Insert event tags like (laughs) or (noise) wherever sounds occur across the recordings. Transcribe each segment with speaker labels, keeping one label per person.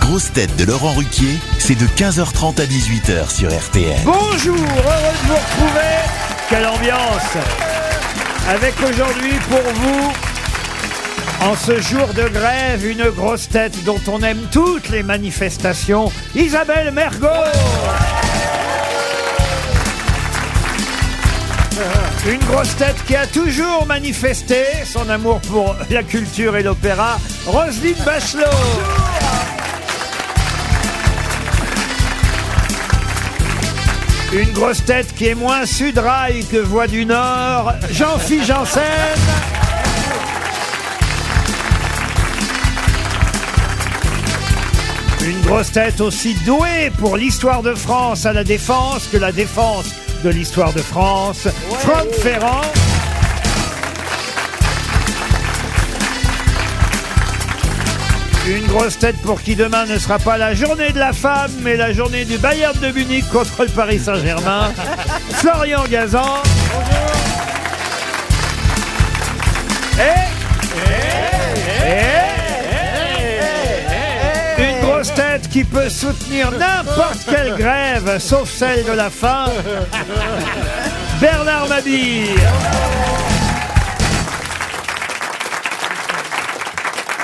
Speaker 1: grosses têtes de Laurent Ruquier, c'est de 15h30 à 18h sur RTL.
Speaker 2: Bonjour, heureux de vous retrouver. Quelle ambiance Avec aujourd'hui pour vous, en ce jour de grève, une grosse tête dont on aime toutes les manifestations, Isabelle Mergot. Une grosse tête qui a toujours manifesté son amour pour la culture et l'opéra, Roselyne Bachelot. Une grosse tête qui est moins sudrail que Voix du Nord, Jean-Philippe Janssen. Une grosse tête aussi douée pour l'histoire de France à la défense que la défense de l'histoire de France, Franck Ferrand. Une grosse tête pour qui demain ne sera pas la journée de la femme, mais la journée du Bayern de Munich contre le Paris Saint-Germain. Florian Gazan. Et- Et- Une grosse tête qui peut soutenir n'importe quelle grève, sauf celle de la faim. Bernard Mabille.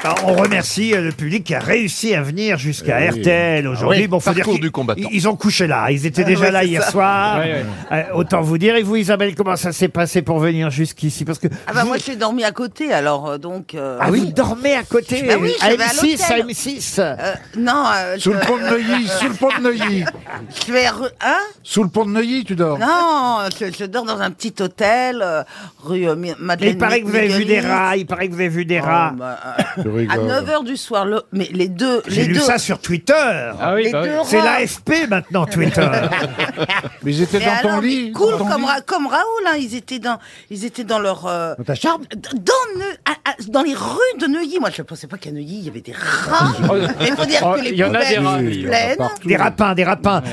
Speaker 2: Alors, on remercie euh, le public qui a réussi à venir jusqu'à
Speaker 3: Eh oui.
Speaker 2: RTL aujourd'hui.
Speaker 3: Ah oui, parcours
Speaker 2: qu'ils-
Speaker 3: du combattant.
Speaker 2: Ils, ils ont couché là. Ils étaient
Speaker 3: Ah
Speaker 2: déjà
Speaker 3: ouais,
Speaker 2: là
Speaker 3: c'est
Speaker 2: hier
Speaker 3: ça.
Speaker 2: soir.
Speaker 3: Ouais, ouais.
Speaker 2: Euh, autant vous dire. Et vous, Isabelle, comment ça s'est passé pour venir jusqu'ici Parce que
Speaker 4: Ah bah
Speaker 2: vous-
Speaker 4: moi j'ai dormi à côté alors euh, donc. euh,
Speaker 2: Ah, vous dormez à côté
Speaker 4: Bah oui,
Speaker 2: à
Speaker 4: je vais à
Speaker 2: M6, à
Speaker 4: l'hôtel.
Speaker 2: M6.
Speaker 4: Euh, non. euh,
Speaker 5: Sous
Speaker 4: je-
Speaker 5: le pont
Speaker 4: (laughs)
Speaker 5: de Neuilly, sous le pont de Neuilly.
Speaker 4: Je vais rue- hein
Speaker 5: Sous le pont de Neuilly, tu dors.
Speaker 4: Non, je, je dors dans un petit hôtel euh, rue euh, Mi-
Speaker 2: Mais
Speaker 4: Madeleine.
Speaker 2: il paraît que vous avez vu des
Speaker 4: Mignonnet.
Speaker 2: rats. Il paraît que vous avez vu des
Speaker 4: Oh,
Speaker 2: rats.
Speaker 4: bah,
Speaker 5: Tu
Speaker 4: euh, à 9h du soir, le- mais les deux.
Speaker 2: J'ai
Speaker 4: les
Speaker 2: lu
Speaker 4: deux-
Speaker 2: ça sur Twitter.
Speaker 6: Ah
Speaker 4: oui, Les bah oui. deux
Speaker 2: C'est
Speaker 4: rats.
Speaker 2: l'AFP maintenant, Twitter.
Speaker 5: Mais ils étaient
Speaker 4: Mais
Speaker 5: dans ton
Speaker 4: alors, mais
Speaker 5: lit.
Speaker 4: Cool
Speaker 5: dans ton
Speaker 4: comme,
Speaker 5: lit.
Speaker 4: Ra- comme Raoul, hein, ils étaient dans, ils étaient dans leur. euh,
Speaker 5: Dans ta charme
Speaker 4: d- dans, Neu- à- à- dans les rues de Neuilly. Moi, je ne pensais pas qu'à Neuilly, il y avait
Speaker 6: (laughs)
Speaker 4: des rats. (laughs) Mais il faut dire que les
Speaker 6: Oh, il y en a des
Speaker 4: poubelles
Speaker 6: rats,
Speaker 4: étaient
Speaker 6: oui,
Speaker 4: pleines.
Speaker 2: des rapins, des rapins.
Speaker 4: (laughs)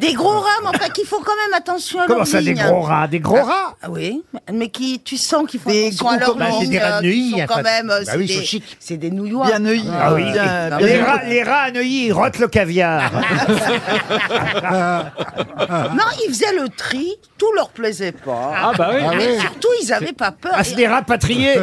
Speaker 4: Des gros rats, mais enfin, qui font quand même attention à
Speaker 2: Comment
Speaker 4: leur
Speaker 2: ça, des
Speaker 4: ligne.
Speaker 2: gros rats Des gros rats
Speaker 4: Ah Oui, mais qui, tu sens qu'ils font
Speaker 7: Des
Speaker 4: attention
Speaker 7: gros
Speaker 4: à leur
Speaker 7: comme- Bah, c'est
Speaker 4: ligne,
Speaker 7: des rats de
Speaker 4: euh, qui
Speaker 7: Neuilly,
Speaker 4: sont
Speaker 7: y a
Speaker 4: quand
Speaker 7: pas de-
Speaker 4: même, euh,
Speaker 7: Bah
Speaker 4: c'est
Speaker 7: oui, ils sont
Speaker 4: des,
Speaker 7: chics.
Speaker 4: c'est des nouillois.
Speaker 7: Bien Neuilly.
Speaker 2: Ah oui.
Speaker 7: Bien-
Speaker 2: les,
Speaker 7: bien-
Speaker 2: rats, les rats à Neuilly, ils rotent le
Speaker 4: (laughs)
Speaker 2: caviar.
Speaker 8: Ah.
Speaker 4: Non, ils faisaient le tri, tout leur plaisait pas.
Speaker 6: Ah bah oui.
Speaker 5: Ah
Speaker 4: mais
Speaker 5: ouais.
Speaker 4: surtout, ils avaient pas peur.
Speaker 2: Ah, c'est des rapatriés.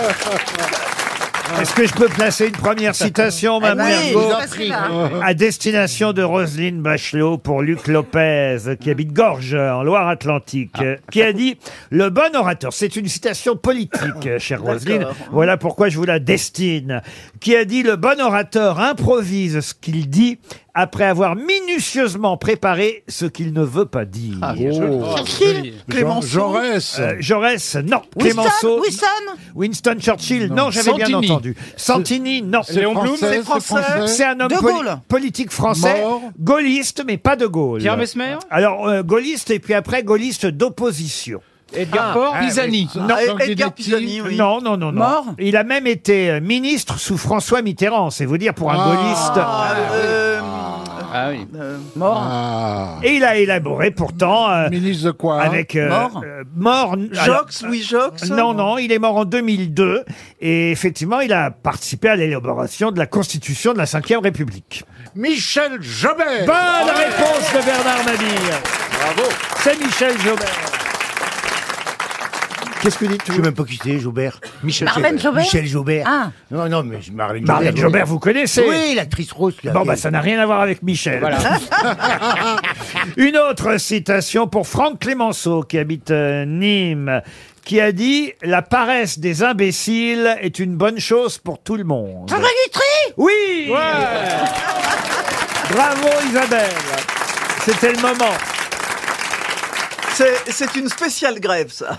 Speaker 2: Ah. Est-ce que je peux placer une première citation, ma
Speaker 4: Ah bah oui,
Speaker 2: Mergo
Speaker 4: je passerai là, hein.
Speaker 2: à destination de Roselyne Bachelot pour Luc Lopez, qui habite Gorge, en Loire-Atlantique,
Speaker 4: Ah.
Speaker 2: euh, qui a dit « Le bon orateur », c'est une citation politique,
Speaker 4: Ah.
Speaker 2: euh, chère Roselyne, voilà pourquoi je vous la destine, qui a dit « Le bon orateur improvise ce qu'il dit après avoir minutieusement préparé ce qu'il ne veut pas dire.
Speaker 4: Ah,
Speaker 5: Oh.
Speaker 4: Churchill,
Speaker 5: Jean Jaurès.
Speaker 2: Euh, Jaurès, non.
Speaker 4: Winston,
Speaker 2: Clémenceau,
Speaker 4: Winston,
Speaker 2: Winston Churchill, non, j'avais bien
Speaker 3: Santini.
Speaker 2: entendu. Santini, non.
Speaker 5: C'est français,
Speaker 7: c'est français.
Speaker 2: C'est un homme
Speaker 4: De
Speaker 2: poli-
Speaker 4: Gaulle.
Speaker 2: politique français,
Speaker 5: Mort.
Speaker 2: gaulliste, mais pas de Gaulle.
Speaker 6: Pierre Mesmer
Speaker 2: Alors, euh, gaulliste et puis après gaulliste d'opposition. Ah,
Speaker 6: Edgar Faure
Speaker 3: Pisani.
Speaker 5: Non,
Speaker 7: Ah,
Speaker 5: Franck
Speaker 7: Edgar
Speaker 5: Guidetti.
Speaker 7: Pisani, oui.
Speaker 2: Non, non, non, non.
Speaker 4: Mort.
Speaker 2: Il a même été euh, ministre sous François Mitterrand, c'est vous dire pour un
Speaker 5: Ah.
Speaker 7: Ah,
Speaker 2: gaulliste.
Speaker 7: euh,
Speaker 6: Ah oui.
Speaker 7: euh,
Speaker 4: mort.
Speaker 5: Ah.
Speaker 2: Et il a élaboré pourtant euh,
Speaker 5: Ministre de quoi
Speaker 2: avec euh,
Speaker 4: Mort.
Speaker 2: euh, mort. alors- euh,
Speaker 7: Jox, Louis Jox.
Speaker 2: Non, non, il est mort en 2002 et effectivement, il a participé à l'élaboration de la Constitution de la Ve République.
Speaker 5: Michel Jobert.
Speaker 2: Bonne réponse de Bernard Mabille.
Speaker 3: Bravo.
Speaker 2: C'est Michel Jobert. Qu'est-ce que vous dites
Speaker 9: Je
Speaker 2: vous
Speaker 9: sais même pas qui c'est, Jobert. Michel
Speaker 4: Marlène Jobert
Speaker 9: Michel Jobert.
Speaker 4: Ah.
Speaker 9: Non, non, mais je- Marlène Jobert.
Speaker 2: Marlène Jobert, vous connaissez
Speaker 9: Oui, l'actrice rose. Là,
Speaker 2: Bon, bah, ça n'a rien à voir avec Michel. (laughs) Une autre citation pour Franck Clémenceau, qui habite euh, Nîmes, qui a dit « La paresse des imbéciles est une bonne chose pour tout le monde
Speaker 4: André ». Guitry
Speaker 2: Oui
Speaker 8: (laughs)
Speaker 2: Bravo Isabelle C'était le moment.
Speaker 7: C'est c'est une spéciale grève, (laughs) ça.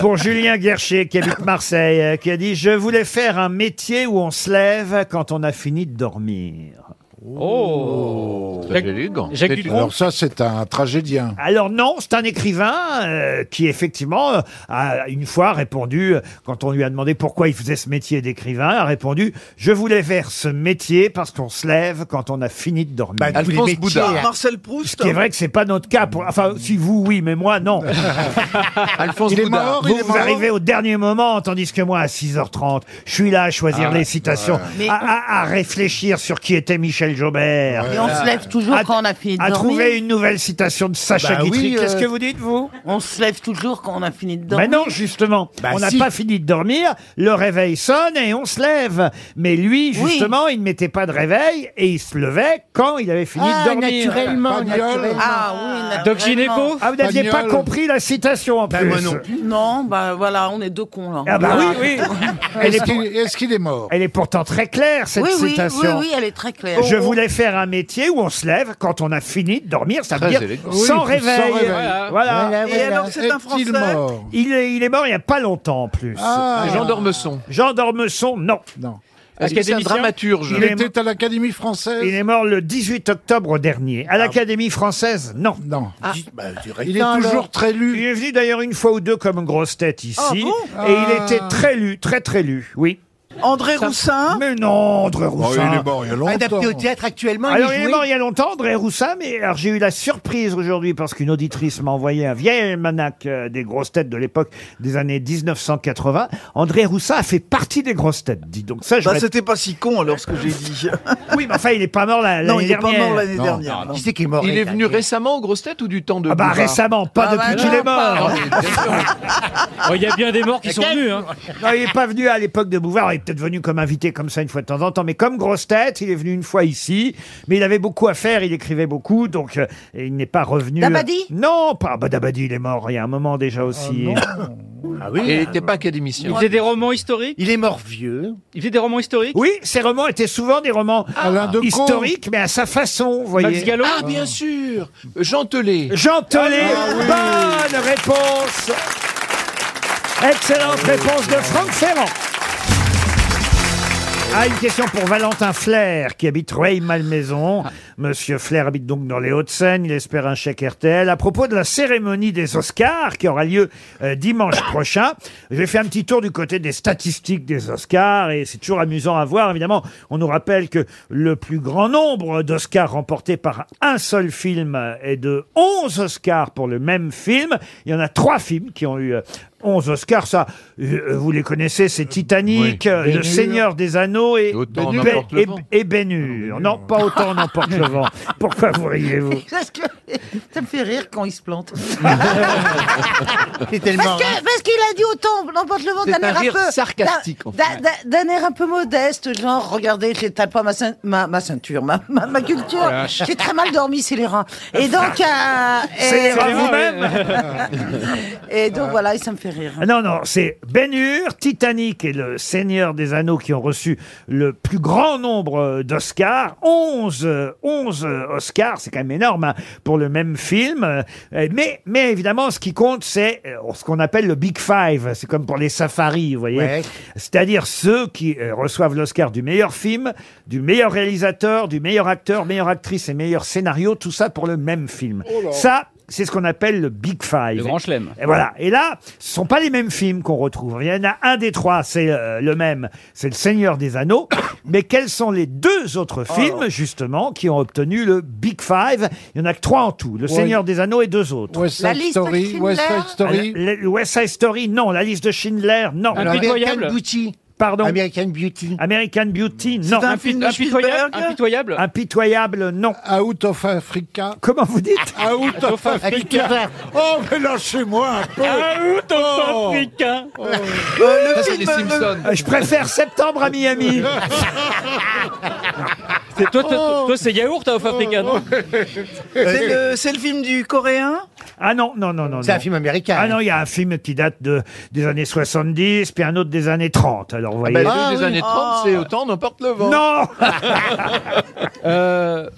Speaker 2: Pour Julien Guercher, qui habite Marseille, euh, qui a dit « Je voulais faire un métier où on se lève quand on a fini de dormir ».
Speaker 6: Oh
Speaker 5: C'est élégant.
Speaker 6: Jacques
Speaker 5: C'est-
Speaker 6: Dutronc.
Speaker 5: Alors ça, c'est un tragédien.
Speaker 2: Alors non, c'est un écrivain euh, qui effectivement euh, a une fois répondu, euh, quand on lui a demandé pourquoi il faisait ce métier d'écrivain, a répondu « Je voulais faire ce métier parce qu'on se lève quand on a fini de dormir
Speaker 9: Bah, tous les
Speaker 6: Alphonse
Speaker 9: métiers,
Speaker 6: Boudard.
Speaker 9: hein.
Speaker 7: Marcel
Speaker 2: Ce
Speaker 7: Proust.
Speaker 2: qui est vrai que c'est pas notre cas. Pour... Enfin, si vous, oui, mais moi, (laughs) non.
Speaker 6: Alphonse
Speaker 5: Il est
Speaker 6: Boudard.
Speaker 5: mort,
Speaker 2: Vous,
Speaker 5: il est
Speaker 2: vous
Speaker 5: mort.
Speaker 2: arrivez au dernier moment, tandis que moi, à 6h30, je suis là à choisir les citations, à, à- à réfléchir sur qui était Michel Jobert,
Speaker 4: Et on se lève toujours
Speaker 2: À-
Speaker 4: quand on a fini de
Speaker 2: à
Speaker 4: dormir.
Speaker 2: trouver Ah. une nouvelle citation de Sacha
Speaker 9: Bah oui,
Speaker 2: Guitry. Qu'est-ce
Speaker 9: euh,
Speaker 2: que vous dites, vous
Speaker 4: On se lève toujours quand on a fini de dormir.
Speaker 2: Mais non, justement,
Speaker 9: Bah
Speaker 2: on n'a
Speaker 9: si.
Speaker 2: pas fini de dormir, le réveil sonne et on se lève. Mais lui,
Speaker 4: Oui.
Speaker 2: justement, il ne mettait pas de réveil et il se levait quand il avait fini de
Speaker 9: Ah,
Speaker 2: dormir.
Speaker 9: naturellement,
Speaker 5: Pagnol.
Speaker 9: naturellement.
Speaker 4: Ah oui, naturellement. Ben,
Speaker 6: Doc Gynéco
Speaker 2: Ah, vous n'aviez pas
Speaker 5: Pagnol.
Speaker 2: compris la citation en plus.
Speaker 9: moi non plus.
Speaker 4: Non, bah voilà, on est deux cons là.
Speaker 2: Ah bah oui, oui. (laughs) Elle est,
Speaker 5: Est-ce qu'il est-ce qu'il est mort
Speaker 2: elle est pourtant très claire, cette
Speaker 4: oui, oui, oui,
Speaker 2: citation.
Speaker 4: oui, elle est très claire. Oh,
Speaker 2: Je voulais faire un métier où on se lève quand on a fini de dormir, ça veut
Speaker 6: Très
Speaker 2: dire
Speaker 6: élégant.
Speaker 2: sans
Speaker 5: Oui,
Speaker 2: réveil.
Speaker 5: sans réveil.
Speaker 2: Voilà.
Speaker 9: Voilà,
Speaker 7: Et
Speaker 9: voilà.
Speaker 7: alors, c'est un
Speaker 5: Est-il
Speaker 7: Français.
Speaker 5: mort
Speaker 2: Il, est, il est mort il n'y a pas longtemps en plus.
Speaker 5: Ah,
Speaker 6: Jean d'Ormesson.
Speaker 2: Jean d'Ormesson, non.
Speaker 5: non.
Speaker 6: Est-ce que c'est un
Speaker 2: Académicien
Speaker 6: dramaturge
Speaker 2: Il
Speaker 5: Il
Speaker 2: est
Speaker 5: était à l'Académie française
Speaker 2: Il est mort le 18 octobre dernier. À l'Académie française, non.
Speaker 5: Ah. Non.
Speaker 9: Dis- bah, tu restes
Speaker 5: Il est
Speaker 9: là, alors.
Speaker 5: toujours très
Speaker 2: Il
Speaker 5: lu.
Speaker 2: est venu d'ailleurs une fois ou deux comme grosse tête ici.
Speaker 7: Ah bon
Speaker 2: et il
Speaker 5: Ah.
Speaker 2: était très lu, très très lu, oui.
Speaker 7: André Roussin.
Speaker 2: Mais non, André Roussin.
Speaker 5: mort Oh, il y a
Speaker 9: Adapté au théâtre actuellement,
Speaker 2: Alors, il
Speaker 9: il
Speaker 2: est
Speaker 9: est
Speaker 2: mort
Speaker 9: joué.
Speaker 2: il y a longtemps, André Roussin, mais alors j'ai eu la surprise aujourd'hui parce qu'une auditrice m'a envoyé un vieil almanach euh, des grosses têtes de l'époque des années 1980. André Roussin a fait partie des grosses têtes, dis donc. Ça, je
Speaker 7: Bah,
Speaker 2: reste-
Speaker 7: c'était pas si con alors ce que j'ai dit. (laughs)
Speaker 2: Oui, mais enfin, il est pas mort la- l'année
Speaker 7: non, il est pas
Speaker 2: dernière.
Speaker 7: mort l'année
Speaker 5: Non,
Speaker 7: dernière. non.
Speaker 9: Qui c'est qui est mort
Speaker 2: hein,
Speaker 6: Il est
Speaker 9: l'année
Speaker 6: venu
Speaker 9: dernière
Speaker 6: récemment aux grosses têtes ou du temps de
Speaker 2: Ah bah
Speaker 6: Bouvard
Speaker 2: récemment, pas
Speaker 4: Ah bah
Speaker 2: depuis
Speaker 4: non,
Speaker 2: qu'il est
Speaker 4: pas.
Speaker 2: mort.
Speaker 3: Oh, Il y a bien des morts qui sont venus. Hein.
Speaker 2: Non, il n'est pas venu à l'époque de Bouvard. Il est peut-être venu comme invité comme ça une fois de temps en temps, mais comme grosse tête, il est venu une fois ici. Mais il avait beaucoup à faire, il écrivait beaucoup, donc euh, et il n'est pas revenu. euh,
Speaker 4: Dabadi
Speaker 2: Non, pas bah, Dabadi, il est mort il y a un moment déjà aussi.
Speaker 9: Ah
Speaker 6: Et
Speaker 9: oui.
Speaker 6: Euh, Il n'était pas académicien.
Speaker 3: Il faisait des romans historiques.
Speaker 9: Il est mort vieux.
Speaker 3: Il faisait des romans historiques.
Speaker 2: oui, ses romans étaient souvent des romans
Speaker 5: Ah. Alain Decaux.
Speaker 2: historiques, mais à sa façon, vous
Speaker 3: Max
Speaker 2: voyez.
Speaker 3: Gallo.
Speaker 6: Ah, bien sûr Jean Telet.
Speaker 2: Jean Tollet,
Speaker 6: Ah,
Speaker 2: bonne réponse.
Speaker 6: Ah,
Speaker 2: Excellente réponse de Franck Ferrand. Ah, une question pour Valentin Flair, qui habite Rueil-Malmaison. Monsieur Flair habite donc dans les Hauts-de-Seine. Il espère un chèque RTL. À propos de la cérémonie des Oscars, qui aura lieu euh, dimanche prochain, j'ai fait un petit tour du côté des statistiques des Oscars, et c'est toujours amusant à voir. Évidemment, on nous rappelle que le plus grand nombre d'Oscars remportés par un seul film est de 11 Oscars pour le même film. Il y en a trois films qui ont eu euh, 11 Oscars. Ça, euh, vous les connaissez, c'est Titanic, euh, Le
Speaker 5: Ben-Hur.
Speaker 2: Seigneur des Anneaux et,
Speaker 6: Autant
Speaker 2: Ben-
Speaker 6: n'importe le
Speaker 2: et-
Speaker 6: vent.
Speaker 2: et Ben-Hur. Non, pas autant n'importe le
Speaker 6: (laughs)
Speaker 2: vent. Pourquoi vous riez-vous
Speaker 4: Parce que oh. (laughs) ça me fait rire quand il se
Speaker 2: (laughs)
Speaker 4: plante.
Speaker 9: Il est tellement.
Speaker 4: Parce que- parce qu'il a dit autant, n'emporte le vent
Speaker 6: C'est
Speaker 4: d'un
Speaker 6: un
Speaker 4: air un
Speaker 6: rire
Speaker 4: peu
Speaker 6: sarcastique, en
Speaker 4: d'un- d'un- d'un air un peu modeste, genre regardez, j'étale pas ma, ceint- ma, ma ceinture, ma, ma, ma culture. J'ai très mal dormi, c'est les reins. Et
Speaker 2: (laughs)
Speaker 4: donc, euh,
Speaker 2: C'est les
Speaker 4: et,
Speaker 2: rats vous-même
Speaker 4: et donc voilà, et ça me fait rire.
Speaker 2: Ah Non, non, c'est Ben Hur, Titanic et le Seigneur des Anneaux qui ont reçu le plus grand nombre euh, d'Oscars. 11, euh, 11 euh, Oscars, c'est quand même énorme hein, pour le même film. Euh, euh, Mais, mais évidemment, ce qui compte, c'est euh, ce qu'on appelle le Big Five. C'est comme pour les safaris, vous voyez.
Speaker 9: Ouais.
Speaker 2: C'est-à-dire ceux qui euh, reçoivent l'Oscar du meilleur film, du meilleur réalisateur, du meilleur acteur, meilleure actrice et meilleur scénario, tout ça pour le même film. ça, c'est ce qu'on appelle le Big Five.
Speaker 3: Le grand chelem.
Speaker 2: Et voilà. Et là, ce sont pas les mêmes films qu'on retrouve. Il y en a un des trois, c'est euh, le même, c'est Le Seigneur des Anneaux. (coughs) Mais quels sont les deux autres
Speaker 5: Oh.
Speaker 2: films, justement, qui ont obtenu le Big Five Il y en a que trois en tout. Le Seigneur des Anneaux et deux autres.
Speaker 5: West
Speaker 4: La
Speaker 5: Side
Speaker 4: liste de
Speaker 5: Story.
Speaker 4: Schindler.
Speaker 5: West Side Story.
Speaker 2: Le- le West Side Story, non. La liste de Schindler, non.
Speaker 3: Alors, Impitoyable.
Speaker 9: American Beauty.
Speaker 2: Pardon.
Speaker 9: American Beauty.
Speaker 2: American Beauty, non.
Speaker 7: un film de
Speaker 3: Impitoyable.
Speaker 7: Spielberg.
Speaker 3: Impitoyable.
Speaker 2: Impitoyable, non.
Speaker 5: Out of Africa.
Speaker 2: Comment vous dites
Speaker 5: Out of Africa. ah, Oh, mais lâchez-moi un peu.
Speaker 3: Ah,
Speaker 5: Oh. Out of
Speaker 3: Africain.
Speaker 7: Euh, le
Speaker 6: Ça, c'est
Speaker 7: film,
Speaker 6: les
Speaker 7: le-
Speaker 6: Simpsons.
Speaker 2: Euh, Je préfère septembre
Speaker 8: (laughs)
Speaker 2: à Miami.
Speaker 3: (laughs) C'est- Toi, toi- toi, c'est yaourt à africain. non
Speaker 7: c'est
Speaker 2: (laughs)
Speaker 7: le, c'est le film du coréen.
Speaker 2: Ah non, non, non, non.
Speaker 9: C'est
Speaker 2: non.
Speaker 9: un film américain.
Speaker 2: Ah non, il y a un film qui date de, des années 70, puis un autre des années 30. Alors, vous voyez.
Speaker 6: Les bah, deux
Speaker 9: Ah,
Speaker 6: des
Speaker 7: Oh.
Speaker 9: oui.
Speaker 5: Ah,
Speaker 6: années 30, c'est autant n'importe le vent.
Speaker 2: non
Speaker 3: Euh,
Speaker 2: Ah,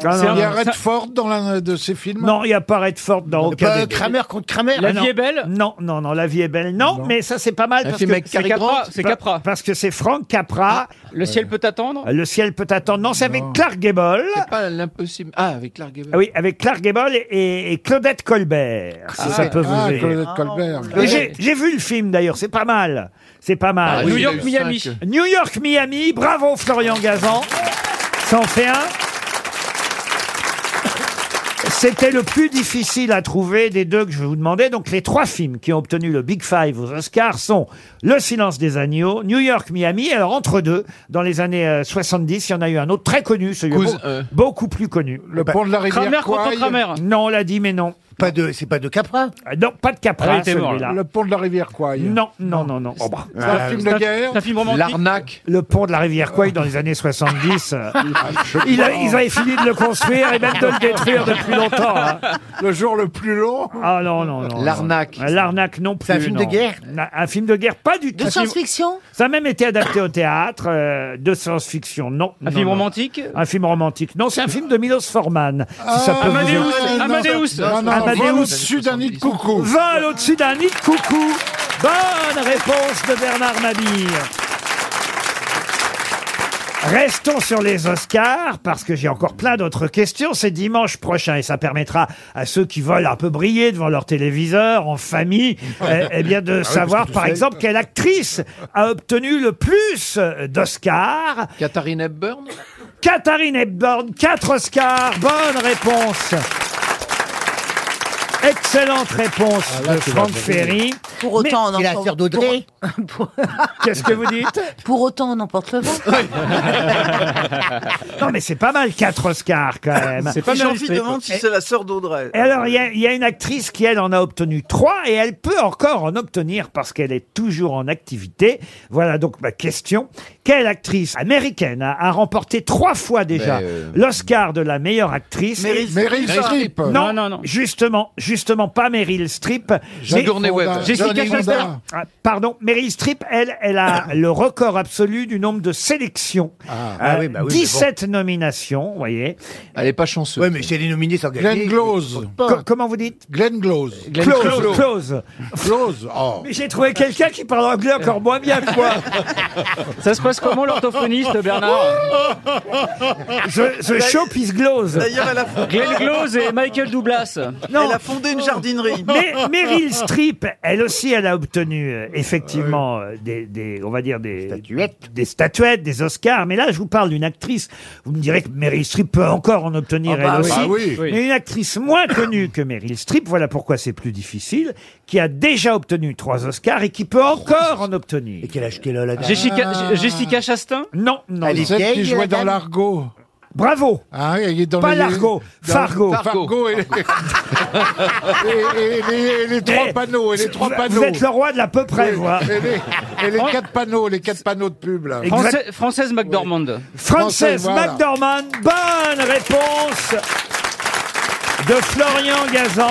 Speaker 3: C'est
Speaker 5: Il y a
Speaker 2: non,
Speaker 3: un- ça-
Speaker 5: Redford dans l'un de ses films.
Speaker 2: non, il n'y a pas Redford dans aucun
Speaker 9: Pas
Speaker 2: des-
Speaker 9: Kramer contre Kramer.
Speaker 3: La
Speaker 2: Ah, non.
Speaker 3: vie est belle
Speaker 2: Non, non, non, la vie est belle. Non, mais ça c'est pas mal
Speaker 6: Un
Speaker 2: parce
Speaker 6: film
Speaker 2: que
Speaker 6: avec Cary
Speaker 3: Capra,
Speaker 6: Grant.
Speaker 3: c'est
Speaker 2: pa-
Speaker 3: Capra.
Speaker 2: Parce que c'est Franck Capra. Euh,
Speaker 3: Le ciel peut t'attendre
Speaker 2: Le ciel peut attendre. Non, c'est avec Clark Gable.
Speaker 6: C'est pas l'impossible. Ah, avec Clark Gable.
Speaker 2: Ah oui, avec Clark Gable et, et Claudette Colbert. Si ça peut vous
Speaker 5: Ah,
Speaker 2: aider.
Speaker 5: Colette Colbert.
Speaker 2: Et J'ai j'ai vu le film d'ailleurs, c'est pas mal. C'est pas mal.
Speaker 6: Ah,
Speaker 3: New
Speaker 6: oui,
Speaker 3: York,
Speaker 6: il a eu
Speaker 3: Miami.
Speaker 6: cinq.
Speaker 2: New York, Miami. Bravo Florian Gazan. Ça en fait un. C'était le plus difficile à trouver des deux que je vais vous demander. Donc les trois films qui ont obtenu le Big Five aux Oscars sont Le silence des agneaux, New York, Miami. Alors entre deux, dans les années euh, 70, il y en a eu un autre très connu, celui
Speaker 6: Cous-
Speaker 2: beau-
Speaker 6: euh.
Speaker 2: beaucoup plus connu.
Speaker 5: Le pont de la rivière
Speaker 3: Kramer contre
Speaker 5: Kouaï.
Speaker 3: Kramer.
Speaker 2: Non, on l'a dit, mais non.
Speaker 9: Bah, Pas de, c'est pas de Capra.
Speaker 2: Euh, Non, pas
Speaker 3: Ah,
Speaker 2: de
Speaker 3: il
Speaker 2: Capra,
Speaker 3: était mort,
Speaker 2: celui-là.
Speaker 5: Le pont de la rivière Kouaï.
Speaker 2: Non, non, non, non. Oh, bah.
Speaker 5: C'est
Speaker 9: Euh,
Speaker 5: un film de guerre.
Speaker 3: C'est un film romantique.
Speaker 6: L'arnaque.
Speaker 2: Le pont de la rivière Kouai dans les
Speaker 9: (laughs)
Speaker 2: années 70.
Speaker 9: Ah,
Speaker 2: euh, il a- ils avaient fini de le construire et même de le détruire depuis longtemps. hein.
Speaker 5: Le jour le plus long.
Speaker 2: Ah non, non, non. non.
Speaker 6: L'arnaque.
Speaker 2: L'arnaque non plus.
Speaker 9: C'est un film de
Speaker 2: non.
Speaker 9: guerre
Speaker 2: Na- Un film de guerre, pas du tout.
Speaker 4: De science-fiction
Speaker 2: Ça a même été adapté au théâtre, euh, de science-fiction, non.
Speaker 3: Un
Speaker 2: non,
Speaker 3: film
Speaker 2: non.
Speaker 3: romantique
Speaker 2: Un film romantique. Non, c'est un film de Milos Forman. si ça peut vous aider.
Speaker 3: Amadeus.
Speaker 5: Ah, non,
Speaker 3: Amadeus.
Speaker 5: Non, non,
Speaker 2: Amadeus.
Speaker 5: Vol au-dessus d'un nid de coucou.
Speaker 2: Va à l'au-dessus d'un nid de coucou. Bonne réponse de Bernard Mabille. Restons sur les Oscars parce que j'ai encore plein d'autres questions. C'est dimanche prochain et ça permettra à ceux qui veulent un peu briller devant leur téléviseur en famille, eh, eh bien
Speaker 5: Ah
Speaker 2: de savoir par exemple quelle actrice a obtenu le plus euh, d'Oscars.
Speaker 6: Katharine Hepburn.
Speaker 2: Katharine Hepburn, 4 Oscars. Bonne réponse. Excellente réponse
Speaker 4: Ah,
Speaker 2: de Ah, Franck Ferry.
Speaker 4: Pour autant, on
Speaker 9: C'est la sœur
Speaker 4: emporte,
Speaker 9: d'Audrey.
Speaker 4: (laughs)
Speaker 2: Qu'est-ce que vous dites
Speaker 4: pour autant, on emporte le vent.
Speaker 2: Non, mais c'est pas mal, 4 Oscars quand même. Eh
Speaker 3: C'est pas
Speaker 7: J'ai envie de
Speaker 3: Meryl Streep.
Speaker 7: demander Euh, bah, si c'est la sœur d'Audrey.
Speaker 2: Et alors, il y, a- il y a une actrice qui, elle, en a obtenu 3 et elle peut encore en obtenir parce qu'elle est toujours en activité. Voilà donc ma question. Quelle actrice américaine a, a remporté trois fois déjà
Speaker 6: Mais, euh,
Speaker 2: l'Oscar de la meilleure actrice
Speaker 7: Meryl Streep.
Speaker 5: Meryl Streep.
Speaker 2: Non, non,
Speaker 3: Non, non,
Speaker 2: non.
Speaker 3: non.
Speaker 2: Justement, justement, pas Meryl Streep. mais-
Speaker 6: Sigourney Webb.
Speaker 3: Jessica
Speaker 5: Johnny
Speaker 3: Chastain.
Speaker 5: Honda.
Speaker 2: Ah, Pardon, Meryl Streep, elle, elle a le record absolu du nombre de sélections.
Speaker 9: Ah oui, bah oui, mais bon.
Speaker 2: 17 nominations, vous voyez.
Speaker 5: Ah,
Speaker 6: Elle est pas chanceuse.
Speaker 9: Ouais, mais c'est les nominés sans gagner.
Speaker 5: Glenn Close.
Speaker 2: Co- comment vous dites
Speaker 5: Glenn Close.
Speaker 6: Glenn
Speaker 2: Close,
Speaker 6: Close.
Speaker 2: close.
Speaker 5: Close. Oh.
Speaker 2: Mais j'ai trouvé quelqu'un qui parle anglais encore moins bien que moi.
Speaker 3: Ça se passe comment l'orthophoniste
Speaker 2: (laughs)
Speaker 3: Bernard
Speaker 2: The, the shop is close.
Speaker 7: D'ailleurs, elle, a-
Speaker 3: Glenn Close et Michael Douglas.
Speaker 2: Non.
Speaker 7: elle a fondé une jardinerie.
Speaker 2: Oh. (laughs) Mais
Speaker 7: (laughs)
Speaker 2: Meryl Streep, elle aussi, elle a obtenu euh, effectivement euh, des, des- on va dire des
Speaker 9: Statuettes.
Speaker 2: des statuettes, des Oscars. Mais là, je vous parle d'une actrice. Vous me direz que Meryl Streep peut encore en obtenir
Speaker 7: Ah bah
Speaker 2: elle
Speaker 7: oui.
Speaker 2: aussi.
Speaker 5: Ah oui.
Speaker 3: Oui.
Speaker 2: Mais une actrice moins connue que Meryl Streep, voilà pourquoi c'est plus difficile, qui a déjà obtenu trois Oscars et qui peut encore en obtenir.
Speaker 9: Et quel âge qu'elle a la dame Ah.
Speaker 3: Jessica, Jessica Chastain
Speaker 2: Non, non.
Speaker 9: Elle
Speaker 2: non.
Speaker 9: est-
Speaker 5: Celle
Speaker 9: vieille,
Speaker 5: qui jouait
Speaker 9: la
Speaker 5: dans
Speaker 9: dame
Speaker 5: l'argot.
Speaker 2: Bravo.
Speaker 5: Hein, il est dans
Speaker 2: Pas
Speaker 5: les-
Speaker 2: l'argot,
Speaker 5: dans-
Speaker 2: Fargo. (laughs)
Speaker 5: Fargo et les, et- et- et les- et les trois
Speaker 2: Eh,
Speaker 5: panneaux. Et les trois
Speaker 2: vous,
Speaker 5: panneaux.
Speaker 2: vous êtes le roi de la peu près, vous, hein.
Speaker 5: Et les, et les quatre panneaux, les quatre panneaux de pub là.
Speaker 2: Exact.
Speaker 3: Français- Française McDormand.
Speaker 2: Frances
Speaker 5: Française, voilà.
Speaker 2: McDormand, bonne réponse de Florian Gazan.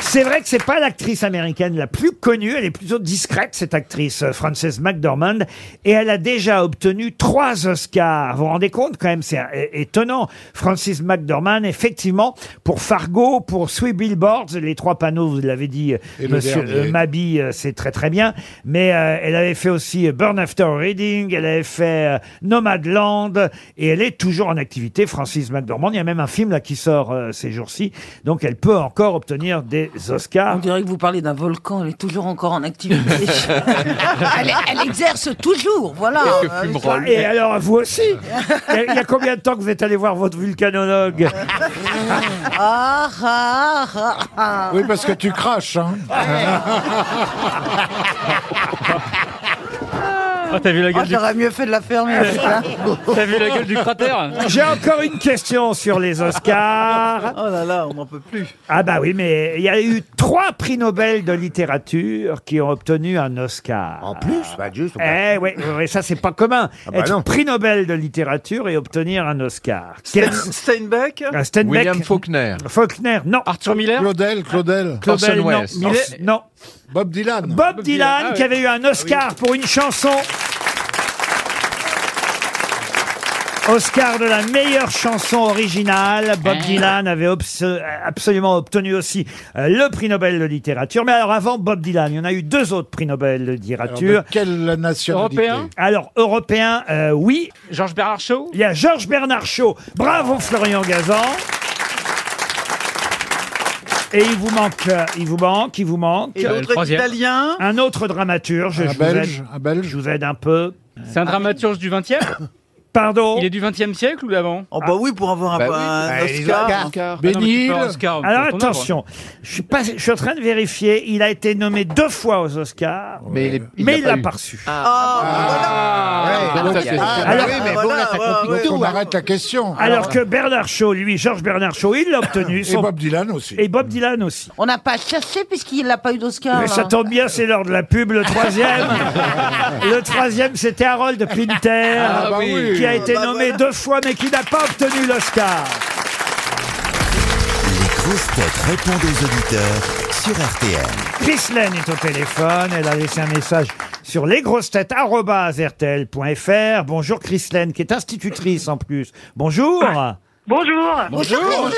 Speaker 2: C'est vrai que c'est pas l'actrice américaine la plus connue, elle est plutôt discrète cette actrice euh, Frances McDormand et elle a déjà obtenu trois Oscars. Vous vous rendez compte quand même, c'est euh, étonnant. Frances McDormand, effectivement, pour Fargo, pour Three Billboards, les trois panneaux, vous l'avez dit, euh,
Speaker 5: Et le
Speaker 2: Monsieur
Speaker 5: dernier.
Speaker 2: euh, Mabi, euh, c'est très très bien. Mais euh, elle avait fait aussi euh, Burn After Reading, elle avait fait euh, Nomadland, et elle est toujours en activité, Francis McDormand. Il y a même un film là qui sort euh, ces jours-ci, donc elle peut encore obtenir des
Speaker 4: On
Speaker 2: Oscars.
Speaker 4: dirait que vous parlez d'un volcan, elle est toujours encore en
Speaker 2: (laughs)
Speaker 4: activité. elle, elle exerce toujours, voilà. Euh,
Speaker 6: Que fume
Speaker 2: Ah,
Speaker 6: Roll.
Speaker 2: Et alors, vous aussi Il y a- il y, a combien de temps que vous êtes allé voir votre vulcanologue
Speaker 4: Ah, ah, ah, ah.
Speaker 5: Oui, parce que tu craches. Hein.
Speaker 3: Ah, t'as
Speaker 2: Oh,
Speaker 3: vu la
Speaker 7: Ah,
Speaker 3: gueule du
Speaker 7: J'aurais mieux fait de la fermer. (laughs) putain.
Speaker 3: T'as vu la gueule du cratère
Speaker 2: J'ai encore une question sur les Oscars.
Speaker 7: Oh là là, on n'en peut plus.
Speaker 2: Ah bah oui, mais il y a eu trois prix Nobel de littérature qui ont obtenu un Oscar.
Speaker 9: En plus, bah Dieu, son
Speaker 2: Eh ouais, ouais, ça c'est pas commun.
Speaker 9: bah
Speaker 2: Être
Speaker 9: non.
Speaker 2: prix Nobel de littérature et obtenir un Oscar. Quel-
Speaker 7: Stein- Ah, Steinbeck
Speaker 2: Un Steinbeck,
Speaker 6: William Faulkner.
Speaker 2: Faulkner, non.
Speaker 3: Arthur Miller
Speaker 5: Claudel, Claudel,
Speaker 2: Claudel,
Speaker 6: Orson
Speaker 2: non.
Speaker 6: Welles.
Speaker 2: Millet, non.
Speaker 5: Bob Dylan.
Speaker 2: Bob, Dylan,
Speaker 3: Dylan, ah ouais.
Speaker 2: qui avait eu un Oscar pour une chanson. Oscar de la meilleure chanson originale. Bob
Speaker 3: Eh.
Speaker 2: Dylan avait obs- euh, absolument obtenu aussi euh, le prix Nobel de littérature. Mais alors avant Bob Dylan, il y en a eu deux autres prix Nobel de
Speaker 5: Alors,
Speaker 2: littérature.
Speaker 5: de quelle nationalité
Speaker 3: Européen
Speaker 2: Alors, européen, euh, oui.
Speaker 3: Georges Bernard Shaw
Speaker 2: Il y a Georges Bernard Shaw. Bravo Florian Gazan. Et il vous manque, euh, il vous manque, il vous manque.
Speaker 7: Et
Speaker 3: Euh, le
Speaker 7: l'autre est
Speaker 3: troisième.
Speaker 7: italien.
Speaker 2: Un autre dramaturge,
Speaker 5: Un
Speaker 2: je vous, aide,
Speaker 5: belge, un belge
Speaker 2: je vous aide un peu.
Speaker 3: C'est un dramaturge du 20e
Speaker 2: Pardon
Speaker 3: Il est du 20e siècle ou d'avant
Speaker 7: Oh bah oui, pour
Speaker 2: Ah
Speaker 7: avoir un,
Speaker 6: Bah oui.
Speaker 7: un
Speaker 9: Bah, les
Speaker 7: Oscar.
Speaker 9: Oscars.
Speaker 3: Ah non, mais tu
Speaker 5: Bénil
Speaker 3: peux avoir Oscar
Speaker 2: Alors
Speaker 3: pour ton œuvre.
Speaker 2: attention, je suis, pas, je suis en train de vérifier, il a été nommé deux fois aux Oscars,
Speaker 6: Mais il est- il
Speaker 2: mais il
Speaker 6: l'a
Speaker 2: l'a
Speaker 6: eu.
Speaker 2: pas reçu. Ah,
Speaker 5: Ah,
Speaker 6: Donc,
Speaker 5: ouais.
Speaker 6: ça, c'est-
Speaker 5: Ah,
Speaker 2: Alors-
Speaker 9: Ah. oui, mais
Speaker 7: Ah,
Speaker 9: bon, là,
Speaker 7: voilà,
Speaker 9: ça
Speaker 7: ouais,
Speaker 9: complique
Speaker 7: ouais.
Speaker 9: tout.
Speaker 5: on
Speaker 9: hein.
Speaker 5: arrête la question.
Speaker 2: Alors que Bernard Shaw, lui, Georges Bernard Shaw, il l'a obtenu.
Speaker 5: Et
Speaker 2: son-
Speaker 5: Bob Dylan aussi.
Speaker 2: et Bob Dylan aussi.
Speaker 4: On n'a pas cherché puisqu'il n'a pas eu
Speaker 9: Ah.
Speaker 4: d'Oscar.
Speaker 2: Mais ça
Speaker 4: hein.
Speaker 2: tombe bien, c'est l'heure de la pub. Le troisième, le troisième, c'était Harold Pinter,
Speaker 5: Ah, bah oui.
Speaker 2: qui a été
Speaker 7: Bah,
Speaker 2: nommé
Speaker 7: voilà.
Speaker 2: deux fois, mais qui n'a pas obtenu l'Oscar.
Speaker 1: Les grosses têtes répondent aux auditeurs sur RTL.
Speaker 2: Ghislaine est au téléphone. Elle a laissé un message sur lesgrossetêtes.rtl.fr. Bonjour Chrislaine, qui est institutrice en plus. Bonjour.
Speaker 10: Ah, Bonjour.
Speaker 5: Bonjour.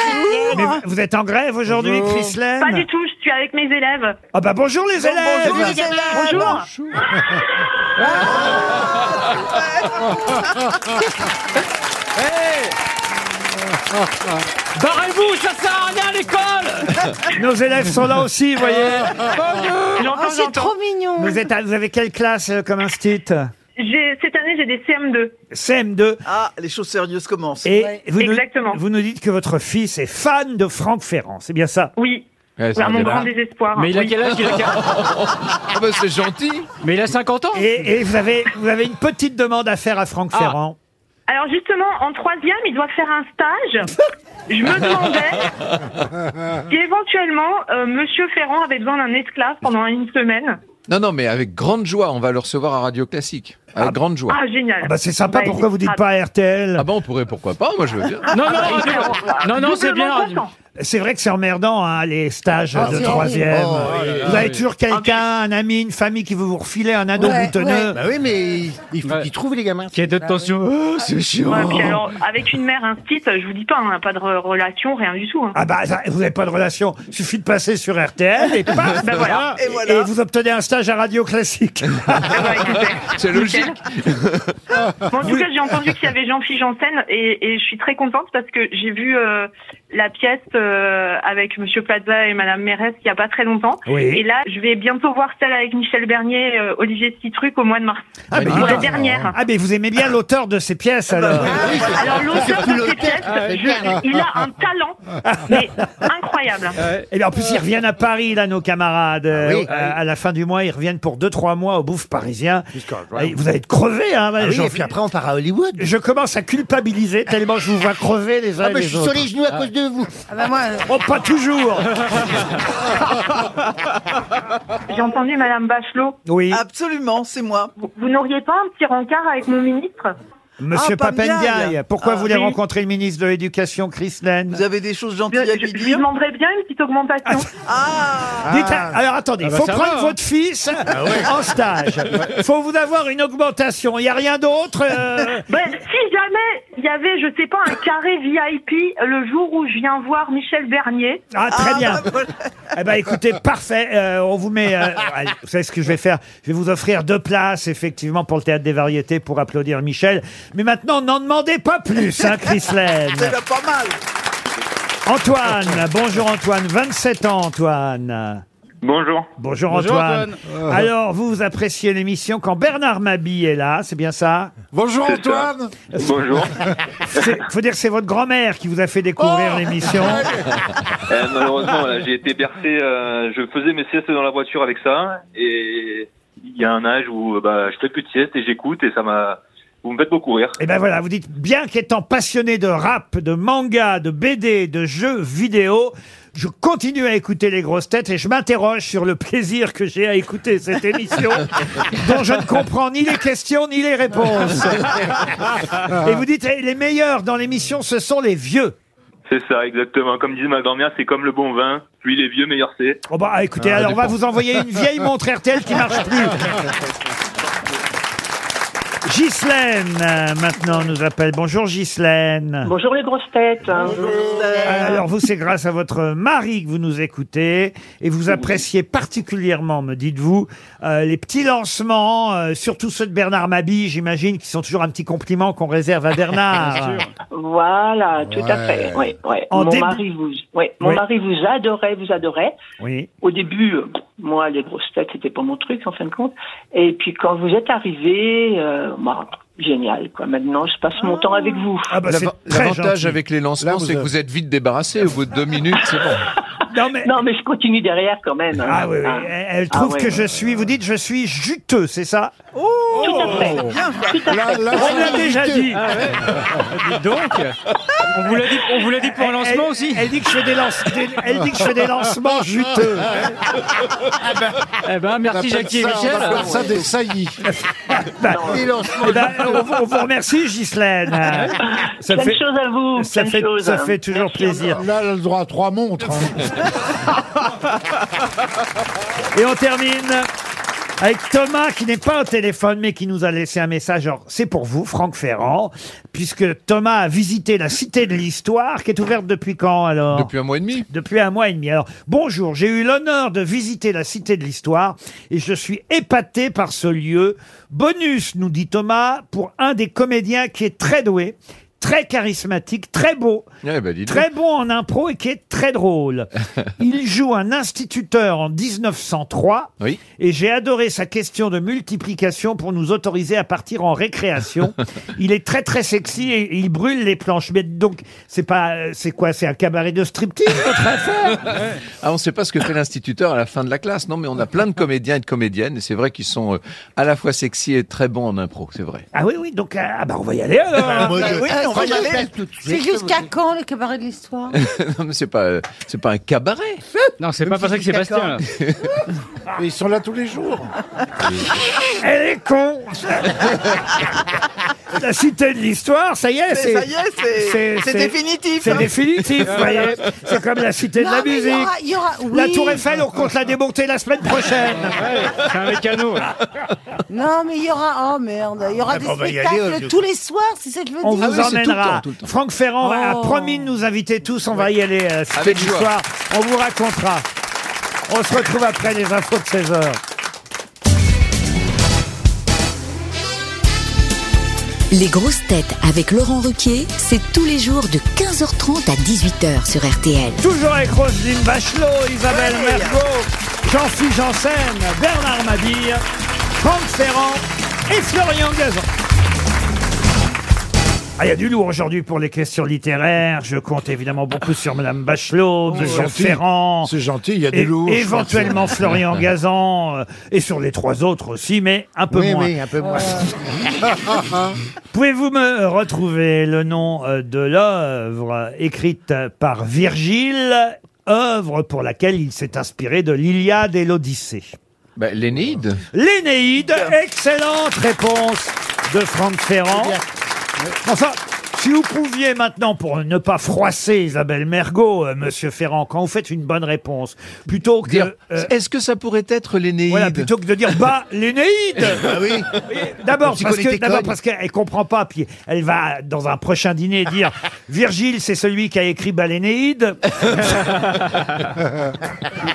Speaker 2: Mais vous- vous êtes en grève aujourd'hui,
Speaker 5: Bonjour.
Speaker 2: Chrislaine
Speaker 10: Pas du tout, je suis avec mes élèves.
Speaker 2: Ah bah bonjour les élèves
Speaker 10: Bonjour.
Speaker 5: (laughs)
Speaker 3: Barrez-vous, ça sert à rien l'école
Speaker 2: Nos élèves sont là aussi, vous voyez.
Speaker 4: Oh,
Speaker 10: J'entends,
Speaker 4: c'est
Speaker 10: j'entends.
Speaker 4: trop mignon.
Speaker 2: Vous, êtes à- vous avez quelle classe euh, comme instit
Speaker 10: J'ai- Cette année, j'ai des CM2.
Speaker 2: CM2.
Speaker 7: Ah, les choses sérieuses commencent.
Speaker 2: Et
Speaker 4: Ouais.
Speaker 2: vous, nous,
Speaker 10: Exactement.
Speaker 2: vous nous dites que votre fils est fan de Franck Ferrand, c'est bien ça
Speaker 10: Oui.
Speaker 6: Ouais, c'est
Speaker 10: à
Speaker 6: un
Speaker 10: mon grand
Speaker 6: débat.
Speaker 10: désespoir.
Speaker 3: Mais il a
Speaker 10: Oui.
Speaker 3: quel âge il a quar-
Speaker 6: Ah bah, c'est gentil.
Speaker 3: Mais il a 50 ans
Speaker 2: et, et vous, avez, vous avez une petite demande à faire à Franck
Speaker 3: Ah.
Speaker 2: Ferrand.
Speaker 10: Alors justement, en troisième, il doit faire un stage. Je me demandais si éventuellement euh, Monsieur Ferrand avait besoin d'un esclave pendant une semaine.
Speaker 6: Non, non, mais avec grande joie, on va le recevoir à Radio Classique. Avec grande joie.
Speaker 10: Ah génial.
Speaker 2: Ah bah c'est sympa,
Speaker 10: Bah,
Speaker 2: pourquoi vous dites pas à RTL
Speaker 6: Ah bah, on pourrait, pourquoi pas Moi, je veux bien.
Speaker 3: Non, non, radio- non, non, c'est bien.
Speaker 10: doublement
Speaker 3: radio-
Speaker 10: content.
Speaker 2: C'est vrai que c'est emmerdant, hein, les stages
Speaker 4: Ah,
Speaker 2: de
Speaker 4: c'est
Speaker 2: troisième.
Speaker 4: horrible.
Speaker 2: vous avez toujours
Speaker 3: Ah,
Speaker 2: quelqu'un, un ami, une famille qui veut vous refiler un ado
Speaker 4: Ouais,
Speaker 2: boutonneux.
Speaker 9: Bah oui, mais il- il faut
Speaker 3: Ouais.
Speaker 9: qu'ils trouvent les gamins. Ah,
Speaker 3: Qui est de tension. Oh, c'est chiant.
Speaker 10: Bah Ouais, puis alors, avec une mère instite, je vous dis pas, hein, pas de re- relation, rien du tout. hein.
Speaker 2: Ah bah ça, vous n'avez pas de relation, suffit de passer sur RTL et paf,
Speaker 10: Ben voilà.
Speaker 7: Et voilà.
Speaker 2: et vous obtenez un stage à
Speaker 9: (laughs)
Speaker 2: Radio Classique.
Speaker 10: Ah bah, écoutez.
Speaker 6: C'est logique.
Speaker 10: Bon, en tout cas, j'ai entendu qu'il y avait Jean-Philippe Janssen et, et je suis très contente parce que j'ai vu euh, la pièce euh, avec Monsieur Plaza et Madame Mérès il y a pas très longtemps. Et
Speaker 2: Oui.
Speaker 10: là, je vais bientôt voir celle avec Michel Bernier, euh, Olivier Citruc au mois de mars.
Speaker 2: Ah, mais
Speaker 10: Pour
Speaker 2: dis
Speaker 10: la
Speaker 2: donc.
Speaker 10: dernière.
Speaker 2: Ah mais vous aimez bien l'auteur de ces pièces
Speaker 9: Ah bah
Speaker 2: alors.
Speaker 10: Alors l'auteur de ces pièces,
Speaker 2: Ah,
Speaker 10: je- il a un talent mais incroyable.
Speaker 2: Et Eh bien, en plus, ils reviennent à Paris, là, nos camarades. Euh,
Speaker 9: Ah oui.
Speaker 2: euh, à la fin du mois, ils reviennent pour 2-3 mois au bouffe parisien.
Speaker 9: Jusqu'à
Speaker 2: Et Vous allez être crevés, hein,
Speaker 9: Ah oui,
Speaker 2: Jean-
Speaker 9: et puis après, on part à Hollywood.
Speaker 2: Je commence à culpabiliser tellement je vous vois crever les uns
Speaker 9: Ah,
Speaker 2: et
Speaker 9: mais
Speaker 2: les
Speaker 9: je suis
Speaker 2: autres.
Speaker 9: sur les genoux à cause de vous.
Speaker 4: Ah bah moi,
Speaker 2: Oh,
Speaker 3: (laughs)
Speaker 2: pas toujours
Speaker 10: J'ai entendu Madame Bachelot.
Speaker 2: Oui,
Speaker 7: Absolument, c'est moi.
Speaker 10: Vous, vous n'auriez pas un petit rencard avec mon ministre
Speaker 2: monsieur
Speaker 7: ah,
Speaker 2: Papendiaï,
Speaker 7: Papendiaï.
Speaker 2: pourquoi
Speaker 7: Ah,
Speaker 2: vous voulez
Speaker 10: oui.
Speaker 2: rencontrer le ministre de l'Éducation, Chris Len
Speaker 7: Vous avez des choses
Speaker 10: je,
Speaker 7: gentilles à lui
Speaker 10: je, je lui
Speaker 7: dire
Speaker 10: demanderais bien une petite augmentation.
Speaker 7: Ah
Speaker 2: Dites à- alors attendez, il
Speaker 3: Ah bah
Speaker 2: faut
Speaker 3: ça va,
Speaker 2: prendre
Speaker 3: hein.
Speaker 2: votre fils (laughs)
Speaker 5: Ah,
Speaker 2: en stage. faut vous avoir une augmentation. Il n'y a rien d'autre.
Speaker 11: (laughs)
Speaker 2: euh,
Speaker 10: Ben, si jamais il y avait, je sais pas, un carré VIP le jour où je viens voir Michel Bernier.
Speaker 2: Ah, très
Speaker 7: Ah,
Speaker 2: bien.
Speaker 7: bah, voilà.
Speaker 2: (laughs) Eh ben, écoutez, parfait. Euh, on vous
Speaker 7: (laughs)
Speaker 2: met. euh, allez, vous savez ce que je vais faire Je vais vous offrir deux places, effectivement, pour le théâtre des variétés, pour applaudir Michel. Mais maintenant, n'en demandez pas plus, hein,
Speaker 7: (laughs)
Speaker 2: Chris Lane.
Speaker 7: C'est déjà pas mal.
Speaker 2: Antoine, bonjour Antoine, 27 ans Antoine.
Speaker 12: Bonjour.
Speaker 2: Bonjour,
Speaker 3: Bonjour,
Speaker 2: Antoine. Euh,
Speaker 7: Ah.
Speaker 2: Alors, vous, vous appréciez l'émission quand Bernard Mabille est là, c'est bien ça
Speaker 5: Bonjour
Speaker 12: C'est ça.
Speaker 5: Antoine.
Speaker 12: Bonjour.
Speaker 2: C'est- Faut dire que c'est votre grand-mère qui vous a fait découvrir
Speaker 7: Oh
Speaker 2: l'émission.
Speaker 12: Euh, malheureusement, voilà, j'ai été bercé. euh, je faisais mes siestes dans la voiture avec ça. Et il y a un âge où euh, bah, je fais plus de sieste et j'écoute et ça m'a. Vous me faites beaucoup rire.
Speaker 2: Et ben voilà, vous dites bien qu'étant passionné de rap, de manga, de BD, de jeux vidéo, je continue à écouter les grosses têtes et je m'interroge sur le plaisir que j'ai à écouter cette émission dont je ne comprends ni les questions ni les réponses. et vous dites eh, les meilleurs dans l'émission ce sont les vieux.
Speaker 12: C'est ça, exactement. Comme disait ma grand-mère, c'est comme le bon vin. Plus il est vieux, meilleur c'est.
Speaker 2: Oh bah écoutez, alors on va vous envoyer une vieille montre RTL qui marche plus. Ghislaine, euh, maintenant, nous appelle. Bonjour Ghislaine.
Speaker 11: Bonjour les grosses têtes.
Speaker 2: Alors vous, c'est grâce à votre mari que vous nous écoutez et vous appréciez particulièrement, me dites-vous, euh, les petits lancements, euh, surtout ceux de Bernard Mabille, j'imagine, qui sont toujours un petit compliment qu'on réserve
Speaker 11: (laughs)
Speaker 2: à Bernard.
Speaker 11: Voilà, tout à fait.
Speaker 2: Ouais.
Speaker 11: Ouais, ouais.
Speaker 2: En
Speaker 11: Mon,
Speaker 2: début-
Speaker 11: mari vous, ouais, mon
Speaker 2: Oui.
Speaker 11: mari vous adorait, vous adorait.
Speaker 2: oui.
Speaker 11: Au début, euh, moi, les grosses têtes, c'était pas mon truc, en fin de compte. Et puis quand vous êtes arrivé, euh, bah, génial. Quoi. Maintenant, je passe mon temps avec vous.
Speaker 10: bah,
Speaker 2: Ah
Speaker 6: L'av- L'avantage avec les lancements, c'est que vous êtes vite débarrassé. Au bout de deux minutes, c'est bon.
Speaker 2: Non mais...
Speaker 11: je continue derrière quand même. hein.
Speaker 2: Ah oui, oui.
Speaker 11: Ah.
Speaker 2: Elle, elle
Speaker 11: Ah
Speaker 2: trouve
Speaker 11: ouais,
Speaker 2: que
Speaker 11: ouais,
Speaker 2: je suis, vous dites, je suis juteux, c'est ça
Speaker 11: Tout à fait.
Speaker 3: Oh.
Speaker 11: Tout à fait.
Speaker 2: On l'a Ah déjà dit.
Speaker 3: Dites donc. On vous l'a dit, on vous l'a dit pour un lancement aussi.
Speaker 2: Elle dit que je fais des, lance- des- elle dit que je fais
Speaker 8: (laughs)
Speaker 2: des lancements
Speaker 9: Ah,
Speaker 2: juteux.
Speaker 3: Eh ben, merci
Speaker 5: appelle
Speaker 3: Jackie et
Speaker 5: ça- on
Speaker 3: Michel.
Speaker 5: appelle ça
Speaker 2: (laughs)
Speaker 5: des saillies.
Speaker 2: Eh ben, on, vous- on vous remercie,
Speaker 5: (laughs)
Speaker 2: Ghislaine. Ça
Speaker 11: Plein de choses à vous.
Speaker 2: ça
Speaker 11: plein de
Speaker 2: fait,
Speaker 11: choses,
Speaker 2: ça
Speaker 11: hein.
Speaker 2: fait toujours plaisir.
Speaker 5: Là, elle a le droit à trois montres. hein.
Speaker 2: (laughs)
Speaker 9: Ah,
Speaker 2: Et on termine avec Thomas qui n'est pas au téléphone mais qui nous a laissé un message. Genre, c'est pour vous, Franck Ferrand, puisque Thomas a visité la Cité de l'Histoire qui est ouverte depuis quand alors
Speaker 6: Depuis un mois et demi.
Speaker 2: Depuis un mois et demi. Alors, bonjour, j'ai eu l'honneur de visiter la Cité de l'Histoire et je suis épaté par ce lieu. Bonus, nous dit Thomas, pour un des comédiens qui est très doué, très charismatique, très beau,
Speaker 6: Eh ben, dis donc.
Speaker 2: très bon en impro et qui est très drôle. Il joue un instituteur en 1903
Speaker 6: Oui.
Speaker 2: et j'ai adoré sa question de multiplication pour nous autoriser à partir en récréation. il est très très sexy et il brûle les planches. Mais donc, c'est pas, euh, c'est quoi, c'est un cabaret de striptease votre affaire
Speaker 6: Ah, on ne sait pas ce que fait l'instituteur à la fin de la classe. Non, mais on a plein de comédiens et de comédiennes. Et c'est vrai qu'ils sont euh, à la fois sexy et très bons en impro. C'est vrai.
Speaker 2: Ah oui oui, donc euh, ah bah on va y aller. alors.
Speaker 9: Moi, je-
Speaker 7: oui, on va y
Speaker 9: je
Speaker 7: aller.
Speaker 9: passe tout de
Speaker 4: C'est
Speaker 9: suite.
Speaker 4: jusqu'à quand le cabaret de
Speaker 6: (laughs)
Speaker 4: l'histoire
Speaker 6: non, mais c'est pas, euh, c'est pas un cabaret.
Speaker 3: Non, c'est pas
Speaker 9: si
Speaker 3: pour ça que
Speaker 9: je suis
Speaker 3: Sébastien. là.
Speaker 5: Et ils sont là tous les jours.
Speaker 2: (laughs) Elle est
Speaker 5: (laughs)
Speaker 2: con. la cité de l'histoire, ça y est,
Speaker 7: Mais ça y est, Eh, c'est- c'est définitif,
Speaker 2: C'est
Speaker 7: hein.
Speaker 2: définitif, vous voyez.
Speaker 4: (laughs)
Speaker 2: C'est comme la cité de la
Speaker 4: Non, mais il y
Speaker 2: musique.
Speaker 4: aura- il y aura-
Speaker 2: La
Speaker 4: oui.
Speaker 2: Tour Eiffel, on compte la démonter la semaine
Speaker 6: (laughs)
Speaker 2: prochaine. Ah
Speaker 3: C'est un mécano. là.
Speaker 4: Non, mais il y aura. Oh merde, il y aura des
Speaker 9: on va y
Speaker 4: spectacles
Speaker 9: aller, euh, je-
Speaker 4: tous les soirs, si ça te veut
Speaker 2: On
Speaker 4: dire. Ah
Speaker 2: vous emmènera. Franck Ferrand a
Speaker 4: Oh.
Speaker 2: promis de nous inviter tous. On va y aller euh, cité
Speaker 6: Avec
Speaker 2: de
Speaker 6: joie.
Speaker 2: l'histoire. On vous racontera. On se retrouve après les infos de 16 heures.
Speaker 13: Les grosses têtes avec Laurent Ruquier, c'est tous les jours de 15h30 à 18h sur RTL.
Speaker 2: Toujours avec Roselyne Bachelot, Isabelle Mergot, Jean-Philippe Janssen, Bernard Mabille, Franck Ferrand et Florian Gazan. Ah, il y a du lourd aujourd'hui pour les questions littéraires. Je compte évidemment beaucoup sur Madame
Speaker 6: Oh,
Speaker 2: Bachelot,
Speaker 5: C'est
Speaker 2: Monsieur
Speaker 5: gentil.
Speaker 2: Ferrand,
Speaker 5: C'est gentil, il y a
Speaker 2: et-
Speaker 5: du lourd.
Speaker 2: éventuellement
Speaker 5: (laughs)
Speaker 2: Florian Gazan, euh, et sur les trois autres aussi, mais un peu
Speaker 9: Oui,
Speaker 2: moins.
Speaker 9: oui, un peu moins. ben.
Speaker 7: Ah,
Speaker 2: Pouvez-vous me retrouver le nom euh, de l'œuvre euh, écrite euh, par Virgile, œuvre pour laquelle il s'est inspiré de l'Iliade et l'Odyssée
Speaker 6: Bah, L'Énéide.
Speaker 2: L'Énéide, excellente réponse de Franck Ferrand. Enfin, si vous pouviez maintenant, pour ne pas froisser Isabelle Mergot, euh, Monsieur Ferrand, quand vous faites une bonne réponse, plutôt que...
Speaker 6: Dire,
Speaker 2: euh,
Speaker 6: Est-ce que ça pourrait être l'Énéide
Speaker 2: voilà, plutôt que de dire bah
Speaker 6: (laughs)
Speaker 2: l'Énéide.
Speaker 9: Ah oui.
Speaker 8: (laughs)
Speaker 2: D'abord
Speaker 9: Petit
Speaker 2: parce que
Speaker 9: collecté
Speaker 2: d'abord
Speaker 9: cogne.
Speaker 2: parce qu'elle comprend pas puis elle va dans un prochain dîner dire Virgile c'est celui qui a écrit bah, l'Énéide.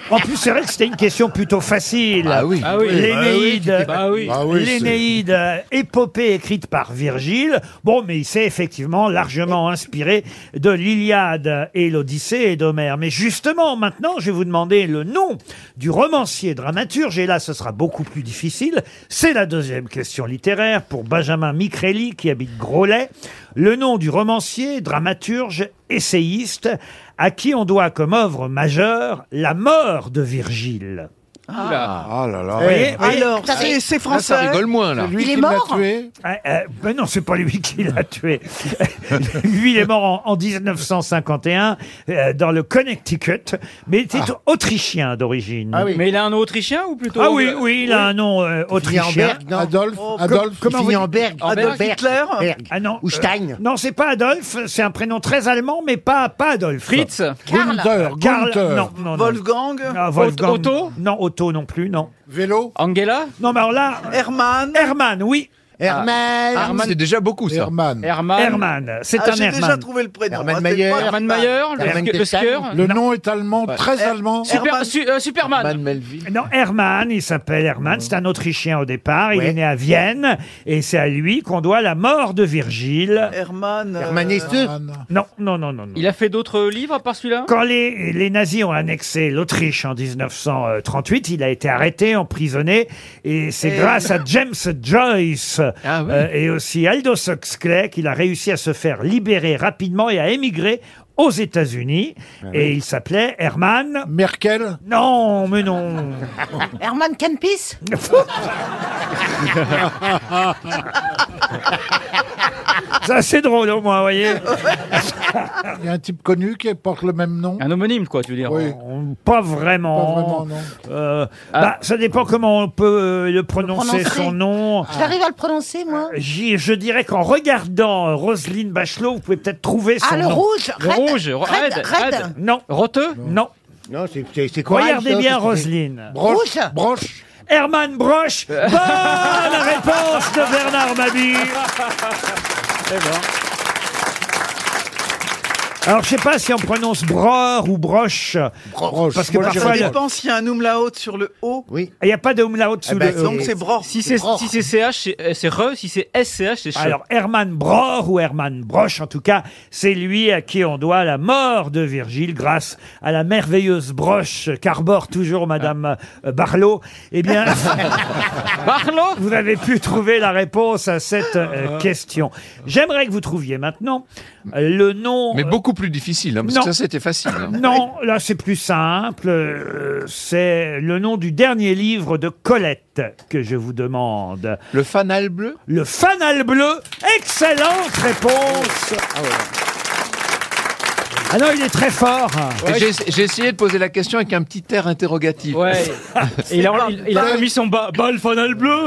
Speaker 2: en plus c'est vrai que c'était une question plutôt facile.
Speaker 6: Ah oui.
Speaker 3: Ah oui.
Speaker 2: L'Énéide.
Speaker 3: Bah oui.
Speaker 5: Ah oui, c'est-
Speaker 2: L'Énéide, euh, épopée écrite par Virgile. Bon, mais il s'est effectivement largement inspiré de l'Iliade et l'Odyssée et d'Homère. Mais justement, maintenant, je vais vous demander le nom du romancier dramaturge. Et là, ce sera beaucoup plus difficile. C'est la deuxième question littéraire pour Benjamin Micrelli, qui habite Groslay. Le nom du romancier, dramaturge, essayiste, à qui on doit comme œuvre majeure la mort de Virgile.
Speaker 5: Ah là là.
Speaker 2: Vous
Speaker 7: Eh,
Speaker 2: voyez
Speaker 7: Alors, c'est c'est
Speaker 6: Là, Ah, ça
Speaker 7: français.
Speaker 6: rigole moins, là.
Speaker 5: C'est lui
Speaker 4: Il
Speaker 5: qui
Speaker 4: est
Speaker 5: l'a
Speaker 4: mort
Speaker 5: tué.
Speaker 2: Ah, euh, ben non, c'est pas lui
Speaker 9: (laughs)
Speaker 2: qui l'a tué. lui, il est mort en, en 1951 euh, dans le Connecticut, mais il était autrichien d'origine.
Speaker 9: Ah oui.
Speaker 3: Mais il a un nom autrichien ou plutôt
Speaker 2: Ah oui, oui, il a un nom euh, autrichien. Oh,
Speaker 9: Berg, non
Speaker 5: Adolphe, Adolphe.
Speaker 9: Comment finit en Berg
Speaker 7: Adolf
Speaker 9: Berg,
Speaker 7: Hitler
Speaker 9: Berg.
Speaker 2: Ah non.
Speaker 9: Ou
Speaker 2: euh,
Speaker 9: Stein
Speaker 2: non, c'est pas Adolphe, c'est un prénom très allemand, mais pas, pas Adolphe.
Speaker 3: Fritz
Speaker 5: Gunther,
Speaker 2: Karl,
Speaker 5: Gunther.
Speaker 2: non, non, non.
Speaker 7: Wolfgang,
Speaker 2: Ah, Wolfgang.
Speaker 3: Otto
Speaker 2: Non, Otto non plus, non.
Speaker 5: Vélo.
Speaker 3: Angela
Speaker 2: Non, mais alors là,
Speaker 7: Hermann.
Speaker 2: Hermann, oui.
Speaker 9: Herman.
Speaker 6: Ah, Herman, c'est déjà beaucoup, ça.
Speaker 9: Herman.
Speaker 3: Herman.
Speaker 2: Herman, c'est
Speaker 7: Ah,
Speaker 2: un
Speaker 7: J'ai déjà
Speaker 2: Herman.
Speaker 7: trouvé le prénom.
Speaker 9: Herman
Speaker 7: hein,
Speaker 9: Mayer.
Speaker 7: c'est pas
Speaker 9: Herman
Speaker 3: Mayer, le- le skieur.
Speaker 5: Le nom est allemand, très allemand.
Speaker 3: Super- su- euh, Superman.
Speaker 2: Non, Hermann, il s'appelle Hermann, c'est un Autrichien au départ, il est né à Vienne, et c'est à lui qu'on doit la mort de Virgile.
Speaker 7: Herman. euh,
Speaker 2: Non, non, non, non. non.
Speaker 3: Il a fait d'autres livres à part celui-là
Speaker 2: Quand les, les nazis ont annexé l'Autriche en 1938, il a été arrêté, emprisonné, et c'est
Speaker 3: Et- Ah (laughs)
Speaker 2: grâce à James Joyce euh, et aussi Aldo Huxley qu'il a réussi à se faire libérer rapidement et à émigrer aux États-Unis. et il s'appelait Herman.
Speaker 5: Ah Merkel
Speaker 2: Non, mais
Speaker 5: (laughs)
Speaker 2: non.
Speaker 4: Herman Kenpis
Speaker 2: Ça, (laughs) c'est drôle au moins, vous voyez.
Speaker 5: Il y a un type connu qui porte le même nom.
Speaker 3: Un homonyme, quoi, tu veux dire
Speaker 5: Oui.
Speaker 2: Oh, Pas vraiment.
Speaker 5: Pas vraiment, non.
Speaker 2: Euh, bah, ça dépend comment on peut euh, le prononcer,
Speaker 4: prononcer.
Speaker 2: son nom.
Speaker 4: J'arrive à le prononcer, moi
Speaker 2: J'y- je dirais qu'en regardant euh, Roselyne Bachelot, vous pouvez peut-être trouver son
Speaker 4: Ah, le
Speaker 2: nom.
Speaker 4: rouge, Le raide, rouge, ro- raide, raide, raide. raide.
Speaker 2: Non.
Speaker 3: Roteux
Speaker 2: Non.
Speaker 9: Non, c'est- c'est c'est quoi
Speaker 2: Regardez bien Roselyne.
Speaker 9: Broche.
Speaker 5: Broche.
Speaker 2: Herman Broche.
Speaker 4: Euh.
Speaker 2: Bonne réponse de Bernard Mabille.
Speaker 7: Eh ben.
Speaker 2: Alors, je sais pas si on prononce bror ou broche. Parce que
Speaker 7: Moi,
Speaker 2: parfois,
Speaker 7: ça
Speaker 2: il
Speaker 7: dépend s'il y a un umlaut sur le O.
Speaker 9: Oui.
Speaker 2: n'y a pas de umlaut sous le E.
Speaker 7: Donc c'est Bror.
Speaker 3: Si Eh ben, c'est si c'est CH, c'est- euh, c'est Re. Si c'est SCH, c'est Che.
Speaker 2: Alors, (laughs) Hermann Broch, ou Hermann Broch, en tout cas, c'est lui à qui on doit la mort de Virgile grâce à la merveilleuse broche qu'arbore toujours Madame euh, Barlow. Eh bien,
Speaker 3: Barlow
Speaker 2: vous avez pu trouver la réponse à cette
Speaker 6: Ah.
Speaker 2: euh, question. J'aimerais que vous trouviez maintenant euh, le nom...
Speaker 6: Mais beaucoup plus difficile, hein, parce
Speaker 2: Non.
Speaker 6: que ça, c'était facile. hein.
Speaker 2: Non, là c'est plus simple. Euh, C'est le nom du dernier livre de Colette que je vous demande.
Speaker 6: Le fanal bleu
Speaker 2: Le fanal bleu. Excellente réponse. Ah, non, il est très fort.
Speaker 6: Et J'ai j'ai essayé de poser la question avec un petit air interrogatif.
Speaker 3: Ouais.
Speaker 6: (laughs)
Speaker 3: Et il a, il, il a mis son bas, bas le fanal
Speaker 6: (laughs)
Speaker 3: bleu.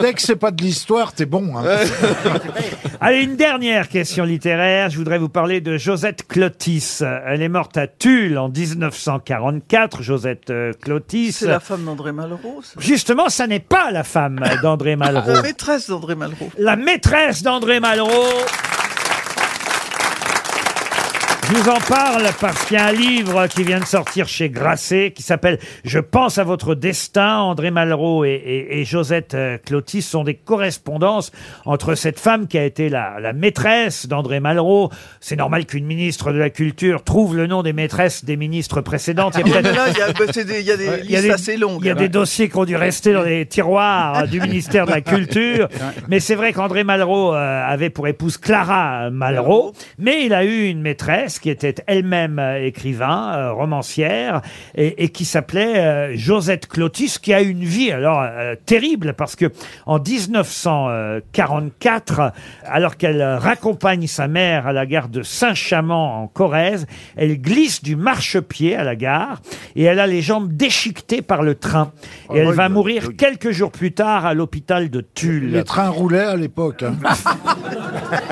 Speaker 5: Dès que c'est pas de l'histoire, t'es bon. hein.
Speaker 2: (laughs) Allez, une dernière question littéraire. Je voudrais vous parler de Josette Clotis. Elle est morte à Tulle en 1944. Josette euh, Clotis.
Speaker 7: C'est la femme d'André Malraux. ça.
Speaker 2: Justement, ça n'est pas la femme d'André
Speaker 7: La
Speaker 2: Malraux.
Speaker 7: maîtresse d'André Malraux.
Speaker 2: la maîtresse d'André Malraux. Je vous en parle parce qu'il y a un livre qui vient de sortir chez Grasset qui s'appelle Je pense à votre destin. André Malraux et, et- et Josette euh, Clotis sont des correspondances entre cette femme qui a été la, la maîtresse d'André Malraux. C'est normal qu'une ministre de la Culture trouve le nom des maîtresses des ministres précédentes. Il y a
Speaker 7: Ouais,
Speaker 2: peut-être-
Speaker 7: mais là, il y a, bah, c'est des- il y a des
Speaker 2: Ouais, il y a
Speaker 7: listes
Speaker 2: des-
Speaker 7: assez longues.
Speaker 2: Il y a des
Speaker 7: Ouais.
Speaker 2: dossiers qui ont dû rester dans les tiroirs hein, du ministère de (laughs) la Culture. Mais c'est vrai qu'André Malraux euh, avait pour épouse Clara Malraux. Mais il a eu une maîtresse qui était elle-même euh, écrivain, euh, romancière, et, et qui s'appelait euh, Josette Clotis, qui a eu une vie alors euh, terrible parce que en euh, 1944, alors qu'elle euh, raccompagne sa mère à la gare de Saint-Chamond en Corrèze, elle glisse du marchepied à la gare et elle a les jambes déchiquetées par le train.
Speaker 7: Oh,
Speaker 2: Et elle va mourir quelques jours plus tard à l'hôpital de Tulle.
Speaker 5: Les trains roulaient à l'époque. hein.
Speaker 2: (laughs)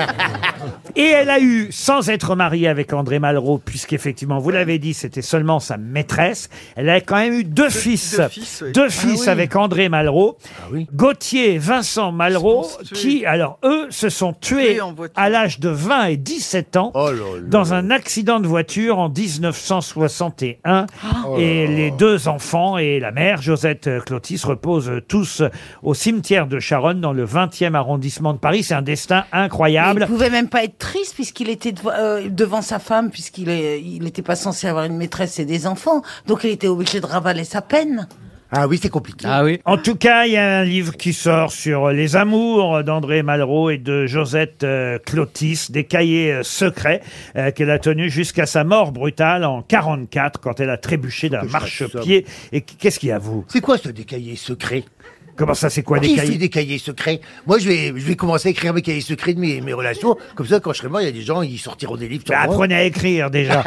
Speaker 2: Et elle a eu, sans être mariée avec André Malraux, puisqu'effectivement, vous l'avez dit, c'était seulement sa maîtresse, elle a quand même eu deux fils.
Speaker 7: deux fils, oui.
Speaker 2: Deux
Speaker 7: Ah
Speaker 2: fils
Speaker 7: oui.
Speaker 2: avec André Malraux. Gauthier et Vincent Malraux, qui, alors, eux, se sont tués
Speaker 7: Tués en voiture.
Speaker 2: à l'âge de 20 et 17 ans dans un accident de voiture en 1961.
Speaker 7: Ah.
Speaker 2: Et les deux enfants et la mère, Josette Clotis, reposent tous au cimetière de Charonne dans le 20e arrondissement de Paris. C'est un destin
Speaker 4: Il
Speaker 2: incroyable.
Speaker 4: ne pouvait même pas être triste puisqu'il était dev- euh, devant sa femme, puisqu'il n'était il était pas censé avoir une maîtresse et des enfants. Donc il était obligé de ravaler sa peine.
Speaker 9: Ah oui, c'est compliqué.
Speaker 3: Ah oui.
Speaker 2: En tout cas, il y a un livre qui sort sur les amours d'André Malraux et de Josette euh, Clotis, des cahiers euh, secrets euh, qu'elle a tenus jusqu'à sa mort brutale en 44 quand elle a trébuché d'un
Speaker 9: Que je
Speaker 2: marchepied. Et qu- qu'est-ce qu'il y a vous
Speaker 9: C'est quoi ce des cahiers secrets
Speaker 2: Comment ça, c'est quoi des
Speaker 9: Qui fait
Speaker 2: cahiers
Speaker 9: des cahiers secrets Moi, je vais, je vais commencer à écrire mes cahiers secrets de mes, mes relations. Comme ça, quand je serai mort, il y a des gens, ils sortiront des livres. sur
Speaker 2: Bah,
Speaker 9: moi.
Speaker 2: Apprenez à écrire
Speaker 9: (laughs)
Speaker 5: (laughs)
Speaker 2: déjà.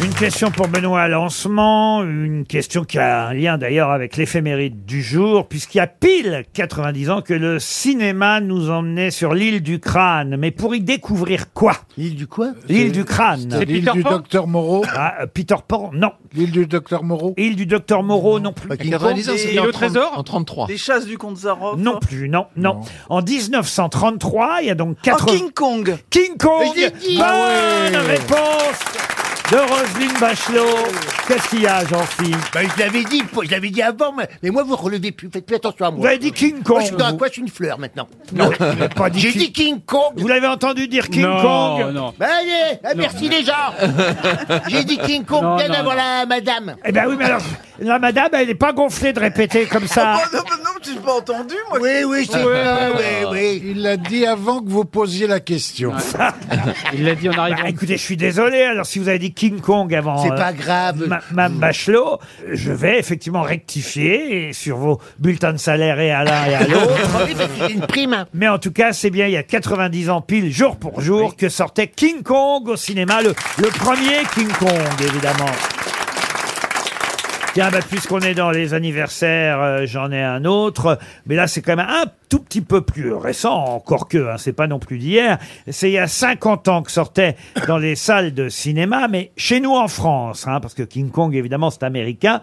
Speaker 2: Une question pour Benoît Lancement, une question qui a un lien d'ailleurs avec l'éphéméride du jour, puisqu'il y a pile 90 ans que le cinéma nous emmenait sur l'île du crâne. Mais pour y découvrir quoi L'île du quoi L'île du crâne.
Speaker 5: C'est l'île du docteur Moreau
Speaker 2: Ah, euh, Peter Pan, non.
Speaker 5: L'île du docteur Moreau
Speaker 2: Île du docteur Moreau, non plus.
Speaker 7: King 90 ans, c'était Et en le 30 trésor en
Speaker 2: 33.
Speaker 7: Les chasses du comte Zaroff.
Speaker 2: Non plus, non, non. En 1933, il y a donc 80...
Speaker 7: Ah, King Kong
Speaker 2: King Kong
Speaker 7: Je l'ai dit.
Speaker 2: Bonne
Speaker 7: Ah ouais.
Speaker 2: réponse de Roselyne Bachelot. Qu'est-ce qu'il y a, Jean-Philippe
Speaker 9: Bah, Je l'avais dit, je l'avais dit avant, mais, mais moi, vous relevez plus, faites plus attention à moi.
Speaker 2: Vous avez dit King Kong,
Speaker 9: Moi, je suis dans un
Speaker 2: vous.
Speaker 9: quoi Je suis une fleur, maintenant.
Speaker 2: Non, vous n'avez pas dit
Speaker 9: J'ai
Speaker 2: King-
Speaker 9: dit King Kong
Speaker 2: Vous l'avez entendu dire King
Speaker 9: Non,
Speaker 2: Kong
Speaker 9: non. Bah, allez, ah, merci
Speaker 2: (laughs)
Speaker 9: les gens J'ai dit King Kong,
Speaker 2: Non,
Speaker 9: bien
Speaker 2: non,
Speaker 9: avant
Speaker 2: non.
Speaker 9: la madame
Speaker 2: Eh ben oui, mais alors, la madame, elle n'est pas gonflée de répéter comme ça.
Speaker 7: Ah, Non, mais non, tu n'as pas entendu, moi.
Speaker 9: Oui, oui,
Speaker 5: Ouais, ouais,
Speaker 2: Ah.
Speaker 5: ouais. Il l'a dit avant que vous posiez la question.
Speaker 6: (laughs)
Speaker 2: Il l'a dit en arrivant. Bah, écoutez, je suis désolé. Alors, si vous avez dit King Kong avant.
Speaker 5: C'est pas
Speaker 2: grave. Mme Bachelot, je vais effectivement rectifier et sur vos bulletins de salaire et à l'un et à
Speaker 9: (laughs) Oui, parce que
Speaker 2: l'autre.
Speaker 9: c'est une prime.
Speaker 2: Mais en tout cas, c'est bien, il y a 90 ans pile, jour pour jour, que sortait King Kong au cinéma, le, le premier King Kong, évidemment. Tiens, bah, puisqu'on est dans les anniversaires, euh, j'en ai un autre. Mais là, c'est quand même un tout petit peu plus récent, encore que, hein, c'est pas non plus d'hier. C'est il y a 50 ans que sortait dans les salles de cinéma, mais chez nous en France, hein, parce que King Kong, évidemment, c'est américain.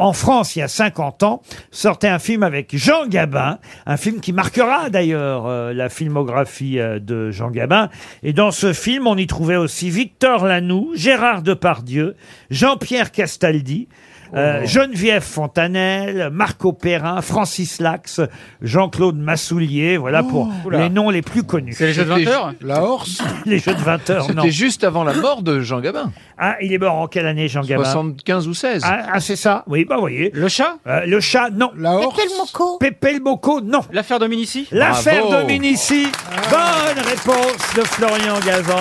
Speaker 2: En France, il y a 50 ans, sortait un film avec Jean Gabin, un film qui marquera d'ailleurs euh, la filmographie euh, de Jean Gabin. Et dans ce film, on y trouvait aussi Victor Lanoux, Gérard Depardieu, Jean-Pierre Castaldi,
Speaker 6: Oh
Speaker 2: euh, Geneviève Fontanelle, Marco Perrin, Francis Lax, Jean-Claude Massoulier, voilà pour
Speaker 6: Oula.
Speaker 2: les noms les plus connus.
Speaker 6: C'est les Jeux de 20 heures
Speaker 2: La Horse (laughs) Les Jeux de 20 heures, non.
Speaker 6: C'était juste avant la mort de Jean Gabin.
Speaker 2: Ah, il est mort en quelle année, Jean Gabin
Speaker 6: 75 ou 16.
Speaker 2: Ah, ah, c'est ça Oui, bah voyez. Le chat Le chat, non. La Horse Pépé le Moco Pépé le Moco, non.
Speaker 3: L'affaire Dominici
Speaker 2: L'affaire
Speaker 3: Bravo.
Speaker 2: Dominici. Bonne réponse de Florian Gazan.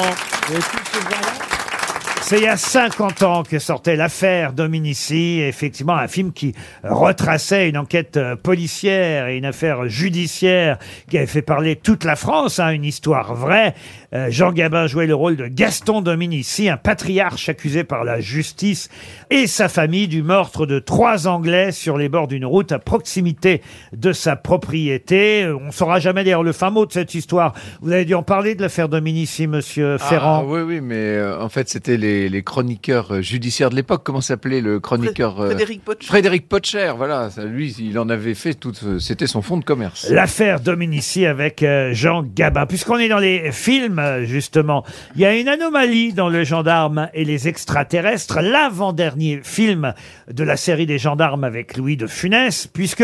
Speaker 2: C'est il y a 50 ans que sortait l'affaire Dominici, effectivement un film qui retraçait une enquête euh, policière et une affaire judiciaire qui avait fait parler toute la France, hein, une histoire vraie. Euh, Jean Gabin jouait le rôle de Gaston Dominici, un patriarche accusé par la justice et sa famille du meurtre de trois Anglais sur les bords d'une route à proximité de sa propriété. Euh, On saura jamais d'ailleurs le fin mot de cette histoire. Vous avez dû en parler de l'affaire Dominici, monsieur Ferrand.
Speaker 6: Ah, oui, oui, mais euh, en fait, c'était les, les chroniqueurs euh, judiciaires de l'époque. Comment s'appelait le chroniqueur euh,
Speaker 2: Frédéric
Speaker 7: Potcher.
Speaker 6: Frédéric Potcher, voilà. Ça, lui, il en avait fait tout. euh, C'était son fonds de commerce.
Speaker 2: L'affaire Dominici avec euh, Jean Gabin. Puisqu'on est dans les films, euh, justement, il y a une anomalie dans Le Gendarme et les extraterrestres, l'avant-dernier film de la série des gendarmes avec Louis de Funès, puisque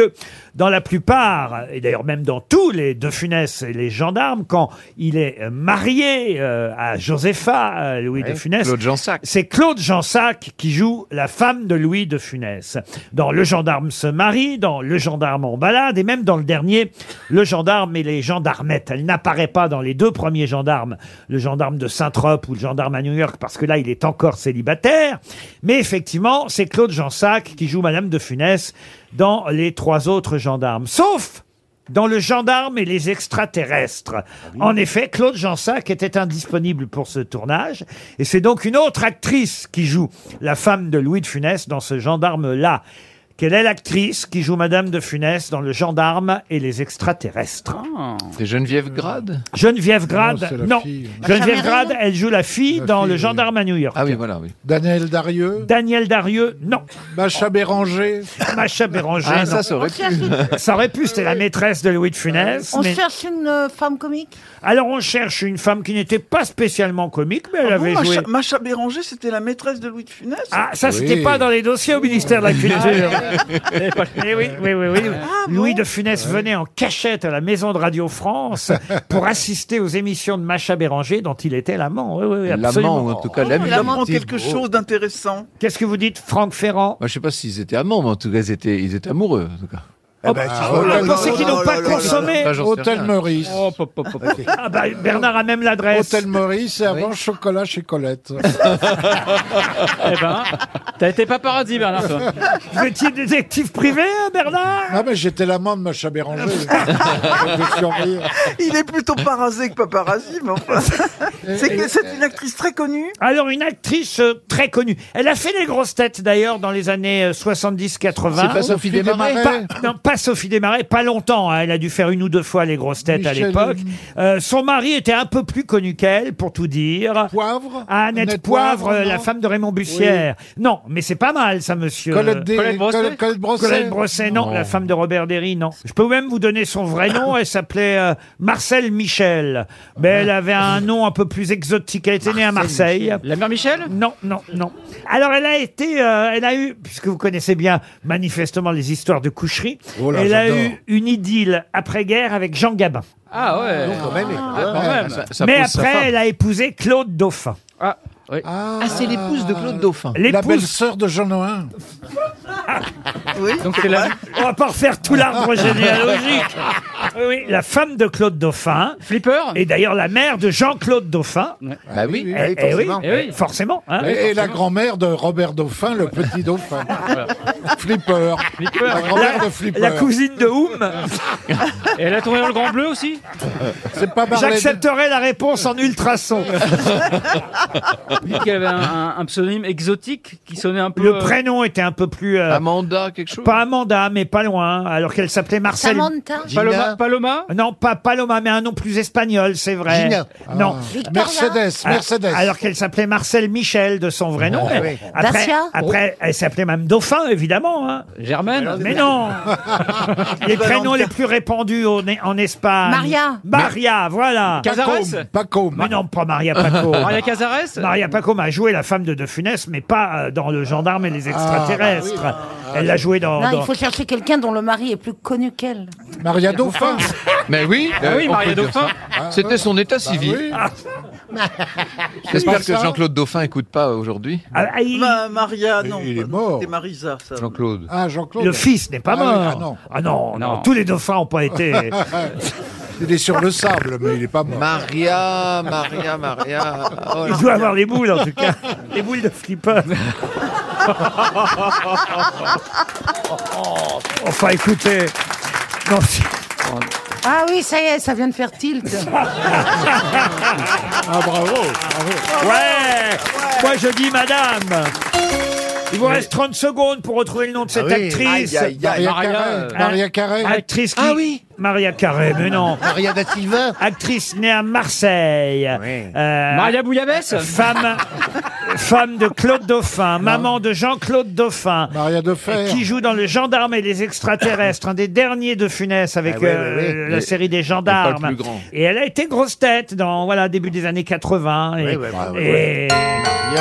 Speaker 2: dans la plupart, et d'ailleurs même dans tous les de Funès et les gendarmes, quand il est euh, marié euh, à Josépha, euh, Louis
Speaker 6: Ouais,
Speaker 2: de Funès,
Speaker 6: Claude Jansac.
Speaker 2: c'est Claude Jansac qui joue la femme de Louis de Funès. Dans Le gendarme se marie, dans Le gendarme en balade, et même dans le dernier, Le gendarme et les gendarmettes. Elle n'apparaît pas dans les deux premiers gendarmes, le gendarme de Saint-Trope ou le gendarme à New York, parce que là, il est encore célibataire. Mais effectivement, c'est Claude Jansac qui joue Madame de Funès dans les trois autres gendarmes. Sauf dans Le Gendarme et les extraterrestres.
Speaker 6: Ah
Speaker 2: En effet, Claude Jansac était indisponible pour ce tournage, et c'est donc une autre actrice qui joue la femme de Louis de Funès dans ce gendarme-là. Quelle est l'actrice qui joue Madame de Funès dans Le Gendarme et les extraterrestres
Speaker 6: C'est Geneviève Grade
Speaker 2: Geneviève
Speaker 6: Non, c'est
Speaker 2: Grade,
Speaker 6: la
Speaker 2: non.
Speaker 6: fille.
Speaker 2: Geneviève
Speaker 6: Cameron
Speaker 2: Grade, elle joue la fille
Speaker 6: La
Speaker 2: dans
Speaker 6: fille,
Speaker 2: Le
Speaker 6: oui.
Speaker 2: Gendarme à New York.
Speaker 6: Ah oui, voilà, oui.
Speaker 2: Daniel Darieux Daniel Darieux, non. Macha Béranger Macha Béranger,
Speaker 6: Ah, ça,
Speaker 2: non.
Speaker 6: ça aurait
Speaker 4: On cherche pu. une-
Speaker 2: Ça aurait pu, c'était la maîtresse de Louis de Funès.
Speaker 4: On
Speaker 2: mais-
Speaker 4: cherche une euh, femme comique
Speaker 2: Alors on cherche une femme qui n'était pas spécialement comique, mais elle
Speaker 7: Ah bon,
Speaker 2: avait joué...
Speaker 7: Macha, Macha Béranger, c'était la maîtresse de Louis de Funès.
Speaker 2: Ah, ça, c'était pas dans les dossiers au ministère
Speaker 6: Ah,
Speaker 2: de la Culture. Eh oui, oui, oui, oui.
Speaker 7: Ah
Speaker 2: Louis de
Speaker 6: Ah
Speaker 2: Funès venait en cachette à la maison de Radio France pour assister aux émissions de Macha Béranger dont il était l'amant. Oui, oui, oui, absolument.
Speaker 6: L'amant, ou en tout cas,
Speaker 7: On
Speaker 6: l'ami.
Speaker 7: apprend Oh, quelque chose d'intéressant.
Speaker 6: (laughs)
Speaker 2: Qu'est-ce que vous dites, Franck Ferrand
Speaker 6: Moi, je sais pas s'ils étaient amants, mais en tout cas, ils étaient, ils étaient amoureux. En tout cas.
Speaker 2: Oh, ah, vous pensez qu'ils n'ont pas consommé Oh,
Speaker 5: Hôtel Maurice. (laughs)
Speaker 2: Ah bah, Bernard a même l'adresse.
Speaker 5: Hôtel Maurice et avant chocolat
Speaker 2: (laughs)
Speaker 5: chez Colette.
Speaker 3: Eh ben, t'as été pas paradis, Bernard,
Speaker 5: (laughs)
Speaker 3: toi.
Speaker 2: Vous étiez détective privé, hein, Bernard
Speaker 5: Ah ben j'étais l'amant de
Speaker 2: (laughs)
Speaker 5: Macha Béranger. Je suis en rire.
Speaker 7: Il est plutôt parasé que pas parasé, mais enfin.
Speaker 2: (laughs)
Speaker 6: Euh,
Speaker 7: C'est que c'est une actrice très connue.
Speaker 2: Alors, une actrice euh, très connue. Elle a fait les grosses têtes, d'ailleurs, dans les années euh, 70-80.
Speaker 6: C'est pas Sophie Desmarais
Speaker 2: Pas- Non, pas Sophie Desmarais, pas longtemps. hein. Elle a dû faire une ou deux fois les grosses têtes à
Speaker 5: Michel-
Speaker 2: l'époque. Euh, son mari était un peu plus connu qu'elle, pour tout dire.
Speaker 5: Poivre
Speaker 2: Ah, Annette,
Speaker 5: Annette
Speaker 2: Poivre,
Speaker 5: Poivre,
Speaker 2: euh,
Speaker 5: non
Speaker 2: la femme de Raymond Bussière. Non, mais c'est pas mal, ça, monsieur.
Speaker 5: Colette
Speaker 2: Euh,
Speaker 5: Des- Colette Brosset Colette- Colette Brosset.
Speaker 2: Colette Brosset, non.
Speaker 5: Non.
Speaker 2: La femme de Robert Derry, non. Je peux même vous donner son vrai nom. Elle s'appelait euh, Marcel Michel. Mais elle avait un nom un peu plus exotique. Elle était née à Marseille.
Speaker 3: La mère Michel
Speaker 2: Non, non, non. Alors, elle a été, euh, elle a eu, puisque vous connaissez bien manifestement les histoires de coucherie,
Speaker 5: Oh là,
Speaker 2: elle a
Speaker 5: j'adore.
Speaker 2: eu une idylle après-guerre avec Jean Gabin.
Speaker 3: Ah ouais.
Speaker 9: quand même,
Speaker 3: Ah, quand même.
Speaker 2: Mais après, elle a épousé Claude Dauphin.
Speaker 3: Ah, oui.
Speaker 5: Ah,
Speaker 6: c'est l'épouse de Claude Dauphin.
Speaker 5: La
Speaker 2: L'épouse-
Speaker 5: belle-sœur de Jean Noël.
Speaker 3: Donc c'est la,
Speaker 2: On va pas refaire tout l'arbre généalogique. Oui, oui, la femme de Claude Dauphin.
Speaker 3: Flipper
Speaker 2: Et d'ailleurs, la mère de Jean-Claude Dauphin.
Speaker 5: Ah
Speaker 6: Bah oui.
Speaker 2: Eh, eh oui,
Speaker 9: forcément.
Speaker 3: Eh oui.
Speaker 2: forcément. hein.
Speaker 5: Et, et la grand-mère de Robert Dauphin, le
Speaker 2: (laughs)
Speaker 5: petit dauphin. Flipper. La grand-mère de Flipper.
Speaker 2: La cousine de Oum.
Speaker 3: Et elle a tourné dans le Grand Bleu (laughs) aussi
Speaker 5: Euh, C'est pas Marlène.
Speaker 2: J'accepterai la réponse en ultrason.
Speaker 3: Vous dites qu'elle avait un, un- un pseudonyme exotique qui sonnait un peu...
Speaker 2: Le
Speaker 3: euh,
Speaker 2: prénom était un peu plus. euh,
Speaker 6: Amanda, quelque chose
Speaker 2: pas Amanda, mais pas loin. Alors qu'elle s'appelait Marcel.
Speaker 14: Samantha,
Speaker 3: Paloma, Paloma
Speaker 2: Non, pas Paloma, mais un nom plus espagnol, c'est vrai.
Speaker 9: Gina.
Speaker 2: Non. Ah,
Speaker 5: Mercedes, Mercedes.
Speaker 2: Alors qu'elle s'appelait Marcel Michel de son vrai nom. mais Après,
Speaker 14: Dacia
Speaker 2: après, elle s'appelait même Dauphin, évidemment. hein.
Speaker 3: Germaine
Speaker 2: Mais non Les prénoms les plus répandus au- en Espagne.
Speaker 14: Maria.
Speaker 2: Maria, voilà.
Speaker 3: Casares
Speaker 5: Paco.
Speaker 2: Mais non, pas Maria Paco.
Speaker 3: Maria Casares
Speaker 2: Maria Pacom a joué la femme de De Funès, mais pas euh, dans Le Gendarme et les Extraterrestres.
Speaker 4: bah,
Speaker 2: Elle l'a joué dans.
Speaker 14: Non,
Speaker 2: dans-
Speaker 14: il
Speaker 2: (laughs)
Speaker 14: faut chercher quelqu'un dont le mari est plus connu qu'elle.
Speaker 5: Maria Dauphin.
Speaker 6: Mais oui,
Speaker 3: Ah oui,
Speaker 6: euh, on
Speaker 3: Maria
Speaker 6: peut dire
Speaker 3: Dauphin.
Speaker 6: ça. C'était son état civil.
Speaker 2: Ah,
Speaker 5: oui.
Speaker 2: (laughs)
Speaker 6: J'espère que
Speaker 5: ça.
Speaker 6: Jean-Claude Dauphin écoute pas aujourd'hui.
Speaker 2: Ah, ah, il-
Speaker 7: Ma- Maria, non.
Speaker 5: il est mort.
Speaker 7: C'est Marisa, ça.
Speaker 6: Jean-Claude.
Speaker 5: Ah, Jean-Claude.
Speaker 2: Le fils n'est pas
Speaker 5: Ah oui,
Speaker 2: mort.
Speaker 5: ah non.
Speaker 2: non, non,
Speaker 3: Non.
Speaker 2: tous les dauphins n'ont pas été.
Speaker 5: (laughs) Il est sur le sable, mais il est pas mort.
Speaker 6: Maria, Maria, Maria. Oh
Speaker 3: (laughs)
Speaker 2: Il doit avoir les boules en tout cas, les boules de flipper. enfin, écoutez. Non, c'est-
Speaker 14: Ah oui, ça y est, ça vient de faire
Speaker 9: (laughs)
Speaker 14: tilt.
Speaker 5: Ah, bravo. bravo.
Speaker 2: ouais. Moi je dis madame. Il vous reste 30 secondes pour retrouver le nom de cette
Speaker 5: Ah
Speaker 9: oui.
Speaker 2: actrice.
Speaker 5: Maria,
Speaker 3: Maria,
Speaker 5: Carré.
Speaker 3: euh,
Speaker 5: Maria Carré.
Speaker 2: Actrice qui...
Speaker 6: Ah oui.
Speaker 2: Maria Carré, mais non.
Speaker 9: Maria da Silva.
Speaker 2: Actrice née à Marseille.
Speaker 9: Oui.
Speaker 2: Euh,
Speaker 3: Maria Bouillabaisse
Speaker 2: Femme, femme de Claude Dauphin, maman de Jean-Claude Dauphin.
Speaker 5: Maria Dauphin.
Speaker 2: Qui joue dans Le Gendarme et les Extraterrestres, un des derniers de Funès avec
Speaker 9: Ah ouais,
Speaker 2: euh,
Speaker 9: ouais,
Speaker 2: la
Speaker 6: Mais-
Speaker 2: série des
Speaker 6: pas le
Speaker 2: gendarmes.
Speaker 6: plus grand.
Speaker 2: Et elle a été grosse tête dans voilà début des années 80. Et,
Speaker 9: Ouais, ouais, bah, ouais,
Speaker 2: et,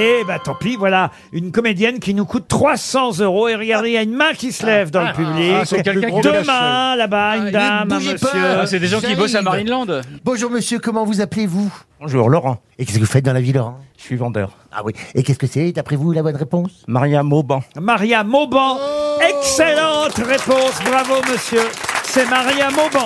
Speaker 2: et, bah tant pis, voilà une comédienne qui nous coûte 300 euros. Et regardez, il y a une main qui se lève dans le
Speaker 5: Ah, c'est
Speaker 2: public.
Speaker 5: quelqu'un
Speaker 2: Deux
Speaker 5: qui lâche.
Speaker 2: mains là-bas, une
Speaker 9: Ah, ne
Speaker 2: dame, un
Speaker 9: bougez
Speaker 2: monsieur.
Speaker 9: pas.
Speaker 3: Ah, C'est des gens qui bossent à
Speaker 9: Saïd.
Speaker 3: Marineland.
Speaker 9: Bonjour monsieur, comment vous appelez-vous
Speaker 8: Bonjour Laurent,
Speaker 9: Et qu'est-ce que vous faites dans la vie, Laurent
Speaker 8: je suis vendeur.
Speaker 9: Ah oui. Et qu'est-ce que c'est, d'après vous, la bonne réponse
Speaker 8: Maria Mauban.
Speaker 2: Maria Mauban. Excellente réponse. Bravo, monsieur. C'est Maria Mauban.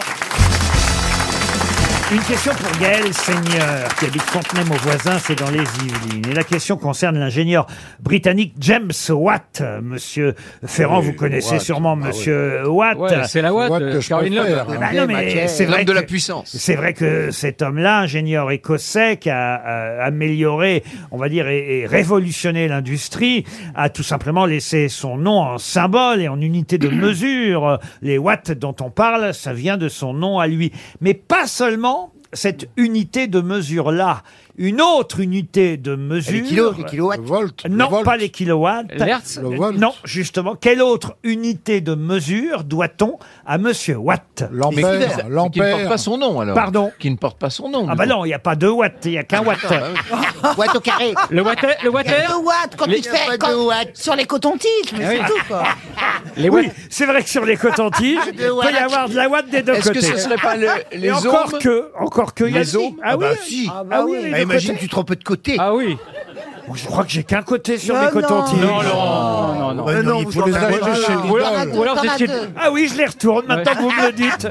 Speaker 2: Une question pour Gaël Seigneur, qui habite Fontenay, au voisin, c'est dans les Yvelines. Et la question concerne l'ingénieur britannique James Watt. Euh, Monsieur Ferrand,
Speaker 5: Oui,
Speaker 2: vous connaissez
Speaker 5: Watt.
Speaker 2: sûrement
Speaker 5: Ah
Speaker 2: Monsieur Watt.
Speaker 3: Ouais, c'est la
Speaker 5: What
Speaker 3: Watt,
Speaker 5: que
Speaker 3: euh,
Speaker 5: je
Speaker 3: Caroline
Speaker 5: préfère,
Speaker 3: Love.
Speaker 5: hein.
Speaker 2: Bah non, mais c'est vrai
Speaker 6: L'homme de la
Speaker 2: que-
Speaker 6: puissance.
Speaker 2: C'est vrai que cet homme-là, ingénieur écossais, qui a euh, amélioré, on va dire, et, et révolutionné l'industrie, a tout simplement laissé son nom en symbole et en unité de mesure. Les watts dont on parle, ça vient de son nom à lui. Mais pas seulement cette unité de mesure-là. Une autre unité de mesure.
Speaker 9: Les kilos, les
Speaker 5: Le
Speaker 9: kilowatts.
Speaker 5: Volt.
Speaker 2: Non,
Speaker 5: le volt.
Speaker 2: pas les kilowatts. Euh,
Speaker 3: L'hertz
Speaker 5: Le volt.
Speaker 2: Non, justement. Quelle autre unité de mesure doit-on à Monsieur Watt
Speaker 5: L'ampère.
Speaker 6: Oh, Mais Qui ne porte
Speaker 5: L'ampère.
Speaker 6: pas son nom alors.
Speaker 2: Pardon
Speaker 6: Qui ne porte pas son nom. Ah,
Speaker 2: Ah bah non, il n'y a pas deux watts, il n'y a qu'un watt.
Speaker 6: bah
Speaker 2: (laughs)
Speaker 9: Watt au carré.
Speaker 3: Le Watt, le Watt
Speaker 14: Il y a deux watts quand
Speaker 3: Les-
Speaker 14: tu te fais quand- sur les cotons-tiges,
Speaker 2: Eh
Speaker 14: mais
Speaker 3: Ah oui.
Speaker 14: c'est tout quoi.
Speaker 3: Les
Speaker 2: Oui, c'est vrai que sur
Speaker 6: (laughs)
Speaker 2: les cotentiges, il
Speaker 9: Deux
Speaker 2: peut y
Speaker 9: watts.
Speaker 2: avoir de la watt des deux
Speaker 6: Est-ce que
Speaker 2: côtés.
Speaker 6: ce serait pas le- les
Speaker 2: (laughs) Et
Speaker 6: hommes
Speaker 2: encore que, encore que, il y a
Speaker 6: Les
Speaker 2: si.
Speaker 6: ohms
Speaker 2: Ah oui,
Speaker 9: bah si.
Speaker 2: ah oui, les
Speaker 9: Bah,
Speaker 2: deux
Speaker 9: imagine,
Speaker 2: côtés.
Speaker 9: tu te trompes de côté.
Speaker 3: Ah oui.
Speaker 2: Je crois que j'ai qu'un côté sur mes
Speaker 3: non.
Speaker 2: cotons-tiges.
Speaker 3: Non, Laurent, non, non, non. Mais non,
Speaker 2: il
Speaker 3: vous
Speaker 2: faut
Speaker 3: en
Speaker 2: les
Speaker 3: avez
Speaker 2: arracher
Speaker 3: pas,
Speaker 2: chez
Speaker 3: Laurent. Ou alors-
Speaker 2: Lidl.
Speaker 3: ou alors T'en as j'essaie de- deux.
Speaker 2: Ah oui, je les retourne maintenant que vous me le
Speaker 5: (laughs)
Speaker 2: dites.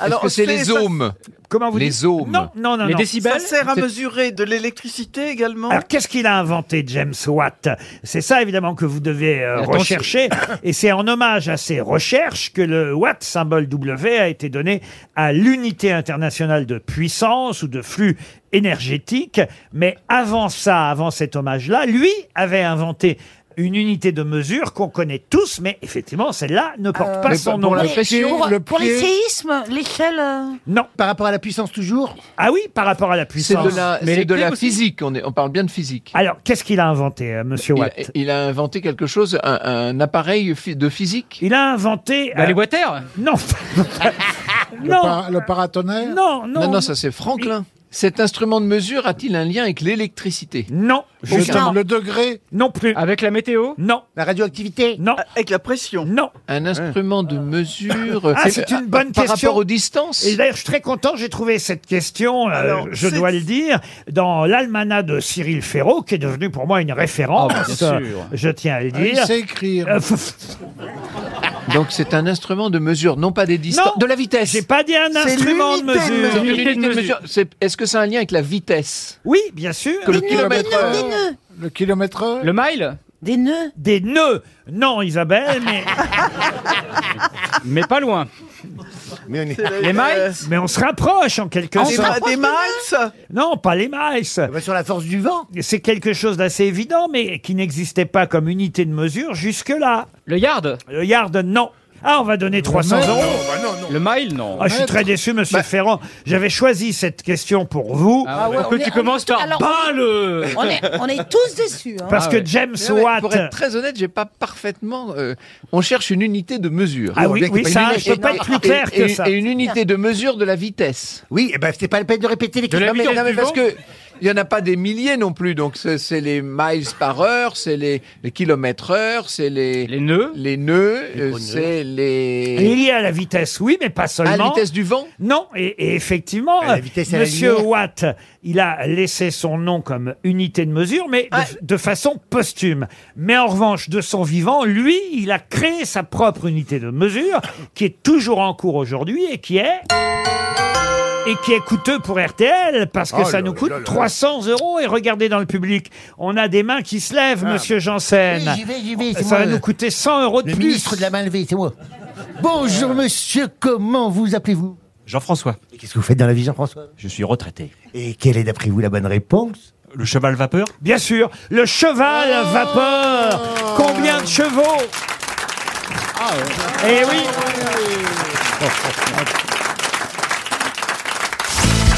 Speaker 7: Alors,
Speaker 6: que c'est les
Speaker 7: ça-
Speaker 6: ohms
Speaker 2: Comment vous
Speaker 6: Les
Speaker 2: dites
Speaker 6: ohms.
Speaker 2: Non, non, non. non.
Speaker 7: Ça sert à mesurer de l'électricité également.
Speaker 2: Alors, qu'est-ce qu'il a inventé, James Watt C'est ça, évidemment, que vous devez euh,
Speaker 7: Attention.
Speaker 2: rechercher. Et c'est en hommage à ces recherches que le Watt, symbole W, a été donné à l'unité internationale de puissance ou de flux énergétique. Mais avant ça, avant cet hommage-là, lui avait inventé une unité de mesure qu'on connaît tous, mais effectivement, celle-là ne porte
Speaker 9: Euh,
Speaker 2: pas son nom.
Speaker 14: pour, pour les séismes, l'échelle. euh,
Speaker 2: Non.
Speaker 9: Par rapport à la puissance toujours
Speaker 2: Ah oui, par rapport à la puissance.
Speaker 6: C'est de la, c'est de la physique, on, est- on parle bien de physique.
Speaker 2: Alors, qu'est-ce qu'il a inventé, euh, monsieur
Speaker 6: Il,
Speaker 2: Watt
Speaker 6: il a inventé quelque chose, un, un appareil phy- de physique
Speaker 2: Il a inventé... euh,
Speaker 6: Bah, les water (laughs)
Speaker 2: Non
Speaker 5: Le, par- le paratonnerre
Speaker 2: Non,
Speaker 6: non, non, ça c'est Franklin. Cet instrument de mesure a-t-il un lien avec l'électricité
Speaker 2: Non.
Speaker 5: Aucun. Le degré
Speaker 2: Non plus.
Speaker 6: Avec la météo
Speaker 2: Non.
Speaker 9: La radioactivité
Speaker 2: Non.
Speaker 7: Avec la pression
Speaker 2: Non.
Speaker 6: Un instrument de mesure.
Speaker 2: Ah, c'est une bonne
Speaker 6: par
Speaker 2: question.
Speaker 6: rapport aux distances.
Speaker 2: Et d'ailleurs, je suis très content, j'ai trouvé cette question, euh, je dois le dire, dans l'almanach de Cyril Ferraud, qui est devenu pour moi une référence.
Speaker 6: Ah, bien sûr.
Speaker 2: Je tiens à le
Speaker 6: Ah, il
Speaker 2: dire.
Speaker 6: sait
Speaker 5: (laughs) écrire.
Speaker 6: Donc c'est un instrument de mesure, non pas des distances, de la vitesse. J'ai
Speaker 2: pas dit un
Speaker 6: C'est
Speaker 2: instrument de
Speaker 6: l'unité
Speaker 2: mesure.
Speaker 6: C'est une unité de
Speaker 2: mesure.
Speaker 6: mesure. C'est- Est-ce que ça a un lien avec la vitesse
Speaker 2: Oui, bien sûr.
Speaker 6: Que le kilomètre heure.
Speaker 5: Le kilomètre heure
Speaker 2: Le mile Des nœuds Des nœuds Non, Isabelle, mais. mais pas (laughs) loin. Les miles Mais on se rapproche en quelque
Speaker 7: Ah, on se
Speaker 2: sorte.
Speaker 7: rapproche Des des miles
Speaker 2: Non, pas les miles.
Speaker 9: sur la force du vent.
Speaker 2: C'est quelque chose d'assez évident, mais qui n'existait pas comme unité de mesure jusque-là. Le yard Le yard, non. Ah, on va donner 300
Speaker 3: mile,
Speaker 2: euros.
Speaker 3: non, Le mile, non. Bah-
Speaker 2: Ah, je suis très déçu, monsieur Ferrand. J'avais choisi cette question pour vous.
Speaker 3: Ah ouais. Pour que
Speaker 14: on est-
Speaker 3: tu
Speaker 14: on
Speaker 3: commences
Speaker 14: est tout-
Speaker 3: par
Speaker 14: alors,
Speaker 3: bas le.
Speaker 14: On est, on est tous déçus. hein.
Speaker 2: Parce que James
Speaker 6: Mais ouais,
Speaker 2: Watt.
Speaker 6: Pour être très honnête, j'ai pas parfaitement. euh, on cherche une unité de mesure.
Speaker 2: Ah oui, oui, ça, je peux
Speaker 6: Et-
Speaker 2: pas être plus clair
Speaker 6: et-
Speaker 2: que
Speaker 6: et-
Speaker 2: ça.
Speaker 6: Et une unité de mesure de la vitesse.
Speaker 9: Oui, et ben c'est pas la peine de répéter les
Speaker 6: De la
Speaker 9: kilomètres.
Speaker 6: vitesse
Speaker 9: Non, mais
Speaker 6: du
Speaker 9: parce
Speaker 6: vent. Il y en a pas des milliers non plus, donc c'est c'est les miles par heure, c'est les, les kilomètres heure, c'est les les
Speaker 3: nœuds,
Speaker 6: les nœuds, euh, c'est les
Speaker 2: Il est lié à la vitesse, oui, mais pas seulement.
Speaker 6: à Ah, la vitesse du vent.
Speaker 2: Non, et, et effectivement,
Speaker 6: À la vitesse à la
Speaker 2: Monsieur
Speaker 6: lumière.
Speaker 2: Watt, il a laissé son nom comme unité de mesure, mais de- de, façon posthume. Mais en revanche, de son vivant, lui, il a créé sa propre unité de mesure, qui est toujours en cours aujourd'hui et qui est... Et qui est coûteux pour RTL parce que
Speaker 8: Oh
Speaker 2: ça
Speaker 8: là
Speaker 2: nous
Speaker 8: là
Speaker 2: coûte
Speaker 8: là là.
Speaker 2: 300 euros. Et regardez dans le public, on a des mains qui se lèvent, Monsieur Janssen.
Speaker 9: Ah, Oui, j'y vais, j'y vais, c'est
Speaker 2: ça
Speaker 9: moi,
Speaker 2: va nous
Speaker 9: euh,
Speaker 2: coûter 100 euros de
Speaker 9: Le
Speaker 2: plus.
Speaker 9: ministre de la main levée, c'est moi. Bonjour monsieur, comment vous appelez-vous
Speaker 15: Jean-François.
Speaker 9: Qu'est-ce que vous faites dans la vie, Jean-François
Speaker 15: Je suis retraité.
Speaker 9: Et quelle est d'après vous la bonne réponse
Speaker 15: Le cheval vapeur
Speaker 2: Bien sûr, le cheval à vapeur.
Speaker 14: Oh.
Speaker 2: Combien de chevaux
Speaker 3: Ah,
Speaker 2: Eh oui.
Speaker 14: (laughs)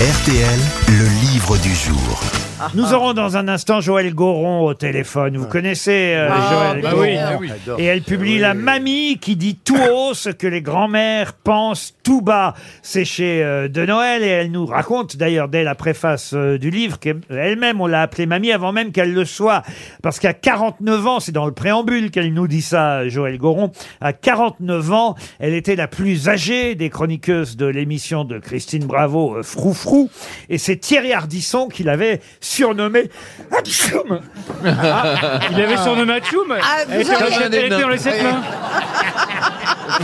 Speaker 1: RTL, le livre du jour. (laughs)
Speaker 2: Nous aurons dans un instant Joël Goron au téléphone. Vous connaissez euh,
Speaker 1: Ah,
Speaker 2: Joël
Speaker 1: bah
Speaker 2: Goron.
Speaker 1: oui, ah oui.
Speaker 2: Et elle publie La Mamie qui dit tout haut ce que les grands-mères pensent tout bas. C'est chez euh, De Noël et elle nous raconte d'ailleurs dès la préface euh, du livre qu'elle-même, on l'a appelée Mamie avant même qu'elle le soit. Parce qu'à 49 ans, c'est dans le préambule qu'elle nous dit ça, Joël Goron, à 49 ans, elle était la plus âgée des chroniqueuses de l'émission de Christine Bravo, euh, Froufrou. Et c'est Thierry Hardisson qui l'avait surnommée Atchoum.
Speaker 3: Ah, (laughs) il avait surnommé Atchoum
Speaker 2: Ah, vous
Speaker 3: Elle était dans-
Speaker 2: auriez-
Speaker 3: elle était dans les sept mains.
Speaker 2: (laughs)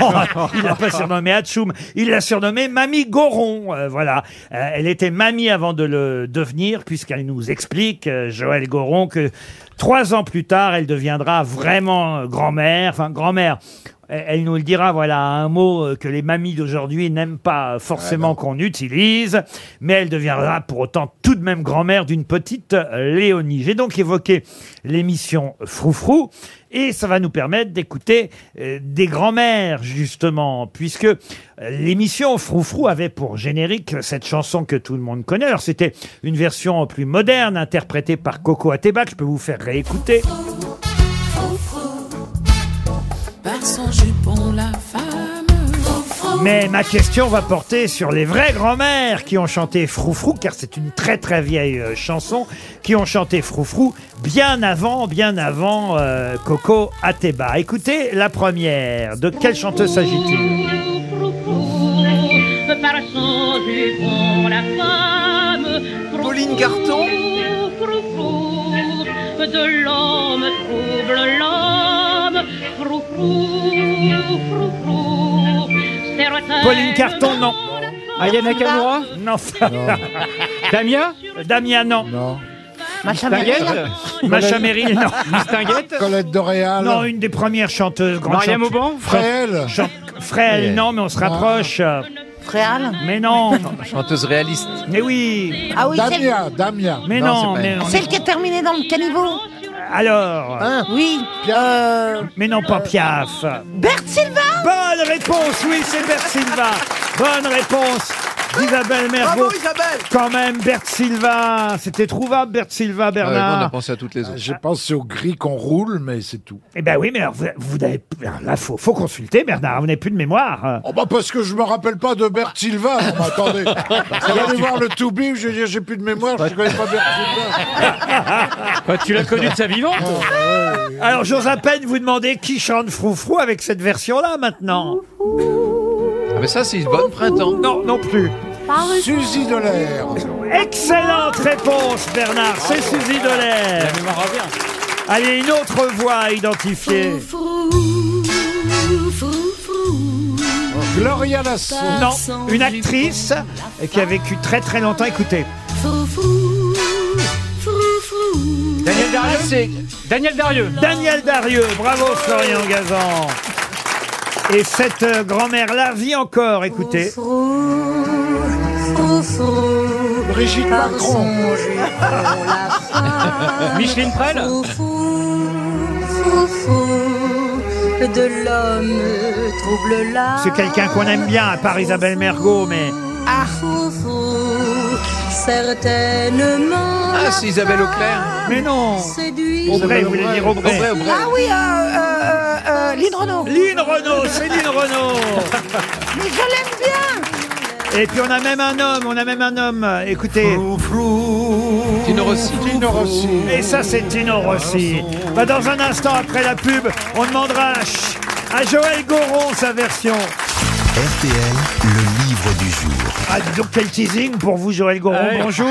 Speaker 2: Non, il l'a pas surnommé Hatchoum. Il l'a surnommé Mamie Goron. Euh, voilà. Euh, elle était mamie avant de le devenir, puisqu'elle nous explique, euh, Joël Goron, que trois ans plus tard, elle deviendra vraiment euh, grand-mère. Enfin, grand-mère. Elle elle nous le dira, voilà, un mot euh, que les mamies d'aujourd'hui n'aiment pas forcément qu'on utilise, mais elle deviendra pour autant tout de même grand-mère d'une petite euh, Léonie. J'ai donc évoqué l'émission Froufrou, et ça va nous permettre d'écouter euh, des grand-mères, justement, puisque euh, l'émission Froufrou avait pour générique cette chanson que tout le monde connaît. Alors, c'était une version plus moderne, interprétée par Coco Ateba, que je peux vous faire réécouter.
Speaker 16: Par son jupon, la femme.
Speaker 2: Mais ma question va porter sur les vraies grand-mères qui ont chanté Froufrou, car c'est une très très vieille euh, chanson, qui ont chanté Froufrou bien avant, bien avant euh, Coco Ateba. Écoutez la première. De quelle chanteuse s'agit-il
Speaker 16: Par son jupon, la femme. Pauline Garton.
Speaker 8: de l'homme trouble l'homme. Frou, frou, frou, frou. Certain-
Speaker 2: Pauline Carton,
Speaker 8: (laughs)
Speaker 2: non.
Speaker 8: Ayana Nakamura
Speaker 2: Non. (laughs) Damien Damien, non.
Speaker 5: Macha Merrill
Speaker 2: Distinguette Macha Merrill, non.
Speaker 5: (laughs) Distinguette Colette Doréal
Speaker 2: Non, une des premières chanteuses. grandes
Speaker 5: Maria
Speaker 2: chanteuses.
Speaker 5: Mauban Fréhel Ah.
Speaker 2: Chan- Fréhel, non, mais on se rapproche.
Speaker 4: Fréal
Speaker 2: Mais non
Speaker 6: Chanteuse réaliste.
Speaker 2: Mais oui
Speaker 4: Ah oui, c'est- Damia,
Speaker 5: Damia
Speaker 2: Mais
Speaker 6: Non,
Speaker 2: non,
Speaker 6: c'est pas
Speaker 2: mais
Speaker 6: elle.
Speaker 2: on
Speaker 4: Celle qui est terminée dans le caniveau
Speaker 2: Alors
Speaker 5: Hein
Speaker 4: Oui.
Speaker 2: Mais non, pas Piaf.
Speaker 4: Bert Silva
Speaker 2: Euh, Bonne réponse, oui, c'est Bert Silva. Bonne réponse. Isabelle Mergo.
Speaker 7: Bravo, Isabelle.
Speaker 2: Quand même, Bert Silva. C'était trouvable, Bert Silva, Bernard.
Speaker 6: pensé à toutes les autres.
Speaker 5: J'ai pensé au gris qu'on roule, mais c'est tout.
Speaker 2: Eh ben oui, mais alors, vous, vous n'avez- alors là, faut, faut consulter, Bernard. Vous n'avez plus de mémoire.
Speaker 5: Oh bah parce que je me rappelle pas de Bert Silva. Non, mais
Speaker 2: (laughs)
Speaker 5: attendez, vous allez voir le tout bim, je vais dire, j'ai plus de mémoire, je connais pas Bert
Speaker 2: (laughs)
Speaker 5: Silva.
Speaker 2: tu l'as connu de
Speaker 3: (laughs)
Speaker 2: sa vivante.
Speaker 5: Ah,
Speaker 2: Alors, j'ose à peine vous demander qui chante Froufrou avec cette version-là maintenant.
Speaker 6: Ah, mais ça, c'est une bonne printemps.
Speaker 2: Non, non plus.
Speaker 5: Suzy de l'air.
Speaker 2: Excellente réponse, Bernard. C'est Suzy Dolaire. Allez, une autre voix identifiée.
Speaker 5: Oh, Gloria Lasso.
Speaker 2: Non, une actrice qui a vécu très très longtemps. Écoutez.
Speaker 3: Daniel Darieux Ah, Daniel Darieux.
Speaker 2: Daniel Darieux, bravo Florian Gazan. Et cette euh, grand-mère-là vit encore, écoutez.
Speaker 5: Brigitte Macron.
Speaker 3: Micheline Prel
Speaker 8: de l'homme trouble l'âme.
Speaker 2: C'est quelqu'un qu'on aime bien, à part Isabelle Mergot, mais...
Speaker 8: Ah. Certainement.
Speaker 6: Ah, c'est Isabelle Auclair.
Speaker 2: Mais non.
Speaker 8: Séduit.
Speaker 2: Aubray, vous voulez dire Aubray
Speaker 6: Aubray, Aubray.
Speaker 4: Ah oui, euh, euh, euh, Lynn Renault.
Speaker 2: Lynn Renault, Céline Renault
Speaker 4: Mais je l'aime bien
Speaker 2: Et puis on a même un homme, on a même un homme, euh, écoutez.
Speaker 6: Tino Rossi.
Speaker 5: Tino Rossi.
Speaker 2: Et ça c'est Tino Rossi. Bah, dans un instant après la pub, on demandera à, Ch- à Joël Goron sa version.
Speaker 1: RTL, le livre du jour.
Speaker 2: Ah, dis donc quel teasing pour vous Joël Goron,
Speaker 1: Ah ouais.
Speaker 2: bonjour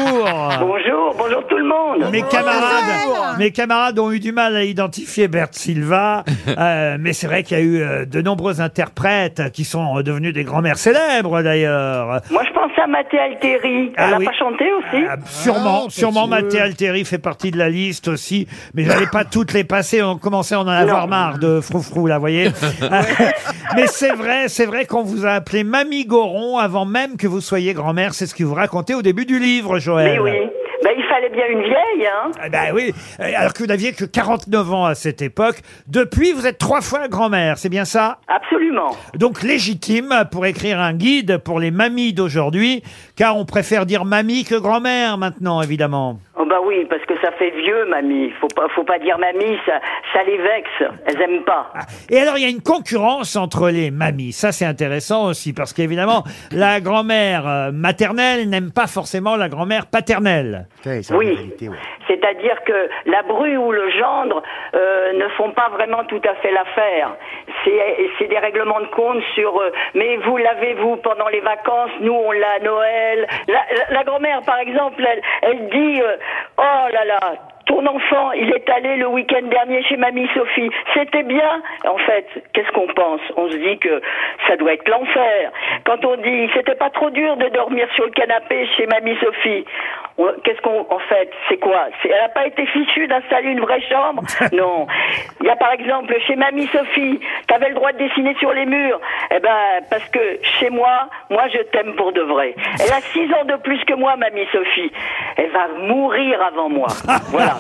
Speaker 17: Bonjour, bonjour tout le monde.
Speaker 2: Mes camarades, mes camarades ont eu du mal à identifier Bert Silva, euh, mais c'est vrai qu'il y a eu euh, de nombreux interprètes euh, qui sont euh, devenus des grands-mères célèbres d'ailleurs.
Speaker 17: Moi, je pense à Mathé Alteri. Elle
Speaker 2: Ah
Speaker 17: n'a
Speaker 2: oui.
Speaker 17: pas chanté aussi
Speaker 5: Ah,
Speaker 2: Sûrement, sûrement Mathé Alteri fait partie de la liste aussi, mais j'allais pas toutes les passer, on commençait à en avoir marre de froufrou là, vous voyez. (laughs) mais c'est vrai, c'est vrai qu'on vous a appelé Mamie Goron avant même que vous soyez grand-mère, c'est ce que vous racontez au début du livre, Joël.
Speaker 17: Mais oui. Ben, il fallait bien une vieille, hein
Speaker 2: Ah bah oui, euh, alors que vous n'aviez que 49 ans à cette époque. Depuis, vous êtes trois fois grand-mère, c'est bien ça
Speaker 17: Absolument.
Speaker 2: Donc légitime pour écrire un guide pour les mamies d'aujourd'hui, car on préfère dire mamie que grand-mère maintenant, évidemment.
Speaker 17: Oh bah oui, parce que ça fait vieux, mamie. Faut pas, faut pas dire mamie, ça, ça les vexe. Elles aiment pas.
Speaker 2: Et alors, il y a une concurrence entre les mamies. Ça, c'est intéressant aussi, parce qu'évidemment, la grand-mère euh, maternelle n'aime pas forcément la grand-mère paternelle.
Speaker 17: Oui. C'est-à-dire que la bru ou le gendre euh, ne font pas vraiment tout à fait l'affaire. C'est c'est des règlements de compte sur euh, mais vous l'avez vous pendant les vacances, nous on l'a à Noël. La, la- la grand-mère par exemple, elle, elle dit euh, oh là là. Ton enfant, il est allé le week-end dernier chez mamie Sophie. C'était bien. En fait, qu'est-ce qu'on pense On se dit que ça doit être l'enfer. Quand on dit, c'était pas trop dur de dormir sur le canapé chez mamie Sophie. On- Qu'est-ce qu'on, en fait, c'est quoi C'est- Elle n'a pas été fichue d'installer une vraie chambre Non. Il y a par exemple chez Mamie Sophie, t'avais le droit de dessiner sur les murs. Eh ben, parce que chez moi, moi je t'aime pour de vrai. Elle a six ans de plus que moi, Mamie Sophie. Elle va mourir avant moi. Voilà.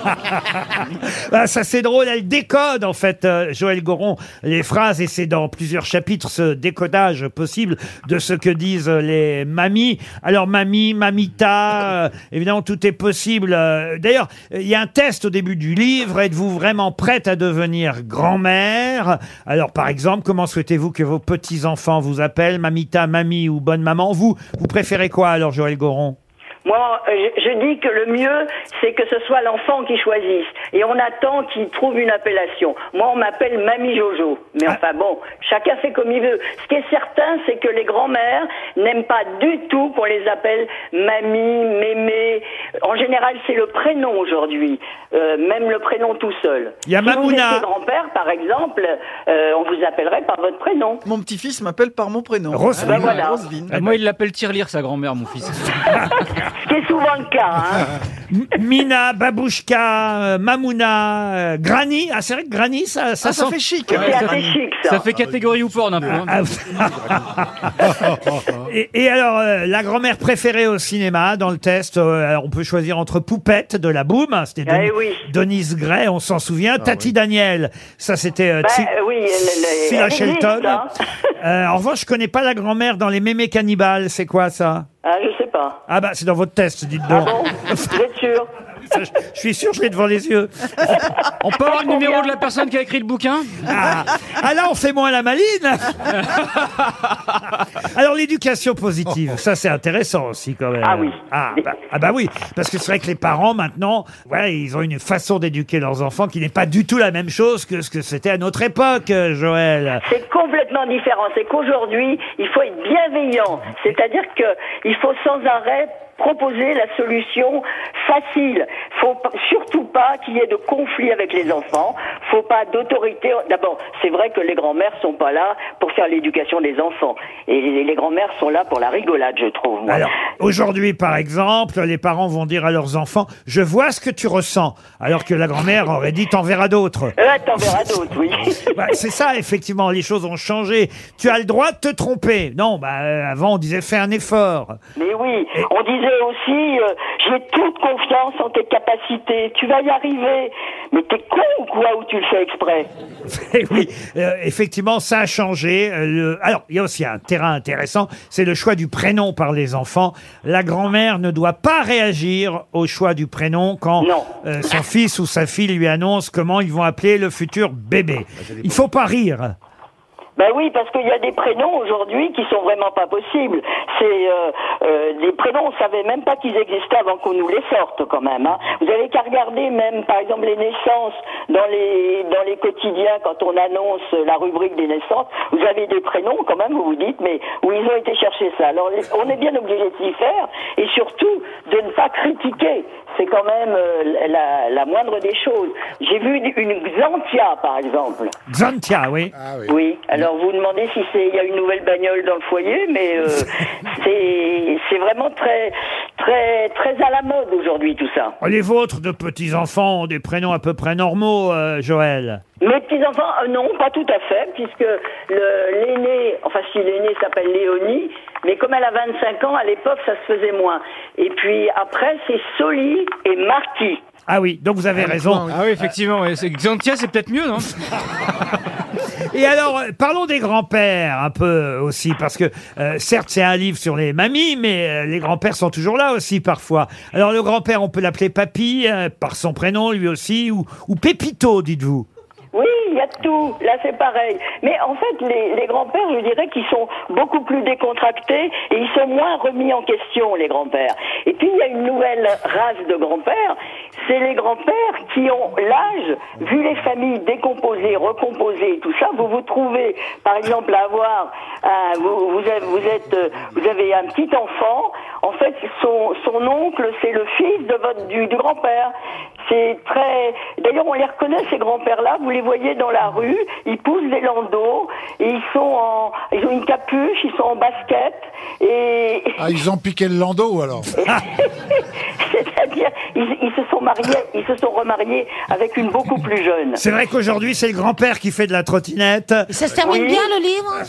Speaker 2: Ah, ça c'est drôle, elle décode en fait, euh, Joël Goron, les phrases, et c'est dans plusieurs chapitres ce décodage possible de ce que disent euh, les mamies. Alors mamie, mamita, euh, évidemment tout est possible. Euh, D'ailleurs, euh, il y a un test au début du livre, êtes-vous vraiment prête à devenir grand-mère Alors par exemple, comment souhaitez-vous que vos petits-enfants vous appellent Mamita, mamie ou bonne maman Vous, vous préférez quoi alors Joël Goron
Speaker 17: Moi, euh, je, je dis que le mieux, c'est que ce soit l'enfant qui choisisse. Et on attend qu'il trouve une appellation. Moi, on m'appelle Mamie Jojo. Mais
Speaker 2: Ah.
Speaker 17: enfin bon, chacun fait comme il veut. Ce qui est certain, c'est que les grands-mères n'aiment pas du tout qu'on les appelle Mamie, Mémé. En général, c'est le prénom aujourd'hui. Euh, même le prénom tout seul.
Speaker 2: Il y a
Speaker 17: si
Speaker 2: Mamouna.
Speaker 17: Vous étiez grand-père, par exemple, euh, on vous appellerait par votre prénom.
Speaker 7: Mon petit-fils m'appelle par mon prénom.
Speaker 2: Roselyne. Euh,
Speaker 7: Ah ben voilà.
Speaker 3: Ah, Moi, il l'appelle Tirelire, sa grand-mère, mon fils.
Speaker 17: Ce qui est souvent le cas. hein.
Speaker 2: (laughs) M- Mina, Babouchka, euh, Mamouna, euh, Granny. Ah, c'est vrai que Granny, ça, ça, hein.
Speaker 3: Ah, ça
Speaker 2: sent-
Speaker 3: fait chic. Ouais, C'est ça- assez chic, ça. ça fait catégorie ou porn, un peu, hein.
Speaker 2: Ah, et, et alors, euh, la grand-mère préférée au cinéma, dans le test, euh, alors, on peut choisir entre Poupette de la Boum, hein, c'était
Speaker 17: Eh
Speaker 2: Deni-
Speaker 17: oui.
Speaker 2: Denise Gray, on s'en souvient,
Speaker 3: Ah
Speaker 2: Tati Daniel, ça c'était euh,
Speaker 17: Bah,
Speaker 2: Tsi-
Speaker 17: euh, oui, elle- elle-
Speaker 2: Silla
Speaker 17: elle existe,
Speaker 2: Shelton.
Speaker 17: hein.
Speaker 2: Euh, en revanche, je connais pas la grand-mère dans Les Mémés Cannibales, c'est quoi ça
Speaker 17: Ah, je sais pas.
Speaker 2: Ah bah, c'est dans votre test, dites
Speaker 17: Ah
Speaker 2: donc.
Speaker 17: bon Vous êtes sûr
Speaker 2: Ça, je- Je suis sûr, je l'ai devant les yeux.
Speaker 3: On peut avoir le numéro de la personne qui a écrit le bouquin
Speaker 2: Ah, ah là, on fait moins la maline Alors, l'éducation positive, ça c'est intéressant aussi quand même.
Speaker 17: Ah oui.
Speaker 2: Ah bah, ah bah oui, parce que c'est vrai que les parents maintenant, voilà, ils ont une façon d'éduquer leurs enfants qui n'est pas du tout la même chose que ce que c'était à notre époque, euh, Joël.
Speaker 17: C'est complètement différent. C'est qu'aujourd'hui, il faut être bienveillant. C'est-à-dire qu'il faut sans arrêt proposer la solution facile. Faut p- surtout pas qu'il y ait de conflit avec les enfants. Faut pas d'autorité. D'abord, c'est vrai que les grands-mères sont pas là pour faire l'éducation des enfants. Et les les grands-mères sont là pour la rigolade, je trouve. moi.
Speaker 2: Alors, aujourd'hui, par exemple, les parents vont dire à leurs enfants « Je vois ce que tu ressens », alors que la grand-mère aurait dit « T'en verras d'autres ».
Speaker 17: Euh, t'en verras d'autres, oui.
Speaker 2: (laughs) Bah, c'est ça, effectivement, les choses ont changé. Tu as le droit de te tromper. Non, bah, euh, avant, on disait fais un effort.
Speaker 17: Mais oui, on disait aussi, euh, j'ai toute confiance en tes capacités, tu vas y arriver. Mais t'es con ou quoi ou tu le fais exprès
Speaker 2: Et oui, euh, effectivement, ça a changé. Euh, le- Alors, il y a aussi un terrain intéressant, c'est le choix du prénom par les enfants. La grand-mère ne doit pas réagir au choix du prénom quand euh, son fils ou sa fille lui annonce comment ils vont appeler le futur bébé. Il faut pas rire.
Speaker 17: Ben oui, parce qu'il y a des prénoms aujourd'hui qui sont vraiment pas possibles. C'est euh, euh, des prénoms, on savait même pas qu'ils existaient avant qu'on nous les sorte quand même. hein. Vous avez qu'à regarder même, par exemple, les naissances dans les dans les quotidiens quand on annonce la rubrique des naissances. Vous avez des prénoms quand même, vous vous dites, mais où ils ont été chercher ça Alors les- on est bien obligé de s'y faire et surtout de ne pas critiquer. C'est quand même euh, la, la moindre des choses. J'ai vu une Xantia par exemple.
Speaker 2: Xantia, oui.
Speaker 17: Ah Oui. alors vous demandez si c'est il y a une nouvelle bagnole dans le foyer, mais (laughs) euh, c'est c'est vraiment très très très à la mode aujourd'hui tout ça.
Speaker 2: Les vôtres de petits-enfants ont des prénoms à peu près normaux, euh, Joël.
Speaker 17: Mes petits enfants, non, pas tout à fait, puisque le- l'aîné, enfin si l'aîné s'appelle Léonie, mais comme elle a 25 ans à l'époque, ça se faisait moins. Et puis après, c'est Soli et Marty.
Speaker 2: (laughs) Ah oui, donc vous avez raison.
Speaker 3: Ah oui, effectivement. ouais. C'est- Xantia, c'est peut-être mieux, non
Speaker 2: Et alors, euh, parlons des grands-pères un peu aussi, parce que euh, certes, c'est un livre sur les mamies, mais euh, les grands-pères sont toujours là aussi parfois. Alors, le grand-père, on peut l'appeler Papy, euh, par son prénom lui aussi, ou, ou Pépito, dites-vous.
Speaker 17: Oui, il y a de tout. Là, c'est pareil. Mais en fait, les, les grands-pères, je dirais qu'ils sont beaucoup plus décontractés et ils sont moins remis en question, les grands-pères. Et puis, il y a une nouvelle race de grands-pères. C'est les grands-pères qui ont l'âge, vu les familles décomposées, recomposées, et tout ça. Vous vous trouvez, par exemple, à avoir, un- vous, vous avez, vous êtes, euh, vous avez un petit enfant. En fait, son, son oncle, c'est le fils de votre, du, du grand-père. C'est très. D'ailleurs, on les reconnaît ces grands-pères-là. Vous les voyez dans la rue. Ils poussent des landaux. Et ils sont en. Ils ont une capuche. Ils sont en basket. Et (laughs)
Speaker 5: Ah, ils ont piqué le landau, alors.
Speaker 17: c'est-à-dire, ils, ils se sont mariés. Ils se sont remariés avec une beaucoup plus jeune.
Speaker 2: C'est vrai qu'aujourd'hui, c'est le grand-père qui fait de la trottinette.
Speaker 14: Ça se termine
Speaker 17: Oui.
Speaker 14: bien
Speaker 4: (laughs)
Speaker 14: le livre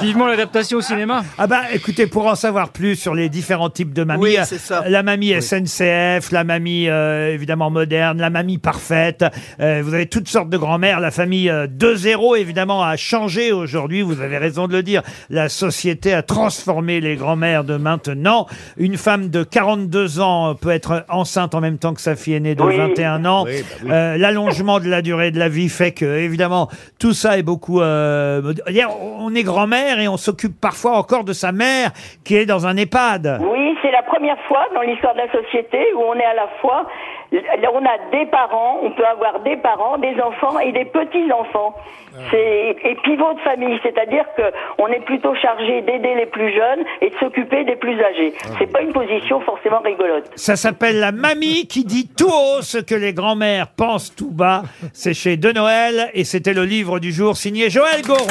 Speaker 3: Vivement l'adaptation au cinéma.
Speaker 2: Ah bah écoutez, pour en savoir plus sur les différents types de mamies,
Speaker 3: Oui,
Speaker 2: euh,
Speaker 3: c'est ça.
Speaker 2: la mamie SNCF, la mamie euh, évidemment moderne, la mamie parfaite, euh, vous avez toutes sortes de grand-mères, la famille euh, 2-0 évidemment a changé aujourd'hui, vous avez raison de le dire, la société a transformé les grand-mères de maintenant. Une femme de 42 ans peut être enceinte en même temps que sa fille aînée de
Speaker 17: Oui.
Speaker 2: 21 ans.
Speaker 17: Oui, bah oui.
Speaker 2: Euh, L'allongement de la durée de la vie fait que, évidemment, tout ça est beaucoup. euh, mod- D'ailleurs, on est grand-mère et on s'occupe parfois encore de sa mère qui est dans un EHPAD.
Speaker 17: Oui, c'est première fois dans l'histoire de la société où on est à la fois, là, on a des parents, on peut avoir des parents, des enfants et des petits-enfants. C'est et pivot de famille, c'est-à-dire que on est plutôt chargé d'aider les plus jeunes et de s'occuper des plus âgés. C'est pas une position forcément rigolote.
Speaker 2: Ça s'appelle La Mamie qui dit tout haut ce que les grands-mères pensent tout bas. C'est chez De Noël et c'était le livre du jour signé Joël Goron.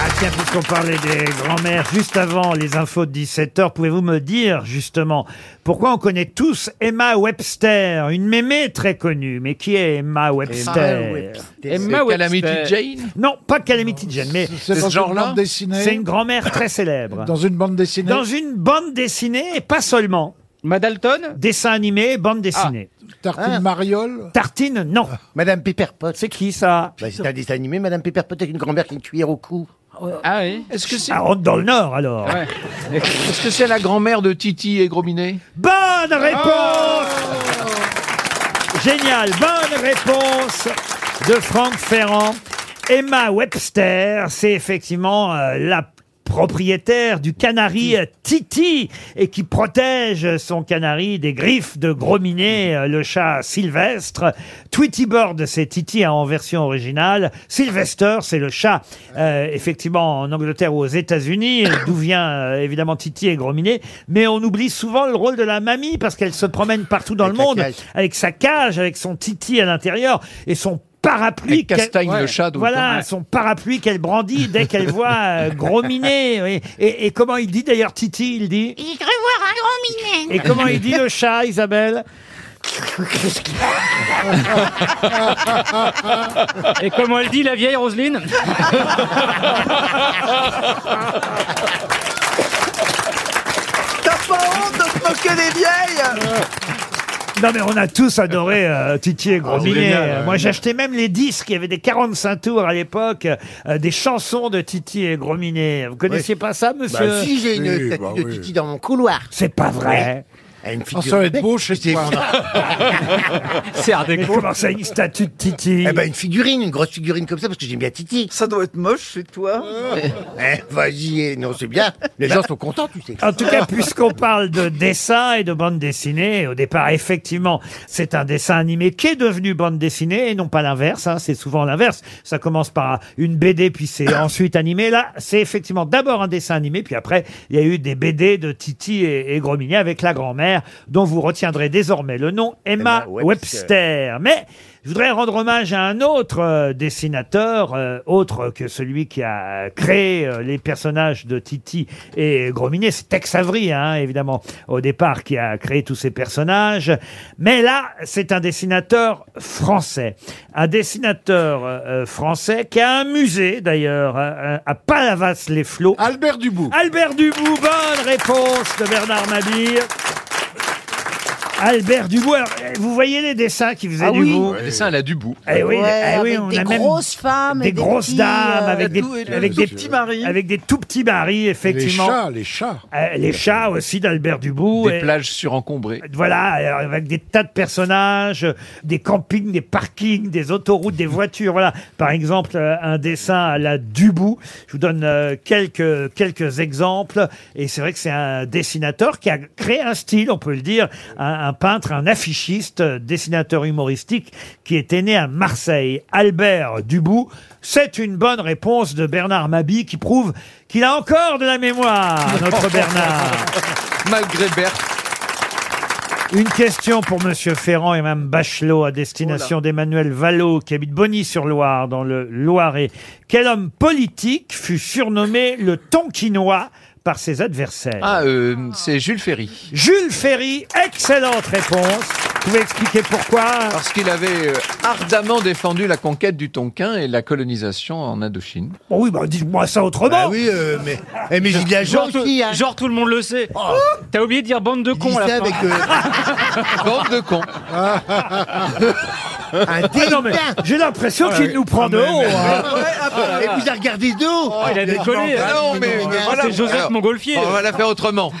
Speaker 2: Ah tiens, puisqu'on parlait des grands-mères, juste avant les infos de 17h, pouvez-vous me dire justement pourquoi on connaît tous Emma Webster, une mémé très connue, mais qui est Emma Webster
Speaker 6: Webster. Emma C'est Calamity Webster. Jane
Speaker 2: Non, pas Calamity Jane, mais
Speaker 5: C'est dans une bande dessinée
Speaker 2: C'est une grand-mère très célèbre.
Speaker 5: (laughs) Dans une bande dessinée
Speaker 2: Dans une bande dessinée, et pas seulement. Madalton Dessin animé, bande dessinée.
Speaker 5: Tartine
Speaker 2: Hein
Speaker 5: Mariol
Speaker 2: Tartine, non.
Speaker 5: Ah.
Speaker 9: Madame Pepperpot.
Speaker 2: C'est qui ça
Speaker 9: Bah, C'est un dessin animé, Madame Pepperpot avec une grand-mère qui a une cuillère au cou.
Speaker 6: Ah oui Est-ce que c'est
Speaker 2: Ah, on rentre dans le Nord alors.
Speaker 6: Est-ce que c'est la grand-mère de Titi et Ah. Grominet
Speaker 2: Bonne réponse Génial, bonne réponse de Franck Ferrand. Emma Webster, c'est effectivement euh, la propriétaire du canari euh, Titi et qui protège son canari des griffes de Grominet, euh, le chat sylvestre. Tweety Bird, c'est Titi hein, en version originale. Sylvester, c'est le chat, euh, effectivement, en Angleterre ou aux États-Unis, (coughs) et d'où vient euh, évidemment Titi et Grominet. Mais on oublie souvent le rôle de la mamie parce qu'elle se promène partout dans le monde avec sa cage, avec son Titi à l'intérieur et son parapluie
Speaker 6: Avec Castagne,
Speaker 2: qu'elle-
Speaker 6: le chat, hein. d'autant.
Speaker 2: voilà
Speaker 6: Ouais.
Speaker 2: son parapluie qu'elle brandit dès
Speaker 6: (laughs)
Speaker 2: qu'elle voit euh, Grominet oui. et, et comment il dit d'ailleurs Titi il dit
Speaker 8: Il crut voir un grand minet.
Speaker 2: et comment il dit
Speaker 4: (laughs)
Speaker 2: le
Speaker 6: (laughs)
Speaker 2: chat Isabelle
Speaker 3: Et comment elle dit la vieille
Speaker 5: (laughs)
Speaker 3: Roselyne
Speaker 7: T'as pas honte de te moquer des vieilles
Speaker 2: Non mais on a tous adoré euh, Titi et Grominet.
Speaker 5: Ah, c'est génial,
Speaker 2: Euh,
Speaker 5: ouais.
Speaker 2: Moi j'achetais même les disques, il y avait des 45 tours à l'époque, euh, des chansons de Titi et Grominet. Vous connaissiez pas ça monsieur
Speaker 9: Bah, si, j'ai une
Speaker 5: Oui,
Speaker 9: statue
Speaker 5: bah
Speaker 9: de
Speaker 5: oui.
Speaker 9: Titi dans mon couloir.
Speaker 2: C'est pas vrai.
Speaker 9: Elle a une figure
Speaker 5: Ah, ça va
Speaker 9: de
Speaker 5: être (laughs)
Speaker 9: bec.
Speaker 5: beau chez toi. hein.
Speaker 2: C'est Comment ça (laughs) une statue de Titi
Speaker 9: Eh ben, une figurine, une grosse figurine comme ça, parce que j'aime bien Titi.
Speaker 7: Ça doit être moche chez toi.
Speaker 9: (laughs) Eh, vas-y, eh, non, c'est bien. Les gens sont contents, tu sais.
Speaker 2: En tout cas, puisqu'on parle de dessin et de bande dessinée, au départ, effectivement, c'est un dessin animé qui est devenu bande dessinée et non pas l'inverse. hein. c'est souvent l'inverse. Ça commence par une BD,
Speaker 9: (coughs)
Speaker 2: puis c'est ensuite animé. Là, c'est effectivement d'abord un dessin animé, puis après, il y a eu des BD de Titi et, et Grominet avec la grand-mère, dont vous retiendrez désormais le nom
Speaker 9: Emma
Speaker 2: Emma,
Speaker 9: Webster.
Speaker 2: Webster. Mais je voudrais rendre hommage à un autre euh, dessinateur, euh, autre que celui qui a créé euh, les personnages de Titi et Grominet. C'est Tex Avery, hein, évidemment, au départ, qui a créé tous ces personnages. Mais là, c'est un dessinateur français. Un dessinateur euh, euh, français qui a un musée, d'ailleurs, euh, à, à Palavas-les-Flots.
Speaker 5: Albert Dubout.
Speaker 2: Albert Dubout, bonne réponse de Bernard Mabille. Albert Dubout, alors, euh, vous voyez les dessins qui faisaient
Speaker 4: Ah oui.
Speaker 2: Dubout
Speaker 6: Le dessin, elle a du bout.
Speaker 2: Eh oui,
Speaker 4: Ouais,
Speaker 2: eh oui,
Speaker 4: avec
Speaker 2: on
Speaker 4: des
Speaker 2: a même
Speaker 4: grosses femmes, et
Speaker 2: des, grosses
Speaker 4: petits,
Speaker 2: dames,
Speaker 4: euh, (laughs)
Speaker 2: avec des,
Speaker 7: tout- et
Speaker 2: avec
Speaker 7: tout
Speaker 2: des
Speaker 7: petits maris.
Speaker 2: avec des tout petits maris,
Speaker 5: Les
Speaker 2: effectivement.
Speaker 5: chats, les chats.
Speaker 2: Euh, les chats aussi d'Albert Dubout.
Speaker 6: Des
Speaker 2: et-
Speaker 6: plages surencombrées.
Speaker 2: voilà, euh, avec des tas de personnages, euh, des campings, des parkings, des
Speaker 6: (laughs)
Speaker 2: autoroutes, des voitures. Voilà, par exemple, euh, un dessin à la Dubout. Je vous donne euh, quelques, quelques exemples. Et c'est vrai que c'est un dessinateur qui a créé un style, on peut le dire, un, un peintre, un affichiste, euh, dessinateur humoristique qui était né à Marseille. Albert Dubout, c'est une bonne réponse de Bernard Mabi qui prouve qu'il a encore de la mémoire, notre Bernard.
Speaker 6: Malgré Bert.
Speaker 2: Une question pour Monsieur Ferrand et Mme Bachelot à destination d'Emmanuel Vallot qui habite Bonny-sur-Loire dans le Loiret. Quel homme politique fut surnommé le Tonkinois par ses adversaires
Speaker 6: Ah, euh, c'est Jules Ferry.
Speaker 2: Jules Ferry, excellente réponse. Vous pouvez expliquer pourquoi
Speaker 6: Parce qu'il avait euh, ardemment défendu la conquête du Tonkin et la colonisation en Indochine.
Speaker 2: Bon, Oui, bah dites-moi ça autrement.
Speaker 9: Bah oui, euh, mais, eh, mais j'ai de la Oh,
Speaker 3: genre, tout,
Speaker 9: gentille, hein.
Speaker 3: genre tout le monde le sait. T'as oublié de dire bande de
Speaker 9: Il dit
Speaker 3: cons à
Speaker 9: ça
Speaker 3: la fin.
Speaker 9: avec euh,
Speaker 3: (laughs)
Speaker 6: Bande de cons.
Speaker 9: un Ah,
Speaker 2: Ah non, mais
Speaker 9: dédain.
Speaker 2: j'ai l'impression qu'il nous prend de haut. hein.
Speaker 9: Et vous a regardé d'eau.
Speaker 2: Oh,
Speaker 3: Il a décollé.
Speaker 6: Ah non, mais
Speaker 3: Ah, c'est Joseph Montgolfier.
Speaker 6: On va la faire autrement.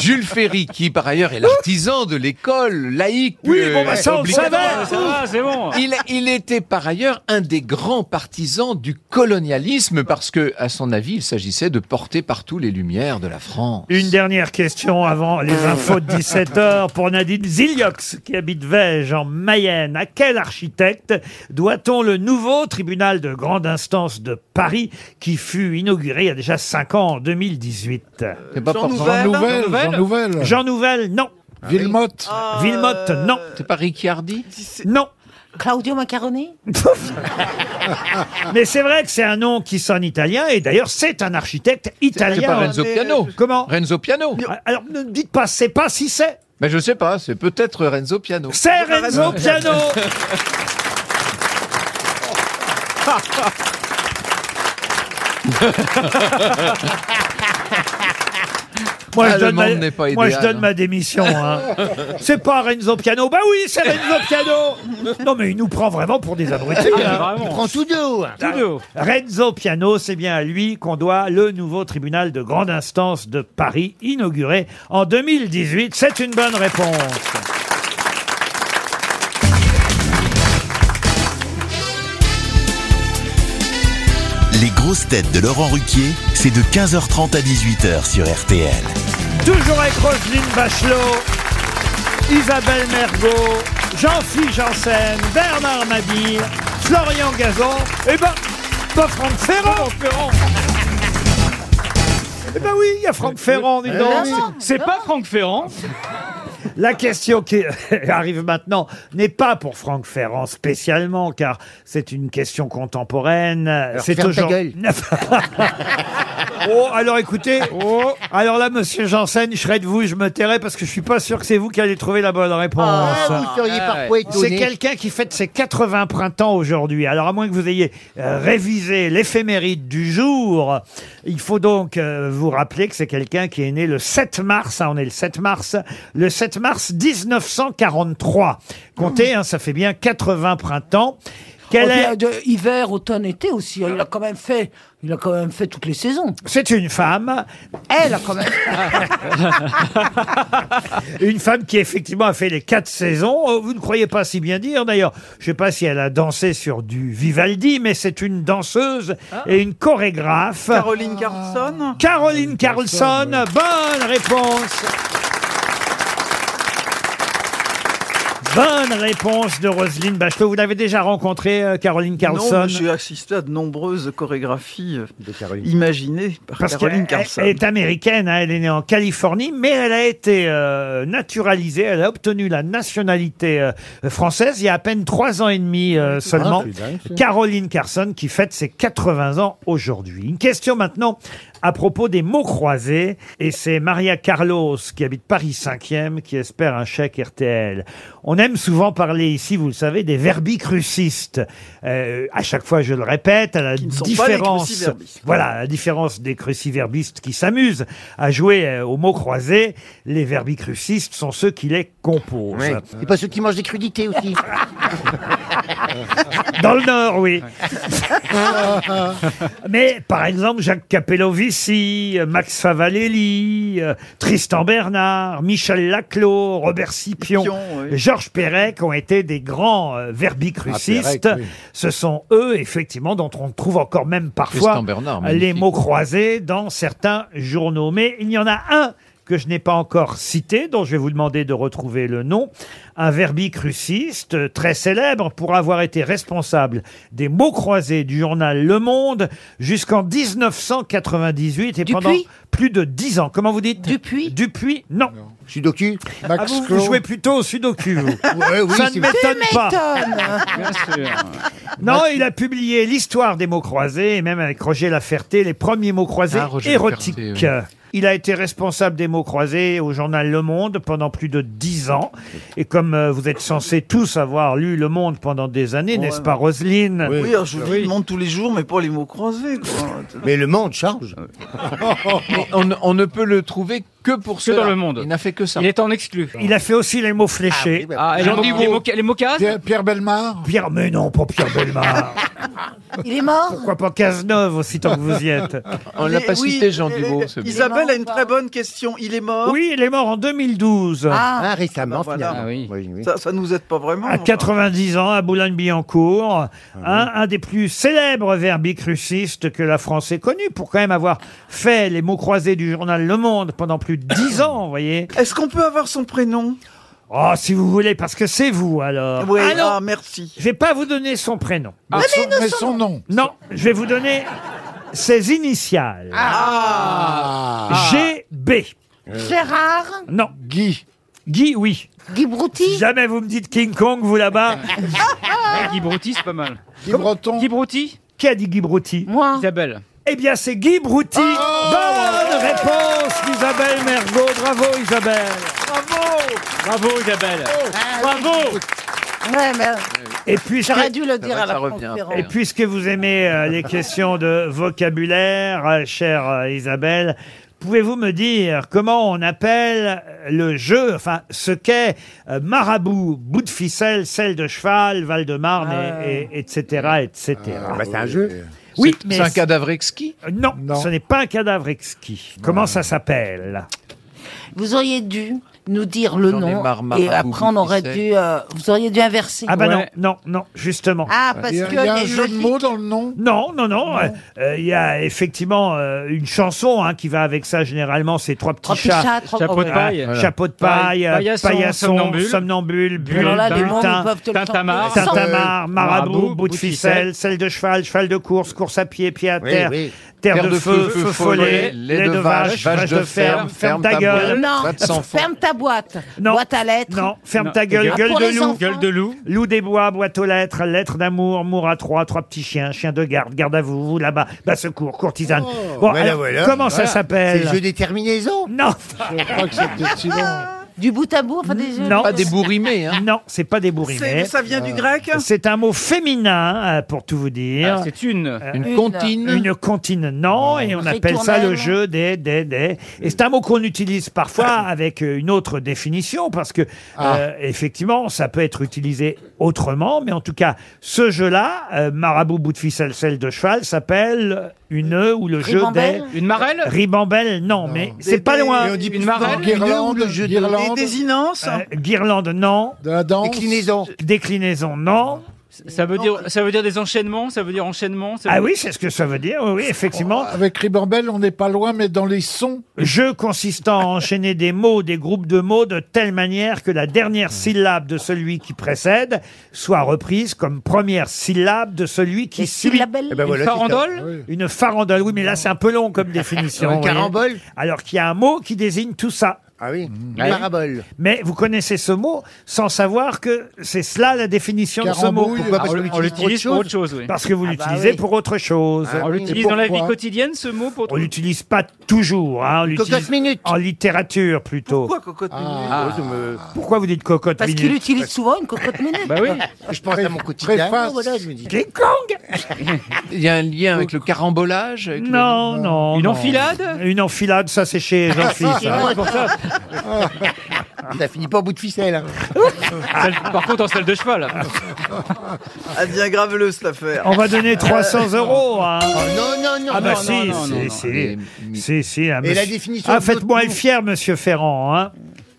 Speaker 6: Jules Ferry, qui par ailleurs est l'artisan de l'école laïque.
Speaker 2: Oui, bon,
Speaker 6: euh,
Speaker 2: bah, ça, on le
Speaker 6: obligatoire.
Speaker 2: savait. Ça va, c'est bon.
Speaker 6: Il, il était par ailleurs un des grands partisans du colonialisme parce que, à son avis, il s'agissait de porter partout les lumières de la France.
Speaker 2: Une dernière question avant les infos de 17h pour Nadine Ziliox, qui habite Vège, en Mayenne. À quel architecte doit-on le nouveau tribunal de grande instance de Paris qui fut inauguré il y a déjà 5 ans, en 2018
Speaker 5: pas Jean forcément Nouvel Jean Nouvel, Jean Nouvel
Speaker 2: Jean Nouvel, non.
Speaker 6: Ah
Speaker 5: Villemotte
Speaker 2: Villemotte, non.
Speaker 6: Euh, C'est pas Ricciardi
Speaker 2: Non.
Speaker 14: Claudio Macaroni
Speaker 2: Mais c'est vrai que c'est un nom qui sonne italien, et d'ailleurs, c'est un architecte italien.
Speaker 6: C'est pas Renzo Piano.
Speaker 2: Comment
Speaker 6: Renzo Piano.
Speaker 2: Alors, ne dites pas, c'est pas si c'est.
Speaker 6: Mais je sais pas, c'est peut-être Renzo Piano.
Speaker 2: C'est Renzo Piano (laughs)
Speaker 6: (laughs)
Speaker 2: Moi, je
Speaker 6: Ah, le
Speaker 2: donne, ma,
Speaker 6: monde n'est pas
Speaker 2: moi, je
Speaker 6: idéal,
Speaker 2: donne
Speaker 6: hein.
Speaker 2: ma démission.
Speaker 6: (laughs)
Speaker 2: hein. C'est pas Renzo Piano. Bah oui, c'est Renzo Piano. Non, mais il nous prend vraiment pour des abrutis.
Speaker 9: Ah,
Speaker 2: hein.
Speaker 9: vraiment. Il prend tout de haut.
Speaker 2: Ah, Renzo Piano, c'est bien à lui qu'on doit le nouveau tribunal de grande instance de Paris, inauguré en 2018. C'est une bonne réponse.
Speaker 1: Les grosses têtes de Laurent Ruquier, c'est de 15h30 à 18h sur RTL.
Speaker 2: Toujours avec Roselyne Bachelot, Isabelle Mergot, Jean-Philippe Janssen, Bernard Mabille, Florian Gazan, et ben, pas Franck Ferrand Eh ben oui, il y a Franck Ferrand, dis donc.
Speaker 3: C'est pas Franck Ferrand.
Speaker 2: (laughs) La question qui (laughs) arrive maintenant n'est pas pour Franck Ferrand spécialement, car c'est une question contemporaine. C'est
Speaker 9: ferme ta
Speaker 2: aujourd'hui. oh, alors
Speaker 3: (laughs)
Speaker 2: écoutez,
Speaker 3: Oh.
Speaker 2: alors là, Monsieur Janssen, je serais de vous, je me tairais parce que je suis pas sûr que c'est vous qui allez trouver la bonne réponse.
Speaker 9: Ah, vous seriez parfois étonné.
Speaker 2: C'est quelqu'un qui fête ses 80 printemps aujourd'hui. Alors à moins que vous ayez euh, révisé l'éphéméride du jour, il faut donc euh, vous rappeler que c'est quelqu'un qui est né le 7 mars, hein, on est le 7 mars, le 7 mars 1943. Comptez, hein, ça fait bien 80 printemps. Quel
Speaker 14: Oh,
Speaker 2: est...
Speaker 14: puis, euh, de- Hiver, automne, été aussi. Il a quand même fait, il a quand même fait toutes les saisons.
Speaker 2: C'est une femme.
Speaker 14: Elle a quand
Speaker 2: (laughs)
Speaker 14: même.
Speaker 2: Une femme qui effectivement a fait les quatre saisons. Oh, Vous ne croyez pas si bien dire d'ailleurs. Je ne sais pas si elle a dansé sur du Vivaldi, mais c'est une danseuse et une chorégraphe.
Speaker 7: Ah. Caroline Carlson
Speaker 2: Caroline Carlson, bonne réponse. Bonne réponse de Roselyne Bachelot. Vous l'avez déjà rencontrée, euh, Caroline
Speaker 7: Non,
Speaker 2: Carlson
Speaker 7: mais j'ai assisté à de nombreuses chorégraphies euh, imaginées par
Speaker 2: Parce
Speaker 7: Caroline
Speaker 2: qu'elle
Speaker 7: Carson.
Speaker 2: elle est américaine, hein, elle est née en Californie, mais elle a été euh, naturalisée, elle a obtenu la nationalité euh, française il y a à peine trois ans et demi euh, seulement.
Speaker 5: Ah, c'est dingue, ça.
Speaker 2: Caroline Carson qui fête ses 80 ans aujourd'hui. Une question maintenant à propos des mots croisés, et c'est Maria Carlos qui habite Paris 5e qui espère un chèque RTL. On aime souvent parler ici, vous le savez, des verbicrucistes. Euh, à chaque fois, je le répète, à la
Speaker 7: ne sont pas les
Speaker 2: différence,
Speaker 7: cruciverbistes.
Speaker 2: voilà, à la différence des cruciverbistes qui s'amusent à jouer euh, aux mots croisés, les verbicrucistes sont ceux qui les composent.
Speaker 9: Et pas ceux qui mangent des crudités aussi.
Speaker 2: (laughs) Dans le
Speaker 9: (laughs)
Speaker 2: Nord, oui. (laughs) Mais par exemple, Jacques Capellovici, euh, Max Favalelli, euh, Tristan Bernard, Michel Laclos, Robert Sipion,
Speaker 7: Sipion, oui.
Speaker 2: Georges Perec ont été des grands euh, verbicrucistes.
Speaker 5: Ah, Perec, oui.
Speaker 2: Ce sont eux, effectivement, dont on trouve encore même parfois
Speaker 6: Tristan Bernard,
Speaker 2: les
Speaker 6: magnifique.
Speaker 2: mots croisés dans certains journaux. Mais il y en a un que je n'ai pas encore cité, dont je vais vous demander de retrouver le nom, un verbicruciste euh, très célèbre pour avoir été responsable des mots croisés du journal Le Monde jusqu'en 1998 et pendant
Speaker 14: Dupuis
Speaker 2: plus de dix ans. Comment vous dites Dupuis Dupuis, non.
Speaker 9: Sudoku
Speaker 2: Ah, vous, vous jouez plutôt au sudoku, vous.
Speaker 9: Ouais, oui,
Speaker 2: Ça ne
Speaker 9: c'est-
Speaker 2: m'étonne pas.
Speaker 3: Bien sûr.
Speaker 2: Non, il a publié l'histoire des mots croisés, et même avec Roger Laferté, les premiers mots croisés
Speaker 6: Ah, Roger
Speaker 2: érotiques.
Speaker 6: Laferté, oui.
Speaker 2: Il a été responsable des mots croisés au journal Le Monde pendant plus de dix ans. Et comme euh, vous êtes censés tous avoir lu Le Monde pendant des années, n'est-ce pas, Roselyne
Speaker 7: Oui, alors je vous le demande tous les jours, mais pas les mots croisés. quoi.
Speaker 2: (laughs)
Speaker 9: Mais le monde change.
Speaker 6: Ah, Mais on, on ne peut le trouver que pour
Speaker 3: Que
Speaker 6: cela.
Speaker 3: dans le monde.
Speaker 6: Il n'a fait que ça.
Speaker 3: Il est en exclu.
Speaker 2: Il a fait aussi les mots fléchés.
Speaker 3: Ah, et les,
Speaker 6: Jean
Speaker 3: mo-
Speaker 6: Niveau.
Speaker 3: les moca- les mocas
Speaker 5: Pierre, Pierre Belmar
Speaker 2: Pierre, mais non, pas Pierre Belmar.
Speaker 4: Il est
Speaker 7: Ah.
Speaker 4: mort
Speaker 2: Pourquoi pas Cazeneuve aussi tant que vous
Speaker 7: (laughs)
Speaker 2: y êtes
Speaker 6: On Oh, l'a
Speaker 7: Et
Speaker 6: pas
Speaker 7: oui,
Speaker 6: cité, Jean
Speaker 7: et-
Speaker 6: Dubos.
Speaker 7: et- Isabelle a une très bonne question. Il est mort
Speaker 2: Oui, il est mort en 2012.
Speaker 7: Ah.
Speaker 9: Ah, récemment,
Speaker 7: Bah voilà.
Speaker 9: finalement.
Speaker 7: Ah
Speaker 9: oui. Oui, oui.
Speaker 7: Ça, ça nous aide pas vraiment. Ah
Speaker 2: À 90 ans, à Boulogne-Billancourt, un, un des plus célèbres verbicrucistes que la France ait connu, pour quand même avoir fait les mots croisés du journal Le Monde pendant plus
Speaker 7: (coughs)
Speaker 2: de 10 ans, vous voyez.
Speaker 7: Est-ce qu'on peut avoir son prénom
Speaker 2: Oh, si vous voulez, parce que c'est vous, alors.
Speaker 7: Oui,
Speaker 2: Ah non,
Speaker 7: ah, merci.
Speaker 2: Je vais pas vous donner son prénom.
Speaker 5: Ah, Mais son- mais son nom.
Speaker 2: Non, je vais vous donner ses initiales.
Speaker 5: Ah.
Speaker 2: GB.
Speaker 4: Gérard
Speaker 2: Non. Guy. Guy, oui.
Speaker 4: Guy Brouty
Speaker 2: Si jamais vous me dites King Kong, vous là-bas.
Speaker 3: (laughs) Guy Brouty, c'est pas mal.
Speaker 5: Guy Breton.
Speaker 3: Guy Brouty
Speaker 2: Qui a dit Guy Brouty
Speaker 4: Moi.
Speaker 3: Isabelle.
Speaker 2: Eh bien, c'est Guy Brouty.
Speaker 5: Oh
Speaker 2: Bonne réponse d'Isabelle Mergot. Bravo, Isabelle.
Speaker 7: Bravo
Speaker 3: Bravo, Isabelle. Bravo
Speaker 4: Ouais,
Speaker 8: euh,
Speaker 4: mais
Speaker 2: Et puis,
Speaker 4: j'aurais dû le dire
Speaker 6: vrai
Speaker 4: à
Speaker 6: que
Speaker 4: la
Speaker 6: ça revient
Speaker 4: conférence.
Speaker 6: après.
Speaker 2: Et puisque vous aimez euh, les questions de vocabulaire, euh, chère euh, Isabelle, pouvez-vous me dire comment on appelle le jeu, enfin ce qu'est euh, marabout, bout de ficelle, selle de cheval, Val-de-Marne,
Speaker 4: Ah.
Speaker 2: et- et- etc., etc.
Speaker 9: bah, c'est un jeu.
Speaker 2: oui,
Speaker 6: C'est-
Speaker 2: mais
Speaker 6: C'est un cadavre exquis.
Speaker 2: euh, non, ce n'est pas un cadavre exquis. Comment ça s'appelle
Speaker 4: Vous auriez dû nous dire le
Speaker 6: J'en ai
Speaker 4: nom
Speaker 6: marre, marre,
Speaker 4: et
Speaker 6: marre,
Speaker 4: après on
Speaker 6: boubou,
Speaker 4: aurait
Speaker 6: qui
Speaker 4: dû. euh, vous auriez dû inverser.
Speaker 2: Ah bah
Speaker 3: Ouais.
Speaker 2: non, non, non, justement.
Speaker 4: Ah, parce
Speaker 5: Il y a,
Speaker 4: que.
Speaker 5: il y a un
Speaker 4: les
Speaker 5: jeu de
Speaker 4: logiques-
Speaker 5: mots dans le nom
Speaker 2: Non, non, non. euh, euh, Il y a effectivement euh, une chanson hein, qui va avec ça. Généralement, c'est trois petits
Speaker 4: Trois petits
Speaker 2: chats.
Speaker 4: chats, trois-
Speaker 3: Chapeau de
Speaker 4: ouais.
Speaker 3: paille.
Speaker 2: Ah, Chapeau de paille,
Speaker 3: Paille,
Speaker 2: euh, paillasson,
Speaker 3: paillasson,
Speaker 2: somnambule,
Speaker 3: somnambule,
Speaker 2: bulle,
Speaker 4: Alors là, les
Speaker 2: bulletin,
Speaker 4: mots, ils peuvent te le
Speaker 3: Tintamarre.
Speaker 4: chanter.
Speaker 2: tintamarre, marabout, bout de ficelle,
Speaker 3: ficelle,
Speaker 2: selle de cheval, cheval de course, course à pied, pied à
Speaker 9: Oui,
Speaker 2: terre,
Speaker 9: oui.
Speaker 2: terre de feu, feu follet, lait de vache, vache de ferme, ferme ta gueule.
Speaker 4: Non,
Speaker 6: Va te sans fond.
Speaker 4: ferme ta boîte.
Speaker 2: Non.
Speaker 4: Boîte à lettres.
Speaker 2: Non, ferme
Speaker 3: Non,
Speaker 2: ta gueule,
Speaker 3: gueule.
Speaker 2: gueule
Speaker 4: Pour
Speaker 2: de
Speaker 4: les
Speaker 2: loup.
Speaker 4: enfants.
Speaker 3: Gueule de loup.
Speaker 2: Loup des bois, boîte aux lettres, lettres d'amour, mour à trois, trois petits chiens, chien de garde, garde à vous, vous là-bas, bas secours, courtisane.
Speaker 5: Oh,
Speaker 2: bon,
Speaker 9: Oh. voilà,
Speaker 2: alors,
Speaker 9: voilà.
Speaker 2: comment ça
Speaker 9: Voilà. C'est
Speaker 2: s'appelle
Speaker 9: le jeu des terminaisons.
Speaker 2: Non,
Speaker 5: Je crois que c'était sinon.
Speaker 4: (laughs) Du bout à bout, enfin des jeux.
Speaker 2: Non.
Speaker 6: Pas des bourrimés, hein.
Speaker 2: non, c'est pas des bourrinets.
Speaker 7: C'est- Ça vient du grec
Speaker 2: C'est un mot féminin, euh, pour tout vous dire. Euh,
Speaker 3: Ah, c'est une.
Speaker 6: Une,
Speaker 4: Une.
Speaker 6: comptine.
Speaker 2: une continent et on appelle ça le
Speaker 4: Ritournelle.
Speaker 2: jeu des des des et c'est un mot qu'on utilise parfois avec euh, une autre définition parce que euh, effectivement ça peut être utilisé autrement mais en tout cas ce jeu là marabout bout de ficelle selle de cheval s'appelle une ou le jeu des
Speaker 4: Ribambelle
Speaker 3: Une marelle
Speaker 2: ribambelle non, mais c'est
Speaker 7: Des-
Speaker 2: pas
Speaker 7: des-
Speaker 2: loin
Speaker 7: Et on
Speaker 5: dit
Speaker 3: Une marelle
Speaker 5: Guirlande,
Speaker 7: Des
Speaker 5: Guirlande,
Speaker 7: désinences
Speaker 2: Euh, guirlande non
Speaker 5: de la danse.
Speaker 9: Déclinaison.
Speaker 2: déclinaison non
Speaker 3: Ça veut, dire, ça veut dire des enchaînements Ça veut dire enchaînement ça veut
Speaker 2: ah
Speaker 3: dire-
Speaker 2: oui c'est ce que ça veut dire oui, oui effectivement
Speaker 5: Oh, Avec Ribambelle, on n'est pas loin, mais dans les sons.
Speaker 2: Jeu consistant à enchaîner des mots, des groupes de mots de telle manière que la dernière syllabe de celui qui précède soit reprise comme première syllabe de celui qui
Speaker 4: Des
Speaker 2: suit.
Speaker 4: syllabelles.
Speaker 9: Eh ben
Speaker 3: Une
Speaker 9: voilà, c'est ça.
Speaker 3: farandole
Speaker 2: Une farandole, oui, mais là c'est un peu long comme définition.
Speaker 9: Un
Speaker 2: vous voyez.
Speaker 9: carambole
Speaker 2: Alors qu'il y a un mot qui désigne tout ça. Mmh.
Speaker 9: Ah oui. Parabole.
Speaker 2: Mais vous connaissez ce mot sans savoir que c'est cela la définition de ce mot.
Speaker 5: Carambouille.
Speaker 9: Pourquoi Parce
Speaker 3: Ah, On
Speaker 9: qu'on
Speaker 3: le- on
Speaker 9: l'utilise pour autre
Speaker 3: l'utilise pour
Speaker 9: chose.
Speaker 3: autre chose, oui.
Speaker 2: Parce que vous
Speaker 4: Ah bah
Speaker 2: l'utilisez
Speaker 4: oui.
Speaker 2: pour autre chose.
Speaker 9: Ah
Speaker 3: On
Speaker 9: oui.
Speaker 3: l'utilise dans la vie
Speaker 5: pourquoi
Speaker 3: quotidienne, ce mot pour
Speaker 2: On l'utilise pas toujours. Hein, on l'utilise
Speaker 9: Cocotte minute.
Speaker 2: en littérature plutôt.
Speaker 7: Pourquoi cocotte minute
Speaker 9: Ah, je, me-
Speaker 2: Pourquoi vous dites cocotte
Speaker 4: Parce qu'il
Speaker 2: minute
Speaker 4: utilise souvent une cocotte minute.
Speaker 3: Bah oui.
Speaker 9: (laughs) je pense à mon quotidien.
Speaker 5: préface.
Speaker 9: Ah, voilà, je me dis.
Speaker 2: King Kong
Speaker 6: (laughs) Il y a un lien avec le carambolage avec le-
Speaker 2: Non, non.
Speaker 3: Une
Speaker 2: non.
Speaker 3: enfilade
Speaker 2: Une enfilade, ça
Speaker 9: (laughs)
Speaker 2: c'est chez hein. Jean-Philippe.
Speaker 5: Ah,
Speaker 2: ça. (laughs)
Speaker 9: Ça finit pas au bout de ficelle. hein.
Speaker 3: Celle- Par contre, en salle de cheval.
Speaker 7: Elle devient graveleuse, l'affaire.
Speaker 2: On va
Speaker 7: Euh,
Speaker 2: donner 300 euros. hein.
Speaker 9: Euh, Oh, non, non, non.
Speaker 2: Ah bah
Speaker 9: non,
Speaker 2: si,
Speaker 9: non, non.
Speaker 2: si,
Speaker 6: non, non.
Speaker 2: si.
Speaker 6: Mais-
Speaker 2: Si, si, hein,
Speaker 9: Et la
Speaker 2: monsieur-
Speaker 9: définition
Speaker 2: Ah,
Speaker 9: de
Speaker 2: faites-moi
Speaker 9: notre-
Speaker 2: être fier, monsieur Ferrand. hein.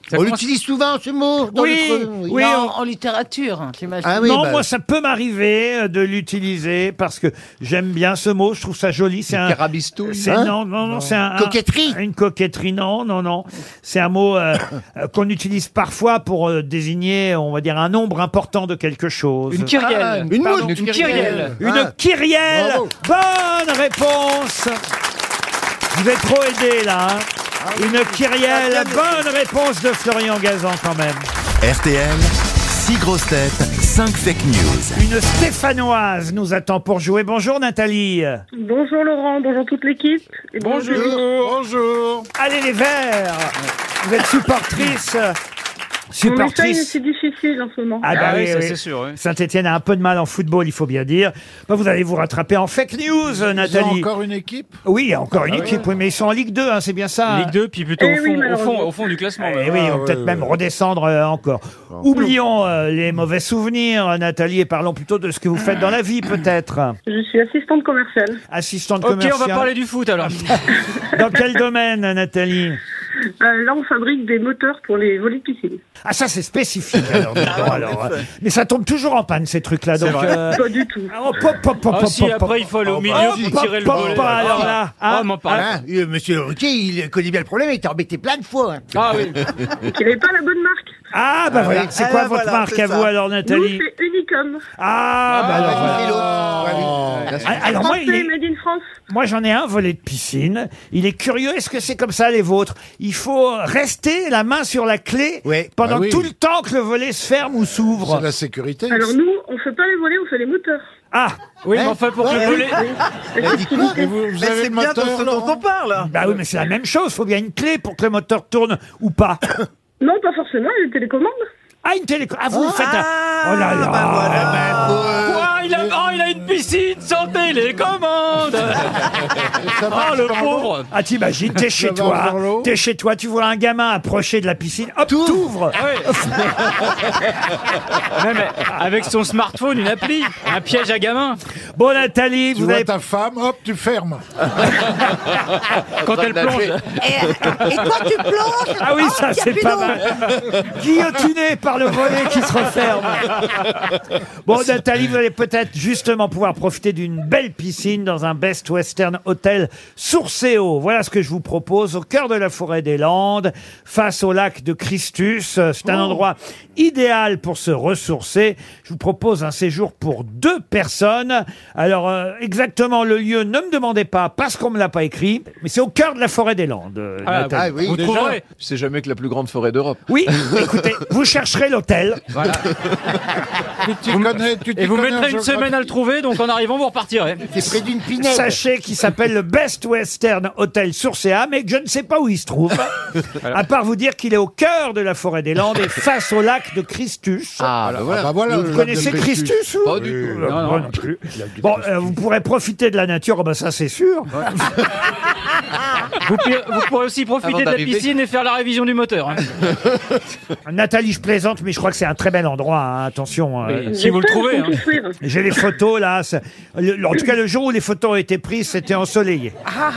Speaker 3: Ça
Speaker 9: On
Speaker 3: commence-
Speaker 9: l'utilise souvent, ce mot. Dans
Speaker 2: Oui,
Speaker 9: notre-
Speaker 2: oui,
Speaker 4: Non,
Speaker 2: on-
Speaker 4: en littérature, hein, j'imagine.
Speaker 9: Ah oui,
Speaker 2: non,
Speaker 9: bah,
Speaker 2: moi ça peut m'arriver euh, de l'utiliser parce que j'aime bien ce mot, je trouve ça joli. C'est un.
Speaker 6: Carabistouille.
Speaker 2: c'est- non, non, non, c'est un. un-
Speaker 9: Coquetterie.
Speaker 2: Une coquetterie, non, non, non. C'est un mot euh, (coughs) euh, qu'on utilise parfois pour euh, désigner, on va dire, un nombre important de quelque chose.
Speaker 3: Une kyrielle.
Speaker 9: Une
Speaker 3: Pardon,
Speaker 9: moule.
Speaker 3: Une kyrielle.
Speaker 2: Une kyrielle Bonne réponse Je vais trop aider là. hein. Une kyrielle,
Speaker 7: Ah, bien
Speaker 2: bonne réponse de Florian Gazan quand même.
Speaker 1: RTL, 6 grosses têtes, 5 fake news.
Speaker 2: Une stéphanoise nous attend pour jouer. Bonjour Nathalie.
Speaker 8: Bonjour Laurent, bonjour toute l'équipe. Et
Speaker 5: Bonjour.
Speaker 2: Allez les verts Vous êtes supportrice
Speaker 8: Superstition.
Speaker 2: Superstice.
Speaker 8: c'est difficile en ce moment.
Speaker 2: Ah, bah oui, oui. Saint-Etienne a un peu de mal en football, il faut bien dire. Bah, vous allez vous rattraper en fake news, euh,
Speaker 5: Ils ont
Speaker 2: Nathalie.
Speaker 5: encore une équipe
Speaker 2: Oui, il y a encore une
Speaker 5: Ah oui.
Speaker 2: équipe, oui, mais ils sont en Ligue 2, hein, c'est bien ça.
Speaker 5: Ligue 2, puis plutôt
Speaker 8: Eh
Speaker 2: Eh
Speaker 3: au, fond, au, fond, au fond du classement.
Speaker 2: Et Eh
Speaker 5: Ah
Speaker 2: oui, ils vont peut-être même redescendre euh, encore. Oublions euh, les mauvais souvenirs, euh, Nathalie, et parlons plutôt de ce que vous faites dans la vie, peut-être.
Speaker 8: Je suis assistante commerciale.
Speaker 2: Assistante
Speaker 3: Ok,
Speaker 2: commerciale.
Speaker 3: on va parler du foot
Speaker 2: (laughs)
Speaker 3: alors.
Speaker 2: Dans quel domaine, Nathalie
Speaker 8: Euh, là, on fabrique des moteurs pour les volets de piscine.
Speaker 2: Ah, ça, c'est spécifique, alors. dis donc,
Speaker 8: Ah
Speaker 2: alors, euh. Mais ça tombe toujours en panne, ces trucs-là.
Speaker 8: C'est
Speaker 2: Ah, Donc, euh,
Speaker 8: vrai. Pas
Speaker 2: du tout. pop, pop, pop,
Speaker 3: Ah
Speaker 2: pop,
Speaker 3: si,
Speaker 2: pop,
Speaker 3: après,
Speaker 2: pop.
Speaker 3: il faut aller au
Speaker 2: Oh,
Speaker 3: milieu
Speaker 2: bah,
Speaker 3: pour
Speaker 2: pop,
Speaker 3: tirer le
Speaker 2: pop,
Speaker 3: volet.
Speaker 2: pop, alors là, hein.
Speaker 5: oh,
Speaker 3: Ah, m'en parle.
Speaker 9: Hein, euh, Monsieur Ruquier, il connaît bien le problème, il t'a embêté plein de fois. hein.
Speaker 3: Ah
Speaker 2: (laughs)
Speaker 3: oui.
Speaker 8: Qui n'avait pas la bonne marque.
Speaker 2: Ah, bah voilà. C'est
Speaker 9: Ah,
Speaker 2: quoi
Speaker 9: bah,
Speaker 2: votre
Speaker 9: voilà,
Speaker 2: marque
Speaker 9: c'est
Speaker 2: à
Speaker 9: ça.
Speaker 2: vous, alors, Nathalie
Speaker 8: Nous, c'est Unicom.
Speaker 2: Ah, bah alors, voilà. Ah, Alors, moi, il
Speaker 8: Français,
Speaker 2: est-
Speaker 8: made in France.
Speaker 2: Moi, j'en ai un volet de piscine. Il est curieux. Est-ce que c'est comme ça, les vôtres Il faut rester la main sur la clé pendant
Speaker 5: Bah oui.
Speaker 2: tout le temps que le volet se ferme ou s'ouvre.
Speaker 5: C'est la sécurité. Hein
Speaker 8: Alors nous, on fait pas les volets, on fait les moteurs.
Speaker 2: Ah
Speaker 3: Oui, mais enfin, pour que le volet.
Speaker 5: Mais vous, vous avez le moteur, Laurent
Speaker 2: parle Bah oui, mais c'est la même chose. Il faut bien une clé pour que le moteur tourne ou pas.
Speaker 8: Non, pas forcément, il y a une télécommande.
Speaker 2: Ah, une télécommande Ah, vous le faites un... Oh là ben, là
Speaker 8: bah
Speaker 2: euh,
Speaker 3: Quoi il a... Oh, il a une piscine sans télécommande Oh, le pauvre
Speaker 2: Ah, t'imagines, t'es chez
Speaker 3: Ça va
Speaker 2: toi,
Speaker 3: dans l'eau
Speaker 2: t'es chez toi, tu vois un gamin approcher de la piscine, hop, t'ouvres
Speaker 3: Ah
Speaker 2: (laughs)
Speaker 3: oui. Même avec son smartphone, une appli, un piège à gamin.
Speaker 2: Bon, Nathalie,
Speaker 5: Tu
Speaker 2: vous
Speaker 5: vois
Speaker 2: avez...
Speaker 5: ta femme, hop, tu fermes.
Speaker 9: Ah,
Speaker 3: Quand elle plonge.
Speaker 4: Et quand tu plonges,
Speaker 2: Ah oui,
Speaker 8: Oh,
Speaker 4: hop, Oh, y
Speaker 2: ça,
Speaker 4: a
Speaker 2: c'est
Speaker 4: plus
Speaker 2: pas
Speaker 4: d'eau.
Speaker 2: mal. Guillotiné par le volet qui se referme. Bon, Nathalie, vous allez peut-être justement pouvoir profiter d'une belle piscine dans un Best Western Hotel Sourceo. Voilà ce que je vous propose au cœur de la forêt des Landes, face au lac de Christus. Euh, C'est un
Speaker 3: Oh.
Speaker 2: endroit idéal pour se ressourcer. Je vous propose un séjour pour deux personnes. Alors, euh, exactement le lieu, ne me demandez pas parce qu'on me l'a pas écrit, mais c'est au cœur de la forêt des Landes. euh,
Speaker 6: Ah,
Speaker 2: Nathalie.
Speaker 6: ah oui,
Speaker 3: Vous
Speaker 6: déjà,
Speaker 3: trouverez.
Speaker 6: c'est jamais que la plus grande forêt d'Europe. (laughs)
Speaker 2: Oui, écoutez, vous chercherez l'hôtel.
Speaker 5: Tu connais, tu t'y
Speaker 3: Et vous
Speaker 5: connais en
Speaker 3: mettrez une
Speaker 5: géographie.
Speaker 3: semaine à le trouver, donc en arrivant, vous repartirez.
Speaker 9: C'est près d'une pinette.
Speaker 2: Sachez qu'il s'appelle le Best Western Hotel Sourcea, mais que je ne sais pas où il se trouve. À part vous dire qu'il est au cœur de la forêt des Landes et face au lac de Christus.
Speaker 6: Ah, bah voilà.
Speaker 5: Ah bah voilà,
Speaker 2: Vous
Speaker 5: le
Speaker 2: connaissez
Speaker 5: lac de Belgique.
Speaker 2: Christus vous
Speaker 6: Pas du tout.
Speaker 2: Euh,
Speaker 3: Non, non.
Speaker 2: moi non plus. Bon, euh, vous pourrez profiter de la nature, oh, bah ça c'est sûr.
Speaker 3: Vous, pi- vous pourrez aussi
Speaker 6: Avant
Speaker 3: profiter de la
Speaker 6: d'arriver.
Speaker 3: piscine et faire la révision du moteur. hein.
Speaker 2: (laughs) Nathalie, je plaisante, mais je crois que c'est un très bel endroit. hein, Attention. euh,
Speaker 3: Oui. Si vous le
Speaker 8: J'espère
Speaker 3: trouvez,
Speaker 8: qu'on
Speaker 3: hein.
Speaker 8: construire.
Speaker 2: J'ai les photos là. c'est- le- le- en tout cas, le jour où les photos ont été prises, c'était ensoleillé.
Speaker 8: Ah,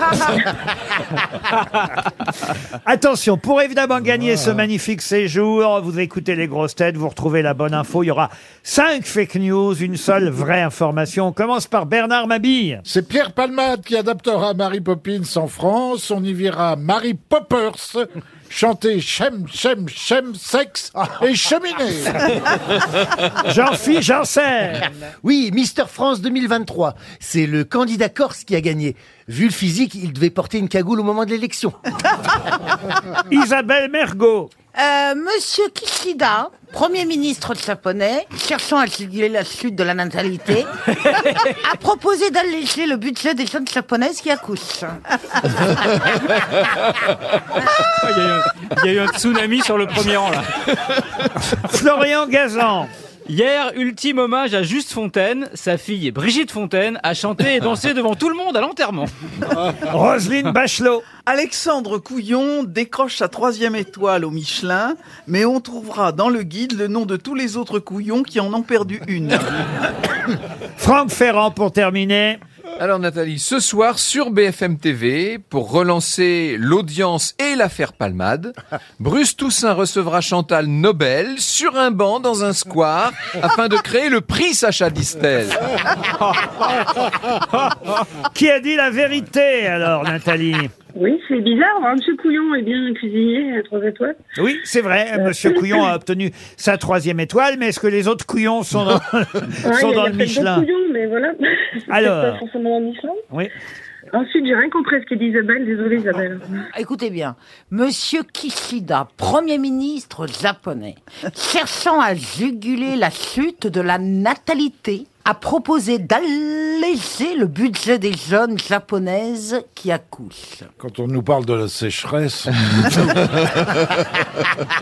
Speaker 2: Attention, pour évidemment gagner ce magnifique séjour, vous écoutez les grosses têtes, vous retrouvez la bonne info. Il y aura cinq fake news, une seule vraie information. On commence par Bernard Mabille.
Speaker 5: C'est Pierre Palmade qui adaptera Mary Poppins en France. On y verra Mary
Speaker 2: (laughs)
Speaker 5: Poppers chanter Chem, Chem, Chem, Sexe et Cheminée.
Speaker 2: (laughs)
Speaker 8: ah,
Speaker 2: Jean-Philippe Janssen.
Speaker 9: Oui, Mister France 2023. C'est le candidat corse qui a gagné. Vu le physique, il devait porter une cagoule au moment de l'élection.
Speaker 2: (laughs) Isabelle Mergot.
Speaker 4: Euh, Monsieur Kishida, Premier ministre japonais, cherchant à signer la chute de la
Speaker 2: (laughs)
Speaker 4: natalité, a proposé d'alléger le budget des jeunes japonaises qui accouchent.
Speaker 3: Ah, Il y, a eu un- il y a eu un tsunami sur le premier rang là.
Speaker 2: (laughs) Florian Gazan.
Speaker 3: Hier, ultime hommage à Juste Fontaine, sa fille Brigitte Fontaine a chanté et
Speaker 2: (laughs)
Speaker 3: dansé devant tout le monde à l'enterrement.
Speaker 2: Roselyne Bachelot.
Speaker 7: Alexandre Couillon décroche sa troisième étoile au Michelin, mais on trouvera dans le guide le nom de tous les autres couillons qui en ont perdu
Speaker 2: (laughs)
Speaker 7: une.
Speaker 2: Franck Ferrand pour terminer.
Speaker 6: Alors Nathalie, ce soir sur BFM TV, pour relancer l'audience et l'affaire Palmade, Bruce Toussaint recevra Chantal Nobel sur un banc dans un square afin de créer le prix Sacha Distel.
Speaker 2: (laughs) Qui a dit la vérité alors, Nathalie
Speaker 8: (laughs) Oui, c'est bizarre. hein. Monsieur Couillon est bien cuisinier à trois étoiles.
Speaker 2: Oui, c'est vrai, euh, Monsieur Couillon a obtenu sa troisième étoile, mais est-ce que les autres couillons sont
Speaker 8: (laughs)
Speaker 2: dans, (laughs)
Speaker 8: Ah,
Speaker 2: sont
Speaker 8: il y a-
Speaker 2: dans
Speaker 8: il y a
Speaker 2: le
Speaker 8: peut-être d'autres
Speaker 2: Michelin
Speaker 8: Couillons, mais voilà. (laughs) C'est
Speaker 2: Alors.
Speaker 8: peut-être Pas forcément dans le Michelin.
Speaker 2: Oui.
Speaker 8: Ensuite, j'ai rien compris à ce qu'a dit Isabelle. Désolée, Isabelle.
Speaker 4: Écoutez bien, Monsieur Kishida, Premier ministre japonais, cherchant à juguler la chute de la natalité, a proposé d'alléger le budget des jeunes japonaises qui accouchent.
Speaker 5: Quand on nous parle de la sécheresse.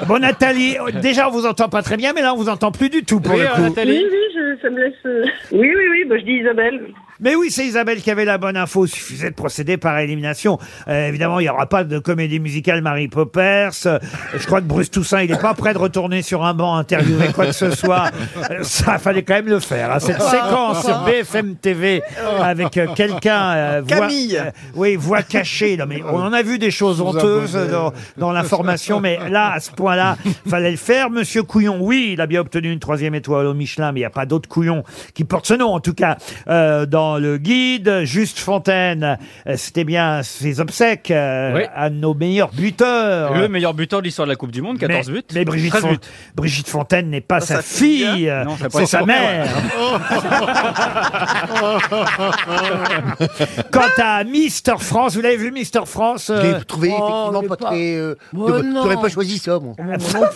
Speaker 2: Bon, Nathalie,
Speaker 5: (laughs)
Speaker 2: euh, déjà, on vous entend pas très bien, mais là, on vous entend plus du tout pour
Speaker 8: Oui,
Speaker 2: le
Speaker 8: euh,
Speaker 2: coup.
Speaker 8: Nathalie Oui, oui, je- ça me laisse.
Speaker 14: (laughs)
Speaker 8: euh, Oui, oui, oui, bah, je dis Isabelle.
Speaker 2: Mais oui, c'est Isabelle qui avait la bonne info. Il suffisait de procéder par élimination. Euh, évidemment, il n'y aura pas de comédie musicale Marie Poppers. Euh, je crois que Bruce Toussaint, il n'est pas prêt de retourner sur un banc interviewer quoi que ce soit. Euh, Ça, fallait quand même le faire. hein.
Speaker 5: Oh. Ah.
Speaker 2: Cette séquence sur BFM TV avec euh, quelqu'un... euh, voix-
Speaker 7: Camille.
Speaker 2: euh, Oui, voix cachée. Non, mais on en a vu des choses
Speaker 7: Vous
Speaker 2: honteuses
Speaker 7: abonnez.
Speaker 2: dans, dans l'information, mais là, à ce point-là,
Speaker 15: (laughs)
Speaker 2: fallait le faire. Monsieur Couillon, oui, il a bien obtenu une troisième étoile au Michelin, mais il n'y a pas d'autres Couillon qui portent ce nom, en tout cas, euh, dans le guide. Juste Fontaine, euh, c'était bien ses obsèques euh,
Speaker 15: Oui.
Speaker 2: à nos meilleurs buteurs.
Speaker 15: Le meilleur buteur de l'histoire de la Coupe du Monde, 14
Speaker 2: mais,
Speaker 15: buts.
Speaker 2: Mais Brigitte,
Speaker 15: 13
Speaker 2: Fon-
Speaker 15: buts.
Speaker 2: Brigitte Fontaine n'est pas
Speaker 15: Pas
Speaker 2: sa,
Speaker 15: sa
Speaker 2: fille, euh,
Speaker 15: fille, hein. Non, c'est pas
Speaker 2: c'est
Speaker 15: sa
Speaker 2: sa
Speaker 15: mère.
Speaker 2: mère.
Speaker 14: hein.
Speaker 8: (laughs)
Speaker 2: (laughs) Quant à Mister France, vous l'avez vu Mister France
Speaker 9: Je
Speaker 2: euh,
Speaker 9: l'ai trouvé effectivement pas, très. euh,
Speaker 2: Moi,
Speaker 9: de-
Speaker 2: non.
Speaker 9: J'aurais pas choisi ça, moi.
Speaker 2: (laughs)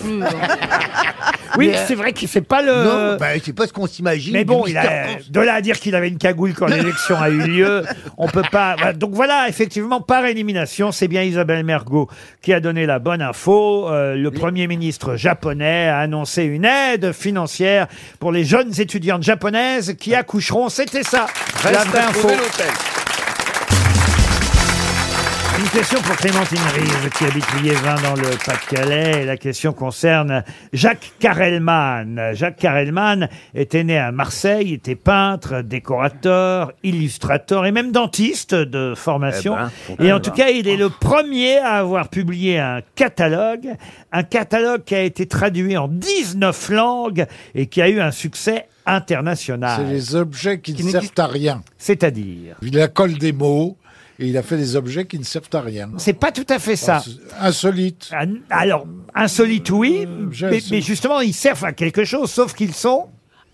Speaker 2: Oui,
Speaker 9: Mais, euh,
Speaker 2: c'est vrai qu'il fait pas le.
Speaker 9: Non, bah, c'est pas ce qu'on s'imagine.
Speaker 2: Euh, Mais
Speaker 9: du
Speaker 2: bon, il
Speaker 9: Mister
Speaker 2: a,
Speaker 9: France.
Speaker 2: de là à dire qu'il avait une cagoule quand l'élection a
Speaker 9: (laughs)
Speaker 2: eu lieu, on peut pas. voilà. Donc voilà, effectivement, par élimination, c'est bien Isabelle Mergot qui a donné la bonne info. Euh, le Premier ministre japonais a annoncé une aide financière pour les jeunes étudiantes japonaises qui
Speaker 9: Ah.
Speaker 2: accoucheront. C'était ça, la
Speaker 6: Reste
Speaker 2: vraie
Speaker 6: à
Speaker 2: info. Eh,
Speaker 6: trouver l'hôtel.
Speaker 2: Une question pour Clémentine Rive qui habite Liévin dans le Pas-de-Calais. Et La question concerne Jacques Carelman. Jacques Carelman était né à Marseille, était peintre, décorateur, illustrateur et même dentiste de formation.
Speaker 18: Eh ben, faut quand
Speaker 2: et en
Speaker 18: même,
Speaker 2: tout
Speaker 18: hein.
Speaker 2: cas, il est le premier à avoir publié un catalogue, un catalogue qui a été traduit en 19 langues et qui a eu un succès international.
Speaker 5: C'est les objets qui, ne servent à rien.
Speaker 2: C'est-à-dire
Speaker 5: Il a colle des mots et il a fait des objets qui ne servent à rien.
Speaker 2: C'est pas tout à fait ça.
Speaker 5: Insolite.
Speaker 2: Alors, insolite, oui, mais,
Speaker 5: sais.
Speaker 2: mais justement, ils servent à quelque chose, sauf qu'ils sont...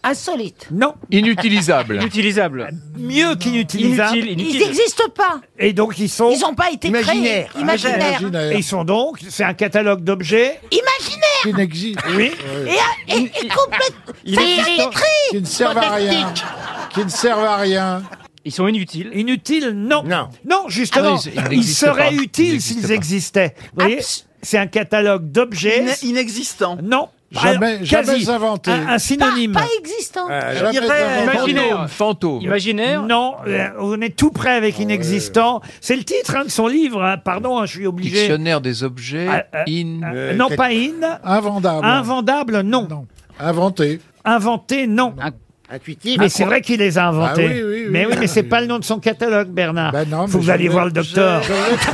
Speaker 4: Insolites.
Speaker 2: Non. Euh,
Speaker 6: Inutilisables.
Speaker 15: Inutilisables.
Speaker 2: Mieux qu'inutilisables.
Speaker 15: Inutile,
Speaker 4: Ils n'existent pas.
Speaker 2: Et donc, ils sont...
Speaker 4: Ils n'ont pas été créés. Imaginaires.
Speaker 2: Et Ils sont donc... C'est un catalogue
Speaker 5: Ah
Speaker 2: d'objets...
Speaker 4: Imaginaires.
Speaker 5: Qui n'existent.
Speaker 2: Oui.
Speaker 4: Et, et, et complètement.
Speaker 5: Il est
Speaker 4: écrit.
Speaker 5: Qui ne servent à rien. Qui ne servent à rien.
Speaker 15: Ils sont inutiles.
Speaker 2: Inutiles, non. Non, justement,
Speaker 5: Ah non, ils- ils
Speaker 2: ils,
Speaker 5: n'existent
Speaker 2: seraient
Speaker 5: pas. Ils
Speaker 2: utiles
Speaker 5: n'existent
Speaker 2: s'ils
Speaker 5: pas.
Speaker 2: existaient. Vous voyez C'est un catalogue d'objets...
Speaker 7: Ina- inexistant.
Speaker 2: Non.
Speaker 5: Jamais-
Speaker 2: Alors,
Speaker 5: jamais
Speaker 2: quasi.
Speaker 5: inventé.
Speaker 2: Un, un synonyme.
Speaker 4: Ah, Pas, pas existant.
Speaker 2: Euh,
Speaker 5: Jamais inventé.
Speaker 6: Imaginaire. Fantôme.
Speaker 15: Imaginaire.
Speaker 2: Non, euh, on est tout près avec inexistant. C'est le titre hein, de son livre. hein. Pardon, hein, je suis obligé.
Speaker 6: Dictionnaire des objets.
Speaker 2: Ah, ah,
Speaker 6: in.
Speaker 2: ah, non, pas in.
Speaker 5: Invendable.
Speaker 2: Invendable, non.
Speaker 5: Inventé.
Speaker 2: Inventé, non.
Speaker 9: Intuitif.
Speaker 2: Mais c'est vrai qu'il les a inventés.
Speaker 5: Ah oui, oui, Ben oui.
Speaker 2: mais oui, mais c'est pas le nom de son catalogue, Bernard. Faut que vous allez voir le docteur. (laughs)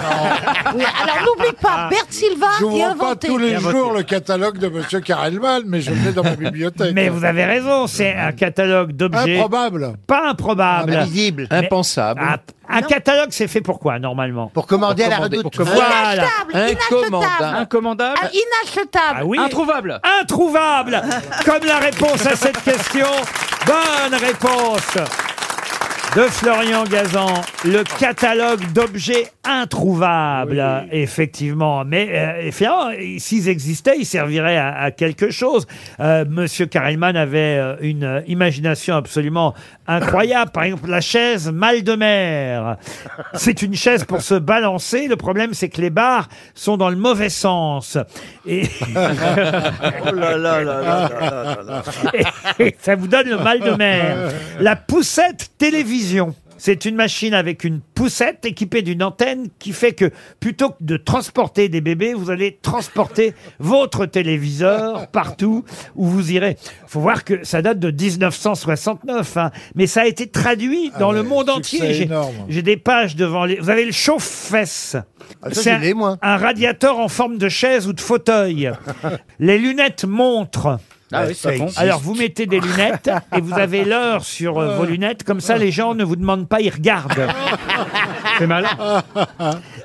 Speaker 2: Ah.
Speaker 4: Oui, alors n'oublie pas, Bert Silva
Speaker 5: Je
Speaker 4: est
Speaker 5: n'ouvre pas
Speaker 4: inventé.
Speaker 5: tous les
Speaker 2: Inventé.
Speaker 5: jours le catalogue de Monsieur Carelman, mais je l'ai dans ma bibliothèque.
Speaker 2: Mais vous avez raison, c'est un catalogue d'objets.
Speaker 5: Improbable.
Speaker 2: Pas improbable.
Speaker 9: Ah, Invisible.
Speaker 2: Mais-
Speaker 6: Impensable.
Speaker 2: Un, un catalogue, c'est fait pour quoi, normalement
Speaker 9: Pour commander à la
Speaker 2: commander,
Speaker 9: redoute.
Speaker 2: pour que- Voilà.
Speaker 4: Inachetable. Inachetable.
Speaker 15: Incommandable.
Speaker 4: Ah, inachetable.
Speaker 2: Ah oui.
Speaker 15: Introuvable.
Speaker 2: Introuvable. Comme la réponse à cette question. Bonne réponse de Florian Gazan. Le catalogue d'objets introuvables, effectivement. Mais euh, effectivement, s'ils existaient, ils serviraient à, à quelque chose. Euh, Monsieur Karilman avait euh, une euh, imagination absolument incroyable. Par exemple, la chaise mal de mer. C'est une chaise pour se balancer. Le problème, c'est que les barres sont dans le mauvais sens. Et...
Speaker 7: Oh là là là là là là là.
Speaker 2: Et ça vous donne le mal de mer. La poussette télévision. C'est une machine avec une poussette équipée d'une antenne qui fait que plutôt que de transporter des bébés, vous allez transporter votre téléviseur partout où vous irez. Faut voir que ça date de 1969, hein. mais ça a été traduit dans le monde
Speaker 5: succès
Speaker 2: entier. J'ai-
Speaker 5: énorme.
Speaker 2: J'ai des pages devant les. Vous avez le chauffe-fesse.
Speaker 5: Ah,
Speaker 9: ça,
Speaker 2: C'est
Speaker 9: je
Speaker 2: un-
Speaker 9: l'ai, moi.
Speaker 2: un radiateur en forme de chaise ou de
Speaker 5: (laughs)
Speaker 2: fauteuil. les lunettes montres.
Speaker 15: Ah oui, ça fond.
Speaker 2: Alors vous mettez des lunettes et vous avez l'heure sur euh, vos lunettes, comme ça les gens ne vous demandent pas, ils
Speaker 5: (laughs)
Speaker 2: regardent. C'est malin.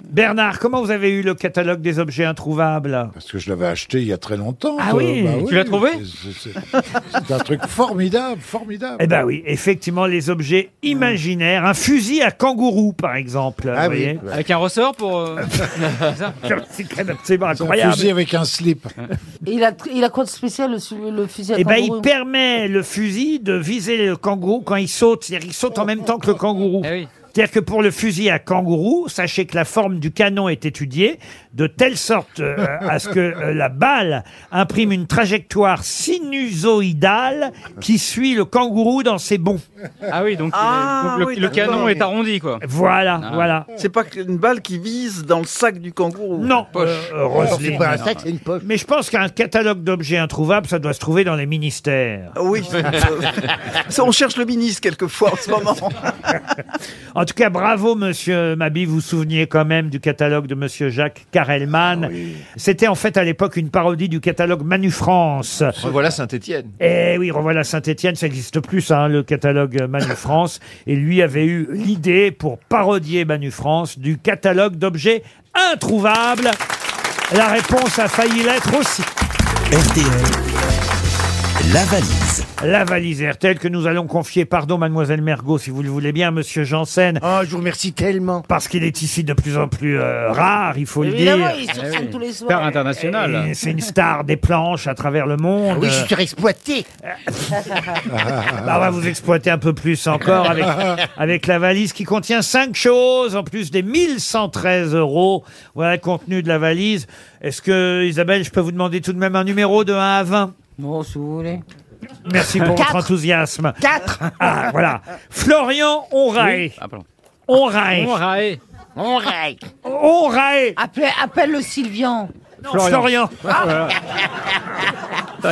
Speaker 2: Bernard, comment vous avez eu le catalogue des objets introuvables
Speaker 5: Parce que je l'avais acheté il y a très longtemps.
Speaker 2: Ah
Speaker 5: euh,
Speaker 2: oui,
Speaker 5: bah
Speaker 15: tu l'as trouvé
Speaker 5: c'est- C'est c'est un truc formidable, formidable.
Speaker 2: Eh ben oui, effectivement, les objets imaginaires. Un fusil à kangourou, par exemple.
Speaker 9: Ah
Speaker 2: vous
Speaker 9: oui,
Speaker 2: voyez.
Speaker 15: Avec un ressort pour.
Speaker 2: (laughs)
Speaker 15: euh, c'est ça
Speaker 2: C'est quand même absolument
Speaker 5: Un
Speaker 2: incroyable.
Speaker 5: fusil avec un slip.
Speaker 14: Et il a, il a quoi de spécial le, su- le le fusil à
Speaker 2: Eh ben, il
Speaker 14: kangourou
Speaker 2: permet le fusil de viser le kangourou quand il saute. C'est-à-dire qu'il saute en même temps que le kangourou. C'est-à-dire que pour le fusil à kangourou, sachez que la forme du canon est étudiée de telle sorte euh, à ce que euh, la balle imprime une trajectoire sinusoïdale qui suit le kangourou dans ses bonds.
Speaker 15: Ah oui, donc, il est-
Speaker 7: Ah,
Speaker 15: donc le,
Speaker 7: oui,
Speaker 15: le
Speaker 7: d'accord.
Speaker 15: canon est arrondi, quoi.
Speaker 2: Voilà,
Speaker 15: Ah.
Speaker 2: voilà.
Speaker 7: C'est pas qu'une balle qui vise dans le sac du kangourou.
Speaker 2: Non, euh, euh, Roselyne. Mais je pense qu'un catalogue d'objets introuvables, ça doit se trouver dans les ministères.
Speaker 15: (laughs)
Speaker 7: Ah Oui. Ça, on cherche le ministre quelquefois en ce moment. Hein,
Speaker 2: En tout cas, bravo, monsieur Mabi. Vous vous souveniez quand même du catalogue de monsieur Jacques Carelman. C'était en fait à l'époque une parodie du catalogue Manu France.
Speaker 6: Voilà Saint-Étienne.
Speaker 2: Eh oui, revoilà Saint-Étienne, ça n'existe plus, hein, le catalogue Manu France. Et lui avait eu l'idée pour parodier Manu France du catalogue d'objets introuvables. La réponse a failli l'être aussi.
Speaker 1: La valise.
Speaker 2: La valise RTL que nous allons confier, pardon, mademoiselle Mergot, si vous le voulez bien, à monsieur Janssen.
Speaker 9: Oh, je vous remercie tellement.
Speaker 2: Parce qu'il est ici de plus en plus euh, rare, il faut
Speaker 14: Évidemment,
Speaker 2: le
Speaker 14: il
Speaker 2: dire. Eh
Speaker 14: se ressemble tous les soirs. Eh
Speaker 2: Star international. C'est
Speaker 14: (laughs)
Speaker 2: une star des planches à travers le monde.
Speaker 9: Ah Oui, je suis exploité.
Speaker 2: (laughs) Bah, on va vous exploiter un peu plus encore avec, avec la valise qui contient cinq choses, en plus des 1113 euros. Voilà le contenu de la valise. Est-ce que, Isabelle, je peux vous demander tout de même un numéro de 1 à 20
Speaker 14: Non, si vous voulez.
Speaker 2: Merci pour
Speaker 14: Quatre.
Speaker 2: votre enthousiasme.
Speaker 14: 4
Speaker 2: Ah, voilà. Florian Onrae.
Speaker 14: Oui. Ah, pardon.
Speaker 2: Onrae.
Speaker 14: Onrae.
Speaker 2: Onrae.
Speaker 14: Appelle, appelle le Sylvian.
Speaker 2: Florian.
Speaker 14: Ah.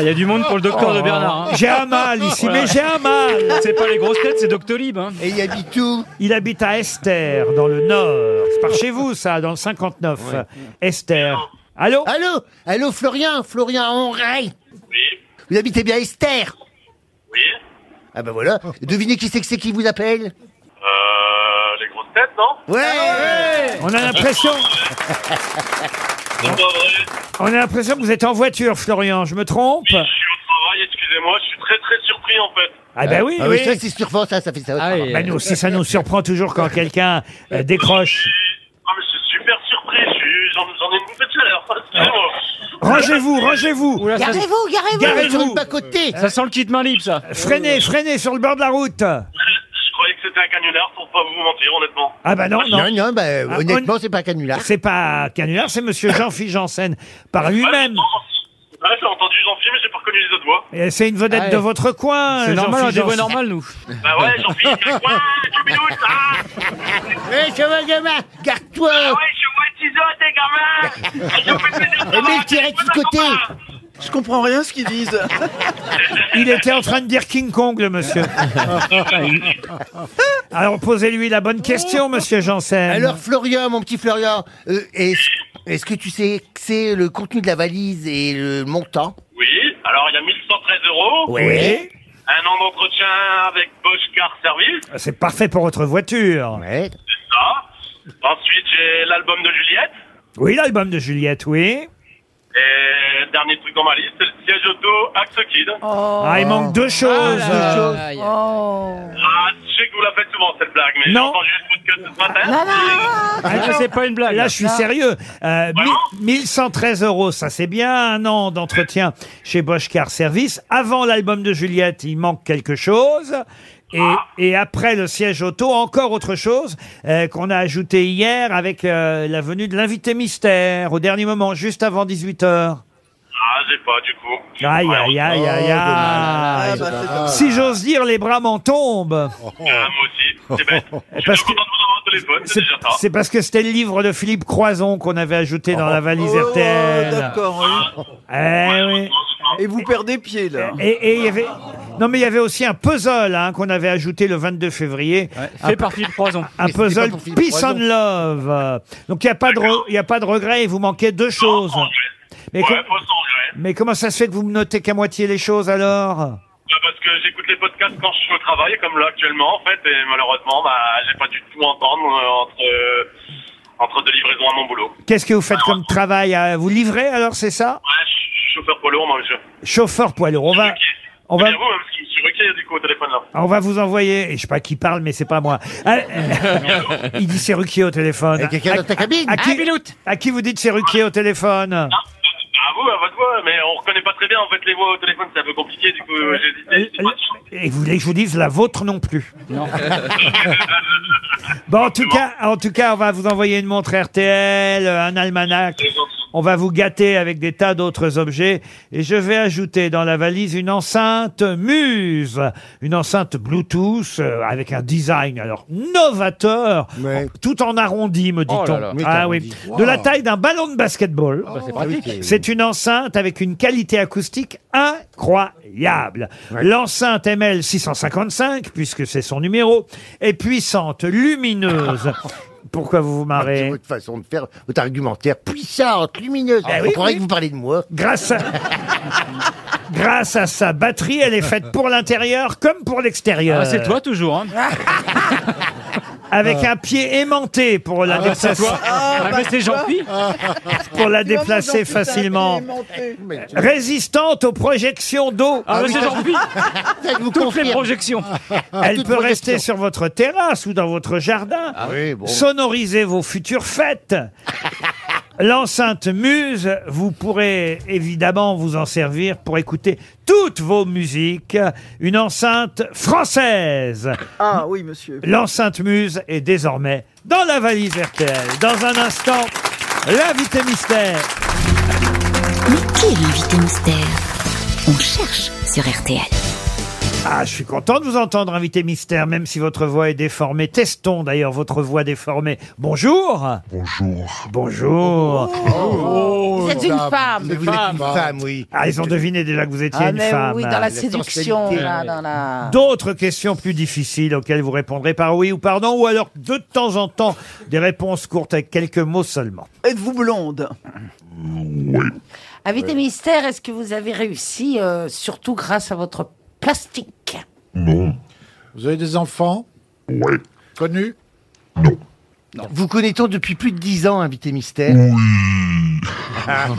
Speaker 15: Il y a du monde pour le docteur de Bernard. hein.
Speaker 2: Oh. J'ai un mal ici,
Speaker 15: Voilà.
Speaker 2: mais j'ai un mal.
Speaker 15: C'est pas les grosses têtes, c'est Doctolib. Hein.
Speaker 9: Et il habite où
Speaker 2: Il habite à Esther, dans le Nord. C'est par chez vous, ça, dans le 59. Esther. Allô
Speaker 9: Allô Allô, Florian Florian Henry Vous habitez bien Esther Oui. Ah ben voilà. Devinez qui c'est que c'est qui vous appelle
Speaker 18: Euh, les grosses têtes, non
Speaker 9: Ouais,
Speaker 2: On a l'impression.
Speaker 18: C'est pas vrai.
Speaker 2: On a l'impression que vous êtes en voiture, Florian. Je me trompe
Speaker 18: Travail, excusez-moi, je suis très très surpris en fait.
Speaker 2: Ah ben oui,
Speaker 9: ah
Speaker 2: oui.
Speaker 9: Ça, c'est surfant, ça, ça fait ça. Ah,
Speaker 2: Ben nous aussi, ça nous surprend toujours quand quelqu'un euh, décroche.
Speaker 18: Ah, mais je suis super surpris, je suis- j'en j'en ai une bouffée tout à l'heure. Excusez-moi.
Speaker 2: Rangez-vous, rangez-vous.
Speaker 14: Garez-vous, garez-vous.
Speaker 2: Garez-vous.
Speaker 9: côté.
Speaker 15: Ça sent le kit main libre, ça.
Speaker 2: Freinez, freinez sur le bord de la route.
Speaker 18: Je croyais que c'était un canular pour pas vous mentir, honnêtement.
Speaker 2: Ah bah non, non.
Speaker 9: Non, non, ben,
Speaker 2: Ah,
Speaker 9: honnêtement, c'est pas canular.
Speaker 2: C'est pas Canular, c'est monsieur Jean-Philippe Janssen par lui-même.
Speaker 18: Ah, j'ai entendu Jean-Philippe, mais j'ai pas reconnu les autres voix.
Speaker 2: Et C'est une vedette
Speaker 15: Ah ouais.
Speaker 2: de votre coin.
Speaker 15: C'est normal, on a
Speaker 2: Jean-Philippe
Speaker 15: des voix
Speaker 2: Janssen.
Speaker 15: normales, nous.
Speaker 18: Bah ouais, Jean-Philippe, ouais, tu bidouilles, ah
Speaker 9: Mais cheval gamin, garde-toi
Speaker 18: Ouais, je vois tes gamins
Speaker 9: Mais le tirer de côté
Speaker 7: Je comprends rien ce qu'ils disent.
Speaker 2: Il était en train de dire King Kong, le monsieur. Alors posez-lui la bonne question, monsieur Janssen.
Speaker 9: Alors Florian, mon petit Florian, euh, est-ce est-ce que tu sais que c'est le contenu de la valise et le montant
Speaker 18: Oui, alors il y a 1113 euros.
Speaker 9: Oui.
Speaker 18: Un an d'entretien avec Bosch Car Service.
Speaker 2: Ah, C'est parfait pour votre voiture.
Speaker 18: Ça. Ensuite, j'ai l'album de Juliette.
Speaker 2: Oui, l'album de Juliette, oui.
Speaker 18: Et dernier truc dans ma liste, c'est le siège auto Axe Kid.
Speaker 2: Ah, il manque deux choses.
Speaker 18: Ah, je sais que vous la faites souvent cette blague, mais j'ai
Speaker 2: Non.
Speaker 18: entendu le podcast ce matin.
Speaker 2: Ah,
Speaker 15: c'est pas une blague. hein.
Speaker 2: Là, je suis
Speaker 15: Non.
Speaker 2: sérieux. Euh, mi- 1113 euros, ça c'est bien. Un an d'entretien chez Bosch Car Service. Avant l'album de Juliette, il manque quelque chose. Et,
Speaker 18: Ah.
Speaker 2: et après le siège auto, encore autre chose euh, qu'on a ajouté hier avec euh, la venue de l'invité mystère au dernier moment, juste avant 18h.
Speaker 18: Ah, j'ai pas du coup.
Speaker 2: Aïe, aïe, aïe, aïe,
Speaker 18: Ah,
Speaker 2: aïe.
Speaker 18: bah, c'est dommage.
Speaker 2: Si j'ose dire, les bras m'en tombent.
Speaker 18: Ah, moi aussi, c'est bête. Je suis bien
Speaker 2: Parce
Speaker 18: content de vous avoir au téléphone, c'est déjà ça.
Speaker 2: C'est parce que c'était le livre de Philippe Croison qu'on avait ajouté dans la valise
Speaker 7: Oh,
Speaker 2: RTL.
Speaker 7: D'accord, oui.
Speaker 2: Eh oui.
Speaker 7: Et vous perdez pied, là.
Speaker 2: Et et il y avait. Non, mais il y avait aussi un puzzle hein, qu'on avait ajouté le 22 février.
Speaker 15: Fait
Speaker 2: Un-
Speaker 15: par Philippe Croison.
Speaker 2: Un puzzle Peace and Love. Euh, Donc il n'y a, pas de re- il y a pas de regret, il vous manquait deux choses. Mais, com- mais comment ça se fait que vous me notez qu'à moitié les choses alors
Speaker 18: Bah, parce que j'écoute les podcasts quand je suis au travail, comme là actuellement en fait, et malheureusement, bah, j'ai pas du tout entendre euh, entre, euh, entre deux livraisons à mon boulot.
Speaker 2: Qu'est-ce que vous faites comme travail euh, Vous livrez alors, c'est ça
Speaker 18: Ouais, je suis chauffeur polo, moi, monsieur.
Speaker 2: Chauffeur poilu. On va, on
Speaker 18: Vous,
Speaker 2: va,
Speaker 18: hein, parce que je suis requis du coup au téléphone là.
Speaker 2: on va vous envoyer. Et je sais pas qui parle, mais c'est pas moi. Ah, (laughs) Il dit c'est Ruquier au téléphone.
Speaker 9: Et quelqu'un
Speaker 2: À-
Speaker 9: dans ta cabine
Speaker 2: à, à qui, à qui vous dites c'est Ruquier au téléphone
Speaker 18: Ah, vous, à votre voix, mais on reconnaît pas très bien en fait les voix au téléphone, c'est un peu compliqué, du coup euh, j'ai hésité. j'ai pas dit.
Speaker 2: euh, Et vous voulez que je vous dise la vôtre non plus (laughs) Bon, en tout, cas, en tout cas, on va vous envoyer une montre RTL, euh, un almanach. On va vous gâter avec des tas d'autres objets. Et je vais ajouter dans la valise une enceinte Muse. Une enceinte Bluetooth euh, avec un design alors novateur. en- tout en arrondi, me dit-on.
Speaker 3: Oh là là. Oui,
Speaker 2: ah
Speaker 3: t'arrondis.
Speaker 2: oui. De la
Speaker 3: Wow.
Speaker 2: taille d'un ballon de basketball. Ah
Speaker 3: c'est pratique.
Speaker 2: C'est une enceinte avec une qualité acoustique incroyable. L'enceinte ML 655, puisque c'est son numéro, est puissante, lumineuse. Pourquoi vous vous marrez
Speaker 9: Votre façon de faire, votre argumentaire puissante, lumineuse.
Speaker 2: Ah
Speaker 9: on
Speaker 2: oui,
Speaker 9: croirait
Speaker 2: oui.
Speaker 9: que vous parlez de moi.
Speaker 2: Grâce à... Grâce à sa batterie, elle est faite pour l'intérieur comme pour l'extérieur.
Speaker 15: Ah, c'est toi toujours. Hein.
Speaker 2: (laughs) Avec un pied aimanté pour la
Speaker 15: Ah, c'est
Speaker 2: déplacer.
Speaker 15: toi. Ah, Ah, bah, mais c'est toi. gentil.
Speaker 2: (laughs) Pour
Speaker 15: Tu vois, mon
Speaker 2: la déplacer
Speaker 15: gentil, t'as un pied
Speaker 2: facilement.
Speaker 15: aimanté. Mais tu-
Speaker 2: Résistante aux projections d'eau.
Speaker 15: Ah, mais c'est
Speaker 2: (laughs)
Speaker 15: gentil. Toutes les projections.
Speaker 2: Elle
Speaker 15: Toutes
Speaker 2: peut
Speaker 15: projections.
Speaker 2: rester sur votre terrasse ou dans votre jardin. Sonorisez vos futures fêtes. L'enceinte Muse, vous pourrez évidemment vous en servir pour écouter toutes vos musiques. Une enceinte française.
Speaker 7: Ah oui, monsieur.
Speaker 2: L'enceinte Muse est désormais dans la valise RTL. Dans un instant, l'invité mystère.
Speaker 13: Mais qui est l'invité mystère On cherche sur RTL.
Speaker 2: Ah, je suis content de vous entendre, invité mystère, même si votre voix est déformée. Testons d'ailleurs votre voix déformée. Bonjour. Bonjour. Bonjour.
Speaker 15: Oh,
Speaker 4: Vous êtes une femme.
Speaker 9: Mais vous êtes une femme, oui.
Speaker 2: Ah, ils ont deviné déjà que vous étiez
Speaker 4: Ah,
Speaker 2: une
Speaker 4: mais
Speaker 2: femme.
Speaker 4: oui, dans la séduction, là, dans la...
Speaker 2: Ah. D'autres questions plus difficiles auxquelles vous répondrez par oui ou par non, ou alors de temps en temps des réponses courtes avec quelques mots seulement.
Speaker 7: Êtes-vous blonde
Speaker 4: Invité Ah, mystère, est-ce que vous avez réussi, euh, surtout grâce à votre plastique
Speaker 5: Vous avez des enfants Oui. Connus
Speaker 9: Vous connaît-on depuis plus de 10 ans, invité mystère
Speaker 2: Alors,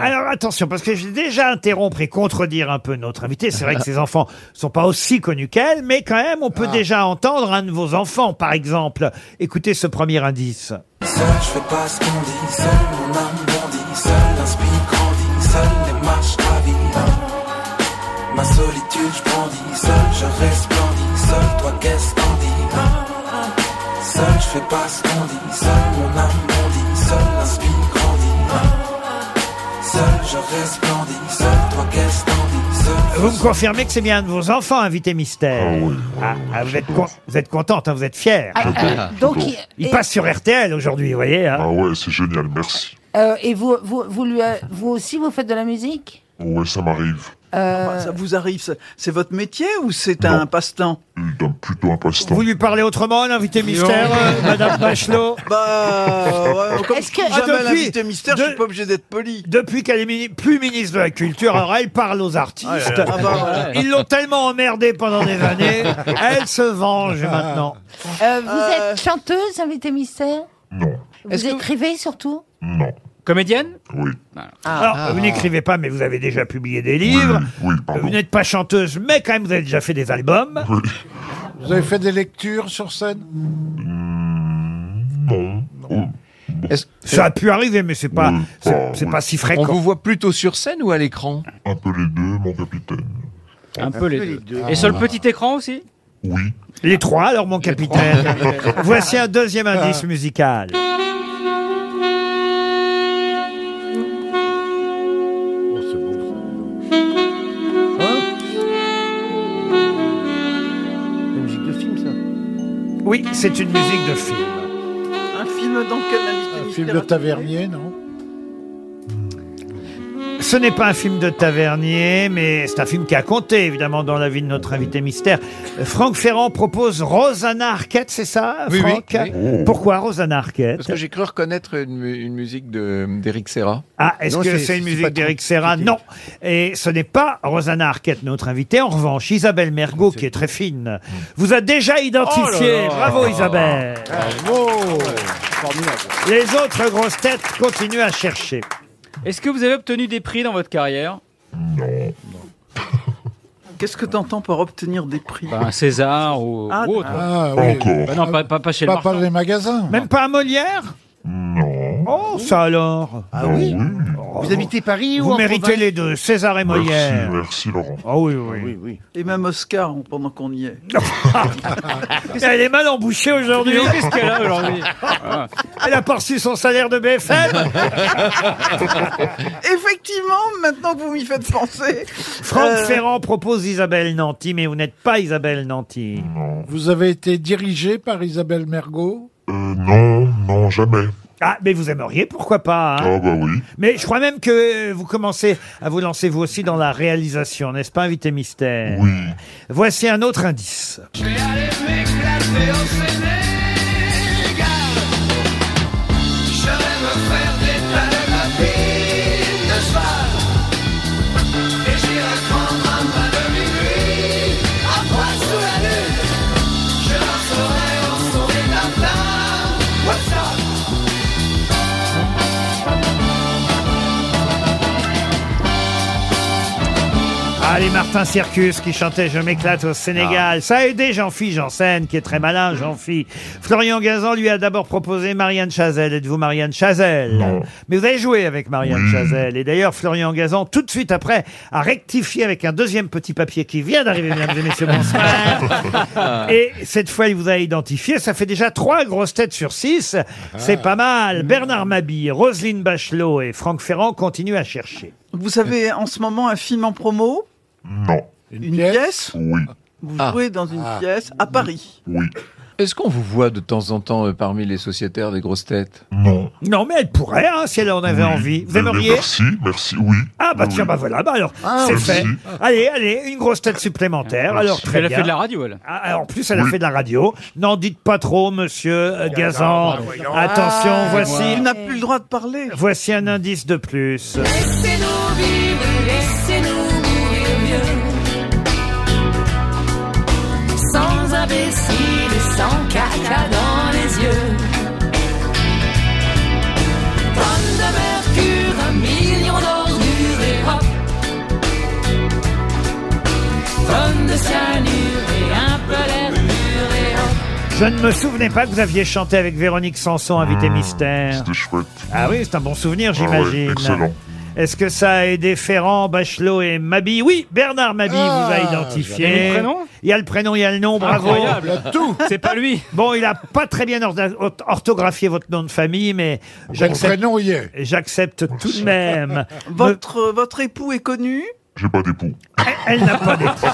Speaker 2: alors, attention, parce que j'ai déjà interrompre et contredire un peu notre invité. C'est vrai que ses enfants sont pas aussi connus qu'elle, mais quand même, on peut déjà entendre un de vos enfants, par exemple. Écoutez ce premier indice.
Speaker 16: Seul, je fais pas ce qu'on dit. Seul, mon âme bondit. Seul, l'inspire grandit. Seul, les marches gravit. Ma solitude, je brandis. Seul, je resplendis. Seul, toi, qu'est-ce qu'on dit Seul, je fais pas ce qu'on dit. Seul, mon âme bondit. Seul, l'inspire grandit. Seul, je resplendis. Seul, toi, qu'est-ce qu'on dit Seul,
Speaker 2: Vous me confirmez que c'est bien un de vos enfants, invité mystère. Ah, ah, vous, êtes con- vous êtes contente, hein, vous êtes fière.
Speaker 4: Ah, ah, donc, il-
Speaker 2: il
Speaker 4: et-
Speaker 2: passe sur RTL aujourd'hui, vous voyez. Ah ouais, c'est génial, merci.
Speaker 4: Euh, et vous, vous, vous, lui, euh, vous aussi, vous faites de la musique
Speaker 2: Oh
Speaker 7: Ouais, ça m'arrive.
Speaker 4: Euh,
Speaker 7: Ah, Ça vous arrive ça- C'est votre métier ou c'est un passe-temps
Speaker 2: Plutôt Vous lui parlez autrement, l'invité mystère, euh, Madame (laughs) Bachelot
Speaker 7: Bah, ouais, comme
Speaker 4: Est-ce
Speaker 7: je suis
Speaker 4: que-
Speaker 7: jamais
Speaker 2: Ah, depuis-
Speaker 7: l'invité mystère, je
Speaker 2: de-
Speaker 7: suis pas obligé d'être poli.
Speaker 2: Depuis qu'elle est mini- plus ministre de la Culture, alors elle parle aux artistes.
Speaker 7: Ah, là, là. Ah, bah, voilà.
Speaker 2: Ils l'ont tellement emmerdée pendant des années, elle se venge maintenant.
Speaker 4: euh, vous êtes chanteuse, invité mystère Non. Vous écrivez surtout
Speaker 15: Comédienne
Speaker 2: Oui. Alors,
Speaker 15: Ah.
Speaker 2: vous n'écrivez pas, mais vous avez déjà publié des livres. vous n'êtes pas chanteuse, mais quand même, vous avez déjà fait des albums.
Speaker 5: Vous avez fait des lectures sur scène
Speaker 2: Ah
Speaker 16: Oh,
Speaker 2: Ça a pu arriver, mais c'est pas, c'est- c'est pas si fréquent.
Speaker 6: On vous voit plutôt sur scène ou à l'écran
Speaker 18: Un peu les deux, mon capitaine.
Speaker 15: Un peu les deux. Et
Speaker 3: Ah,
Speaker 15: sur le petit écran aussi
Speaker 2: Les trois, alors, mon capitaine.
Speaker 15: trois. (laughs)
Speaker 2: Voici un deuxième indice
Speaker 15: Ah.
Speaker 2: musical.
Speaker 9: La musique de film, ça.
Speaker 2: Oui, c'est une musique de film.
Speaker 7: Un film dans lequel l'invité mystère.
Speaker 5: Film de Tavernier, non
Speaker 2: Ce n'est pas un film de tavernier, mais c'est un film qui a compté, évidemment, dans la vie de notre invité mystère. Euh, Franck Ferrand propose Rosanna Arquette, c'est ça,
Speaker 6: Oui, oui,
Speaker 2: Franck
Speaker 6: oui.
Speaker 2: Pourquoi Rosanna Arquette
Speaker 6: Parce que j'ai cru reconnaître une, mu- une musique de- d'Eric Serra.
Speaker 2: Ah, est-ce que c'est une musique d'Eric Serra Non. Et ce n'est pas Rosanna Arquette, notre invitée. En revanche, Isabelle Mergot, qui est très fine, vous a déjà
Speaker 7: Oh
Speaker 2: identifié. Bravo, Isabelle.
Speaker 5: Bravo
Speaker 2: Les autres grosses têtes continuent à chercher.
Speaker 15: Est-ce que vous avez obtenu des prix dans votre carrière
Speaker 7: Qu'est-ce que t'entends par obtenir des prix
Speaker 15: Un César ou,
Speaker 7: Ah,
Speaker 15: ou autre
Speaker 7: ah,
Speaker 5: Pas oui.
Speaker 7: encore.
Speaker 15: Bah non, pas, pas- pas chez
Speaker 5: Pas
Speaker 15: le
Speaker 5: par les magasins.
Speaker 2: Même pas un Molière Non. Oh, ça alors Ah oui
Speaker 9: Vous habitez Paris ou
Speaker 2: Vous
Speaker 9: en
Speaker 2: méritez
Speaker 9: province
Speaker 2: les deux, César et Molière.
Speaker 7: merci Laurent.
Speaker 2: Ah oui, oui.
Speaker 7: Et même Oscar hein, pendant qu'on y est. (laughs)
Speaker 2: Elle est mal embouchée aujourd'hui.
Speaker 7: Mais qu'est-ce qu'elle a aujourd'hui
Speaker 2: (laughs) Elle a pas reçu son salaire
Speaker 7: (laughs)
Speaker 2: de BFM.
Speaker 15: Hein
Speaker 7: Effectivement, maintenant que vous m'y faites penser.
Speaker 2: Franck
Speaker 7: euh,
Speaker 2: Ferrand propose Isabelle Nanty, mais vous n'êtes pas Isabelle Nanty.
Speaker 5: Vous avez été dirigé par Isabelle Mergot
Speaker 19: Euh, Non, non, jamais.
Speaker 2: Ah, mais vous aimeriez, pourquoi pas hein
Speaker 19: Ah bah oui.
Speaker 2: Mais je crois même que vous commencez à vous lancer vous aussi dans la réalisation, n'est-ce pas, invité mystère Oui. Voici un autre indice.
Speaker 16: Je vais me faire des tas de copines de soir Et j'irai prendre un bain de minuit À poil sous la lune Je lancerai au son des tartares What's up
Speaker 2: Ah, les Martin Circus qui chantaient Je m'éclate au
Speaker 19: Ah.
Speaker 2: Sénégal. Ça a aidé Jean-Philippe Janssen, qui est très malin, Jean-Philippe. Florian Gazan lui a d'abord proposé Marianne Chazelle. Êtes-vous Marianne Chazelle Mais vous avez joué avec Marianne Chazelle. Et d'ailleurs, Florian Gazan, tout de suite après, a rectifié avec un deuxième petit papier qui vient d'arriver, mesdames et messieurs, (laughs)
Speaker 15: Ah.
Speaker 2: bonsoir. Et cette fois, il vous a identifié. Ça fait déjà trois grosses têtes sur six.
Speaker 15: Ah.
Speaker 2: C'est pas mal. Bernard Mabille, Roselyne Bachelot et Franck Ferrand continuent à chercher.
Speaker 7: Vous avez en ce moment un film en promo
Speaker 19: Non.
Speaker 7: Une, pièce,
Speaker 19: Oui.
Speaker 7: Vous
Speaker 6: Ah.
Speaker 7: jouez dans une
Speaker 6: Ah.
Speaker 7: pièce à Paris.
Speaker 19: Oui.
Speaker 6: Est-ce qu'on vous voit de temps en temps euh, parmi les sociétaires des grosses têtes
Speaker 19: Non.
Speaker 2: Non, mais elle pourrait, hein, si elle en avait envie. Vous
Speaker 6: Mais- mais
Speaker 2: aimeriez
Speaker 6: Euh, merci.
Speaker 19: Si, merci, oui.
Speaker 2: Ah bah
Speaker 19: Oui,
Speaker 2: tiens,
Speaker 19: oui.
Speaker 2: bah voilà, bah alors
Speaker 19: Ah,
Speaker 2: c'est
Speaker 19: merci.
Speaker 2: fait. Allez, allez, une grosse tête supplémentaire. Alors très
Speaker 15: Ah, Elle a
Speaker 2: bien.
Speaker 15: fait de la radio, elle.
Speaker 2: Ah, ah, en plus, elle a fait de la radio. N'en dites pas trop, monsieur euh, Gazan.
Speaker 15: bah, voyons.
Speaker 2: Attention,
Speaker 15: Ah,
Speaker 2: voici.
Speaker 15: il
Speaker 7: n'a plus le droit de parler.
Speaker 2: Voici un indice de plus.
Speaker 16: Laissez-nous vivre, laissez-nous mourir mieux Sans imbécile et sans caca dans les yeux Tonne de mercure, un million d'ordures et hop Tonne de cyanure et un peu d'air pur et hop
Speaker 2: Je ne me souvenais pas que vous aviez chanté avec Véronique Sanson, invité mystère.
Speaker 19: Hmm, C'était chouette.
Speaker 2: Ah oui, c'est un bon souvenir,
Speaker 19: Ah ouais,
Speaker 2: j'imagine.
Speaker 19: excellent.
Speaker 2: Est-ce que ça a aidé Ferrand, Bachelot et Mabi Oui, Bernard Mabi
Speaker 15: Ah,
Speaker 2: vous a identifié.
Speaker 15: j'adore. Il y a le prénom
Speaker 2: Il y a le prénom, il y a le nom, bravo.
Speaker 15: Incroyable. Il y a tout.
Speaker 2: (laughs) C'est pas lui. Bon, il a pas très bien orda- or- orthographié votre nom de famille, mais j'accepte.
Speaker 5: prénom, il est.
Speaker 2: J'accepte tout de même.
Speaker 7: Votre, euh, votre époux est connu
Speaker 19: J'ai pas d'époux.
Speaker 2: Elle n'a pas d'époux.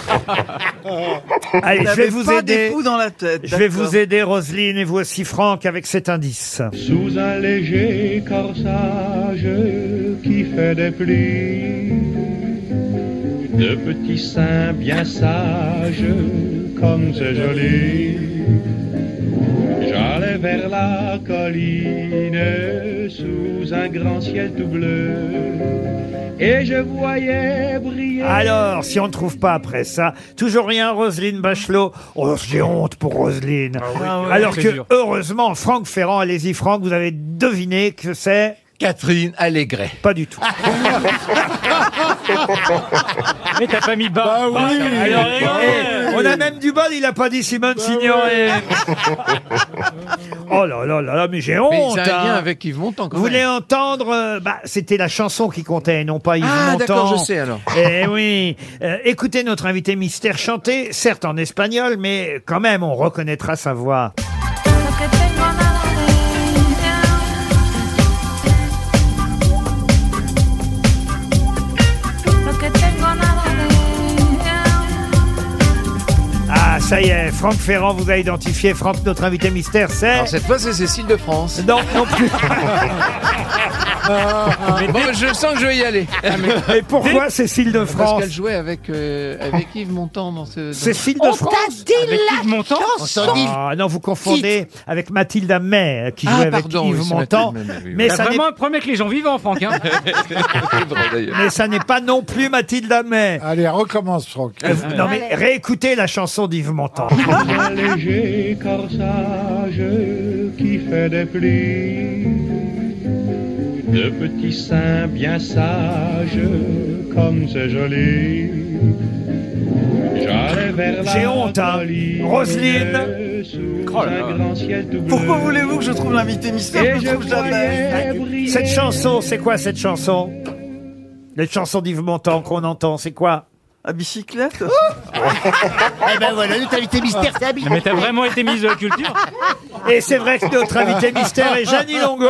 Speaker 7: (laughs)
Speaker 2: Allez, je vais
Speaker 7: n'avez
Speaker 2: vous
Speaker 7: pas
Speaker 2: aider.
Speaker 7: d'époux dans la tête.
Speaker 2: Je vais vous
Speaker 7: d'accord.
Speaker 2: aider, Roselyne, et vous aussi, Franck, avec cet indice.
Speaker 16: Sous un léger corsage qui fait des plis, de petits seins bien sages, comme c'est joli. J'allais vers la colline sous un grand ciel tout bleu, et je voyais briller.
Speaker 2: Alors, si on ne trouve pas après ça, toujours rien, Roselyne Bachelot. Oh, j'ai honte pour Roselyne.
Speaker 15: Ah ouais,
Speaker 2: Alors
Speaker 15: c'est
Speaker 2: que,
Speaker 15: dur.
Speaker 2: (laughs) heureusement, Franck Ferrand, allez-y, Franck, vous avez deviné que c'est.
Speaker 6: Catherine Ah, Allégret.
Speaker 2: Pas du tout.
Speaker 15: Mais t'as pas mis bas.
Speaker 2: Bah oui. eh, on a même du bol, il a pas dit Simone Signoret. oh là là là là, mais j'ai honte.
Speaker 6: Mais il y a un lien
Speaker 2: hein.
Speaker 6: avec Yves Montand quand
Speaker 2: Vous
Speaker 6: même.
Speaker 2: voulez entendre euh, bah, C'était la chanson qui comptait, et non pas Yves
Speaker 6: Ah,
Speaker 2: Montand.
Speaker 6: d'accord, je sais, alors.
Speaker 2: (laughs) Eh oui. Euh, écoutez notre invité mystère chanter, certes en espagnol, mais quand même, on reconnaîtra sa voix.
Speaker 16: Lo que tengo nada de Lo que tengo nada de
Speaker 2: Ah, ça y est, Franck Ferrand vous a identifié. Franck, notre invité mystère, c'est... Alors
Speaker 6: cette fois, c'est Cécile de France.
Speaker 2: Non,
Speaker 6: (laughs)
Speaker 2: non plus.
Speaker 6: Bon, bah, je sens que je vais y aller.
Speaker 2: Ah, Et pourquoi Cécile de France
Speaker 6: Parce qu'elle jouait avec, euh, avec Yves Montand dans ce. Oh, dans-
Speaker 2: Cécile de France
Speaker 6: Avec Yves Montand On t'a dit-
Speaker 2: Ah non, vous confondez avec Mathilde May, euh, qui
Speaker 6: Ah,
Speaker 2: jouait avec
Speaker 6: pardon, oui,
Speaker 2: Yves
Speaker 6: c'est
Speaker 2: Montand.
Speaker 6: Mathilde May, oui, Bah, oui.
Speaker 2: Mais
Speaker 15: T'as
Speaker 2: ça n'est
Speaker 15: vraiment un problème avec les gens vivants, Franck. Hein
Speaker 6: C'est vrai, d'ailleurs.
Speaker 2: mais ça n'est pas non plus Mathilde Amet.
Speaker 5: Allez, recommence, Franck.
Speaker 2: Euh, vous- non mais réécoutez la chanson d'Yves Montand.
Speaker 16: Sous un léger corsage qui fait des plis, de petits seins bien sages, comme c'est joli. J'allais vers la
Speaker 2: J'ai honte, hein.
Speaker 16: colline,
Speaker 2: Roselyne.
Speaker 16: sous
Speaker 2: Oh là là.
Speaker 16: un grand ciel tout bleu.
Speaker 7: Pourquoi voulez-vous que je trouve l'invité mystère
Speaker 16: Et
Speaker 7: Je
Speaker 16: je
Speaker 7: trouve jamais.
Speaker 16: voyais briller
Speaker 2: Cette chanson, c'est quoi cette chanson Les chansons d'Yves Montand qu'on entend, c'est quoi
Speaker 7: À
Speaker 2: (laughs)
Speaker 7: bicyclette
Speaker 9: Eh ben voilà, notre invité mystère, c'est habitué.
Speaker 15: Mais t'as vraiment été mise de
Speaker 2: euh,
Speaker 15: la culture
Speaker 2: Et c'est vrai que notre invité mystère est Jeannie Longo.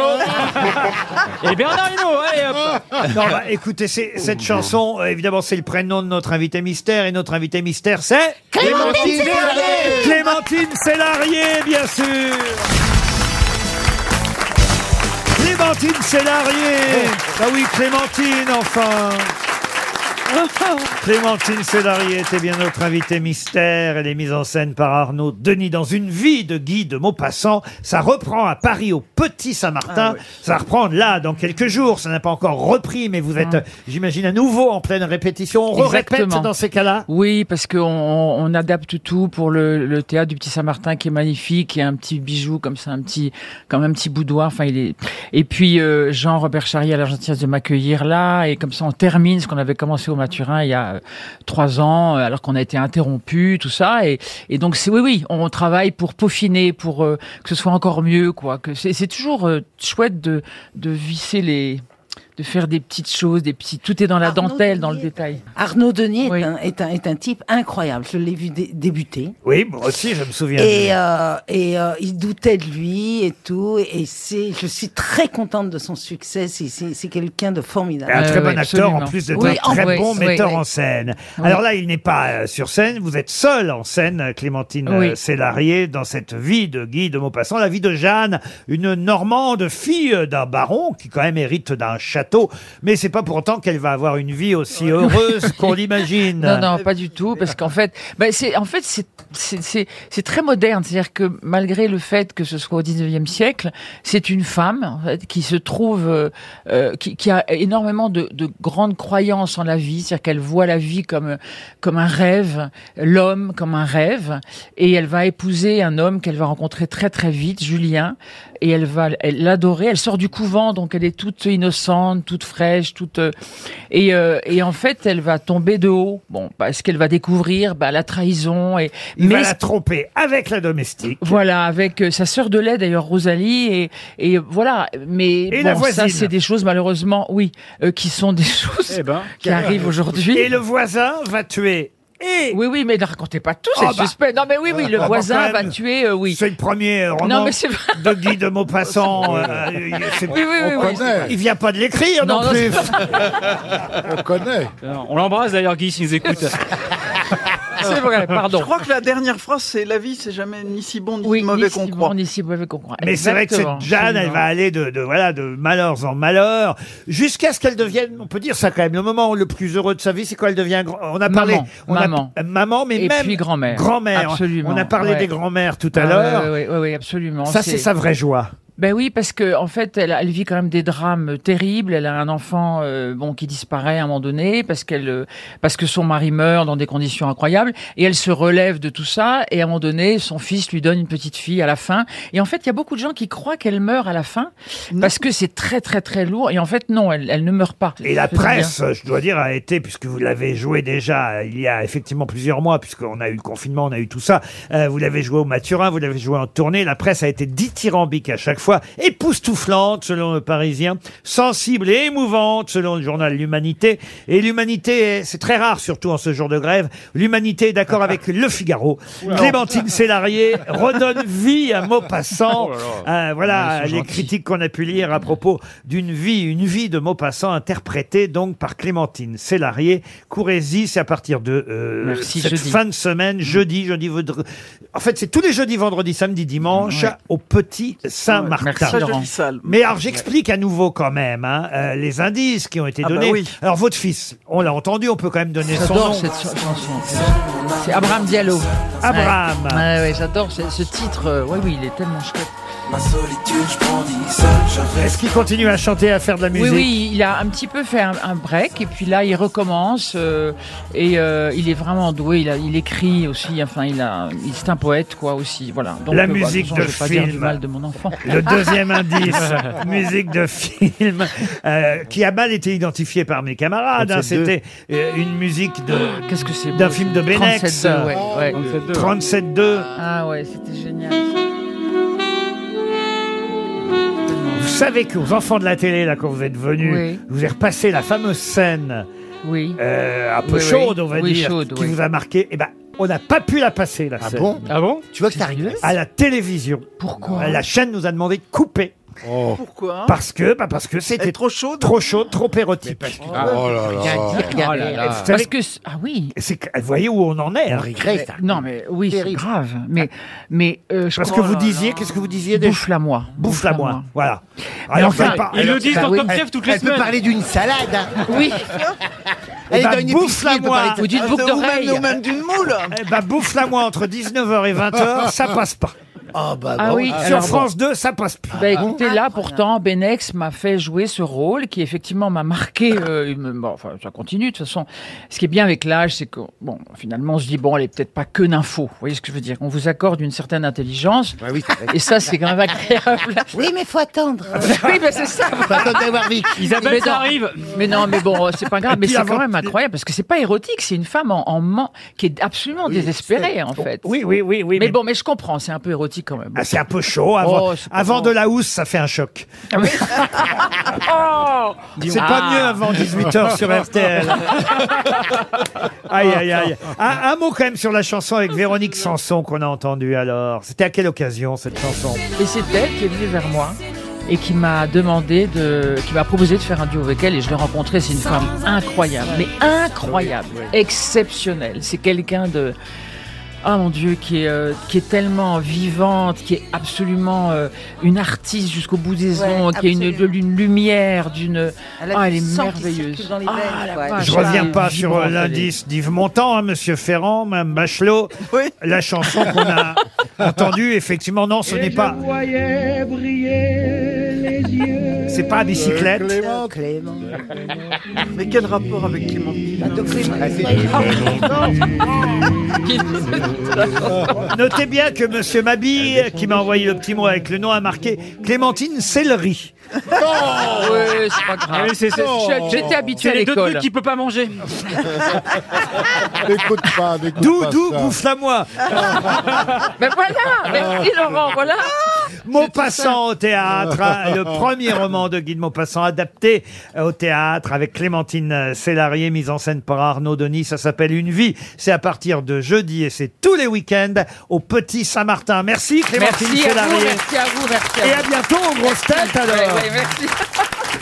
Speaker 15: (laughs) Et Bernard Hinault, allez hop
Speaker 2: Non, bah, écoutez, c'est- cette chanson, euh, évidemment, c'est le prénom de notre invité mystère. Et notre invité mystère, c'est.
Speaker 3: Clémentine Clémentine Célarié
Speaker 2: Clémentine Célarié, bien sûr Clémentine
Speaker 9: Oh.
Speaker 2: Célarié Bah oui, Clémentine, enfin (laughs) Clémentine Célarié était bien notre invitée mystère. Elle est mise en scène par Arnaud Denis dans une vie de Guy de Maupassant. Ça reprend à Paris au Petit Saint-Martin.
Speaker 7: Ah oui.
Speaker 2: Ça va reprendre là dans quelques jours. Ça n'a pas encore repris, mais vous êtes, euh, j'imagine, à nouveau en pleine répétition. On répète
Speaker 20: Exactement.
Speaker 2: dans ces cas-là.
Speaker 20: Oui, parce qu'on on on adapte tout pour le, le théâtre du Petit Saint-Martin qui est magnifique, qui est un petit bijou comme ça, un petit, comme un petit boudoir. Enfin, il est. Et puis euh, Jean Robert Charrier a la gentillesse de m'accueillir là, et comme ça on termine ce qu'on avait commencé au Maturin il y a euh, trois ans, euh, alors qu'on a été interrompu, tout ça. Et, et donc c'est oui, oui, on travaille pour peaufiner, pour euh, que ce soit encore mieux, quoi. Que c'est c'est toujours euh, chouette de de visser les, de faire des petites choses, des petits. Tout est dans la
Speaker 14: Arnaud
Speaker 20: dentelle, dans le
Speaker 14: Denier.
Speaker 20: détail.
Speaker 14: Arnaud Denier est, un, est un- est un type incroyable. Je l'ai vu dé- débuter.
Speaker 2: Oui, moi aussi, je me souviens.
Speaker 14: Et, euh, et euh, il doutait de lui et tout. Et c'est, je suis très contente de son succès. C'est, c'est, c'est quelqu'un de formidable.
Speaker 2: Et un
Speaker 20: Euh,
Speaker 2: très bon acteur en plus d'être
Speaker 14: Oui,
Speaker 2: un très
Speaker 14: oui,
Speaker 2: bon
Speaker 14: oui,
Speaker 2: metteur
Speaker 14: oui.
Speaker 2: en scène.
Speaker 14: Oui.
Speaker 2: Alors là, il n'est pas euh, sur scène, vous êtes seul en scène, euh, Clémentine euh,
Speaker 20: Oui.
Speaker 2: Célarié, dans cette vie de Guy de Maupassant, la vie de Jeanne, une Normande, fille euh, d'un baron qui quand même hérite d'un château, mais c'est pas pour autant qu'elle va avoir une vie aussi
Speaker 20: (laughs)
Speaker 2: heureuse qu'on l'imagine.
Speaker 20: Non, non, pas du tout, parce qu'en fait, ben, c'est, en fait, c'est, c'est, c'est, c'est très moderne. C'est-à-dire que malgré le fait que ce soit au 19e siècle, c'est une femme en fait, qui se trouve, euh, euh, qui, qui a énormément de, de grandes croyances en la vie. C'est-à-dire qu'elle voit la vie comme comme un rêve, l'homme comme un rêve, et elle va épouser un homme qu'elle va rencontrer très très vite, Julien, et elle va elle l'adorer. Elle sort du couvent, donc elle est toute innocente, toute fraîche, toute euh, et, euh, et en fait elle va tomber de haut. Bon, bah, ce qu'elle va découvrir, bah, la trahison et
Speaker 2: Il va la tromper avec la domestique.
Speaker 20: Voilà, avec euh, sa sœur de lait d'ailleurs Rosalie et, et voilà. Mais
Speaker 2: Et
Speaker 20: bon,
Speaker 2: la
Speaker 20: ça
Speaker 2: voisine.
Speaker 20: c'est des choses malheureusement, oui, euh, qui sont des (laughs) choses qui arrivent aujourd'hui.
Speaker 2: Et le voisin va tuer. Et
Speaker 20: oui, oui, mais ne racontez pas tout, c'est
Speaker 2: Ah bah.
Speaker 20: suspect. Non, mais oui, oui, le
Speaker 2: Ah bah,
Speaker 20: voisin
Speaker 2: quand
Speaker 20: va
Speaker 2: même.
Speaker 20: tuer, euh, oui.
Speaker 2: C'est le premier euh, roman
Speaker 20: Non, mais c'est vrai.
Speaker 2: de Guy de
Speaker 20: (laughs)
Speaker 2: Maupassant. euh, euh, c'est-
Speaker 20: Oui, oui, oui,
Speaker 2: on
Speaker 20: oui.
Speaker 2: connaît. Il vient pas de l'écrire non,
Speaker 20: Non, non,
Speaker 2: plus.
Speaker 5: On connaît.
Speaker 15: On l'embrasse d'ailleurs, Guy, s'il nous écoute.
Speaker 20: Ah, C'est vrai, pardon.
Speaker 7: Je crois que la dernière phrase, c'est la vie, c'est jamais ni si bon ni si
Speaker 20: ni
Speaker 7: mauvais
Speaker 20: si
Speaker 7: qu'on
Speaker 20: bon,
Speaker 7: croit.
Speaker 20: ni si mauvais qu'on croit.
Speaker 2: Mais c'est vrai que
Speaker 20: Exactement,
Speaker 2: cette Jeanne, elle
Speaker 20: absolument.
Speaker 2: va aller de, de, voilà, de malheurs en malheurs, jusqu'à ce qu'elle devienne, on peut dire ça quand même, le moment le plus heureux de sa vie, c'est quand elle devient, grand- on a parlé,
Speaker 20: Maman,
Speaker 2: on a-
Speaker 20: maman.
Speaker 2: euh, maman, mais
Speaker 20: Et
Speaker 2: même
Speaker 20: puis grand-mère.
Speaker 2: grand-mère.
Speaker 20: Absolument,
Speaker 2: On a parlé
Speaker 20: ouais.
Speaker 2: des grand-mères tout à
Speaker 20: Ah,
Speaker 2: l'heure.
Speaker 20: ouais, ouais, ouais, ouais, absolument.
Speaker 2: Ça, c'est sa vraie joie.
Speaker 20: Ben oui, parce que en fait, elle, elle vit quand même des drames euh, terribles. Elle a un enfant euh, bon qui disparaît à un moment donné parce qu'elle euh, parce que son mari meurt dans des conditions incroyables et elle se relève de tout ça et à un moment donné, son fils lui donne une petite fille à la fin. Et en fait, il y a beaucoup de gens qui croient qu'elle meurt à la fin parce que c'est très très très lourd. Et en fait, non, elle, elle ne meurt pas.
Speaker 2: Et la
Speaker 20: Je veux dire.
Speaker 2: presse, je dois dire, a été, puisque vous l'avez joué déjà euh, il y a effectivement plusieurs mois, puisqu'on a eu le confinement, on a eu tout ça, euh, vous l'avez joué au Maturin, vous l'avez joué en tournée, la presse a été dithyrambique à chaque fois, époustouflante selon le Parisien, sensible et émouvante selon le journal L'Humanité. Et l'Humanité, est- c'est très rare, surtout en ce jour de grève, l'Humanité est d'accord avec Le Figaro.
Speaker 3: (laughs) Oula.
Speaker 2: Clémentine Célarié redonne vie à
Speaker 3: Oh
Speaker 2: Maupassant.
Speaker 3: là là.
Speaker 2: Euh, voilà
Speaker 3: Ouais, ils sont
Speaker 2: les
Speaker 3: gentils.
Speaker 2: critiques qu'on a pu lire à propos d'une vie, une vie de Maupassant interprétée donc par Clémentine Célarié. Courez-y, c'est à partir de euh,
Speaker 20: Merci,
Speaker 2: cette
Speaker 20: jeudi.
Speaker 2: fin de semaine, jeudi, jeudi, vendredi. En fait, c'est tous les jeudis, vendredis, samedi, dimanche au Petit Saint-Martin.
Speaker 7: Très jolie salle.
Speaker 2: Mais alors j'explique à nouveau quand même hein, euh, les indices qui ont été
Speaker 7: Ah bah
Speaker 2: donnés.
Speaker 7: oui.
Speaker 2: Alors votre fils, on l'a entendu, on peut quand même donner son nom.
Speaker 20: J'adore cette ch- chanson. C'est Abraham Diallo.
Speaker 2: Abraham.
Speaker 20: Ouais, ouais, ouais, j'adore ce, ce titre. euh, Ouais, oui, il est tellement chouette.
Speaker 16: Ma solitude, je brandis seul, je
Speaker 2: Est-ce qu'il continue à chanter, à faire de la musique
Speaker 20: Oui, oui, il a un petit peu fait un, un break et puis là il recommence euh, et euh, il est vraiment doué. Il, a- il écrit aussi. Enfin, il a, il c'est un poète quoi aussi. Voilà.
Speaker 2: La
Speaker 20: euh, voilà,
Speaker 2: musique
Speaker 20: façon,
Speaker 2: de
Speaker 20: je vais pas dire du
Speaker 2: film.
Speaker 20: mal de mon enfant.
Speaker 2: Le
Speaker 20: (laughs)
Speaker 2: deuxième indice, (laughs) musique de film, euh, qui a mal été identifiée par mes camarades. hein.
Speaker 20: 37-2.
Speaker 2: C'était euh, une musique de
Speaker 20: Qu'est-ce que c'est beau,
Speaker 2: d'un film de Benex.
Speaker 20: 37-2, ouais, ouais.
Speaker 2: 37-2.
Speaker 20: Ah ouais, c'était génial.
Speaker 2: Vous savez que aux enfants de la télé, là, quand vous êtes venus,
Speaker 20: Oui.
Speaker 2: je vous ai repassé la fameuse scène
Speaker 20: oui.
Speaker 2: euh, un peu
Speaker 20: Oui, oui.
Speaker 2: chaude, on va
Speaker 20: Oui,
Speaker 2: dire,
Speaker 20: chaude,
Speaker 2: qui
Speaker 20: oui.
Speaker 2: vous a marqué. Eh ben, on n'a pas pu la passer, la scène.
Speaker 9: bon
Speaker 2: ah bon
Speaker 9: Tu vois que ça arrivait
Speaker 2: À la télévision. Pourquoi La chaîne nous a demandé de couper.
Speaker 7: Pourquoi
Speaker 2: Parce que, bah, parce que c'était trop
Speaker 7: chaud,
Speaker 2: trop chaud, trop érotique. Ah, oh
Speaker 20: Rien dire, rien dire. Parce que c- ah oui.
Speaker 2: C'est que- vous voyez où on en est. hein.
Speaker 20: Non mais oui, c'est
Speaker 2: Terrible.
Speaker 20: grave. Mais mais euh, je
Speaker 2: Parce que
Speaker 20: crois-
Speaker 2: vous disiez, qu'est-ce que vous disiez des-
Speaker 20: Bouffe la moi.
Speaker 2: Bouffe la moi. Voilà.
Speaker 20: Mais enfin, ils le disent dans Top
Speaker 9: Elle-
Speaker 20: Chef toutes les
Speaker 9: elle
Speaker 20: semaines.
Speaker 9: peut parler d'une salade.
Speaker 6: (laughs)
Speaker 20: Oui.
Speaker 9: Elle
Speaker 2: Eh
Speaker 9: est
Speaker 2: ben,
Speaker 9: dans une
Speaker 2: bouffe la
Speaker 9: épicerie, elle peut
Speaker 2: moi.
Speaker 9: parler de-
Speaker 7: Ah, d'une moule.
Speaker 2: Eh ben, bouffe la moi entre 19h et 20h, ça passe pas.
Speaker 9: Ah bah
Speaker 20: Ah
Speaker 2: bon.
Speaker 20: oui,
Speaker 2: Sur
Speaker 20: alors bon.
Speaker 2: France 2, ça passe plus.
Speaker 20: Bah écoutez, là pourtant, Benex m'a fait jouer ce rôle qui effectivement m'a marqué. euh, il me- bon, enfin, ça continue de toute façon. Ce qui est bien avec l'âge, c'est que bon, finalement, on se dit bon, elle est peut-être pas que n'info. Vous voyez ce que je veux dire On vous accorde une certaine intelligence. et ça, Bah c'est quand
Speaker 14: (laughs)
Speaker 20: même agréable.
Speaker 14: Oui, mais faut attendre.
Speaker 20: oui, mais c'est ça.
Speaker 14: Isabelle,
Speaker 20: Mais
Speaker 14: ça
Speaker 20: non.
Speaker 14: arrive.
Speaker 20: Mais non, mais bon, euh, c'est pas grave.
Speaker 14: Et
Speaker 20: Mais
Speaker 14: puis
Speaker 20: c'est
Speaker 14: avant-
Speaker 20: quand même incroyable parce que c'est pas érotique. C'est une femme en, en man- qui est absolument désespérée en fait.
Speaker 2: Oui, oui, oui, oui.
Speaker 20: Mais, bon, mais je comprends. C'est un peu érotique quand même.
Speaker 2: Ah, c'est un peu chaud. Avant,
Speaker 20: Oh, c'est pas
Speaker 2: avant
Speaker 20: bon.
Speaker 2: de la housse, ça fait un choc. (laughs) C'est pas
Speaker 20: Ah.
Speaker 2: mieux avant 18h sur RTL. Aïe,
Speaker 20: (laughs)
Speaker 2: aïe, aïe. Un, un mot quand même sur la chanson avec Véronique Sanson qu'on a entendue alors. C'était à quelle occasion cette chanson
Speaker 20: Et c'est elle qui est venue vers moi et qui m'a demandé de, qui m'a proposé de faire un duo avec elle et je l'ai rencontrée. C'est une femme incroyable, mais incroyable, exceptionnelle. C'est quelqu'un de, ah mon Dieu, qui est, euh, qui est tellement vivante, qui est absolument euh, une artiste jusqu'au bout des
Speaker 14: Ouais,
Speaker 20: ongles, qui est une, de
Speaker 14: absolument.
Speaker 20: l'une lumière, d'une,
Speaker 14: Elle a
Speaker 20: ah
Speaker 14: du
Speaker 20: elle est
Speaker 14: sang qui
Speaker 20: merveilleuse.
Speaker 14: circule dans les
Speaker 20: Ah,
Speaker 14: veines,
Speaker 20: la
Speaker 14: ouais.
Speaker 20: vache,
Speaker 2: Je
Speaker 20: elle
Speaker 2: reviens
Speaker 20: est
Speaker 2: pas sur
Speaker 20: vibrante,
Speaker 2: euh,
Speaker 20: elle est-
Speaker 2: l'indice d'Yves Montand, hein, Monsieur Ferrand, Mme Bachelot.
Speaker 20: (laughs)
Speaker 2: La chanson qu'on a entendue, effectivement, non, ce n'est pas.
Speaker 16: voyais briller les yeux.
Speaker 2: C'est pas à bicyclette.
Speaker 7: Mais quel rapport avec Clémentine
Speaker 2: Notez bien que Monsieur Mabille, qui m'a envoyé le petit mot avec le nom, a marqué Clémentine Céleri.
Speaker 15: Oh,
Speaker 20: Ouais, c'est pas grave.
Speaker 2: Oui, c'est- c'est-
Speaker 20: Je- J'étais habitué à
Speaker 15: C'est les deux
Speaker 20: l'école.
Speaker 15: trucs qu'il peut pas manger.
Speaker 5: (laughs) N'écoute pas, n'écoute
Speaker 2: D'où,
Speaker 5: pas
Speaker 2: d'où,
Speaker 5: ça.
Speaker 2: bouffe-la-moi
Speaker 20: Mais Ah, ben voilà, merci Laurent, voilà.
Speaker 2: Maupassant au théâtre, hein,
Speaker 5: (laughs)
Speaker 2: le premier roman de Guy de Maupassant adapté euh, au théâtre avec Clémentine Célarier, mise en scène par Arnaud Denis. Ça s'appelle Une vie. C'est à partir de jeudi et c'est tous les week-ends au Petit Saint-Martin. Merci
Speaker 20: Merci
Speaker 2: Clémentine
Speaker 20: à vous,
Speaker 2: Célarier.
Speaker 20: merci à vous, merci à vous.
Speaker 2: Et à bientôt aux grosses têtes alors.
Speaker 20: Ouais, ouais, merci.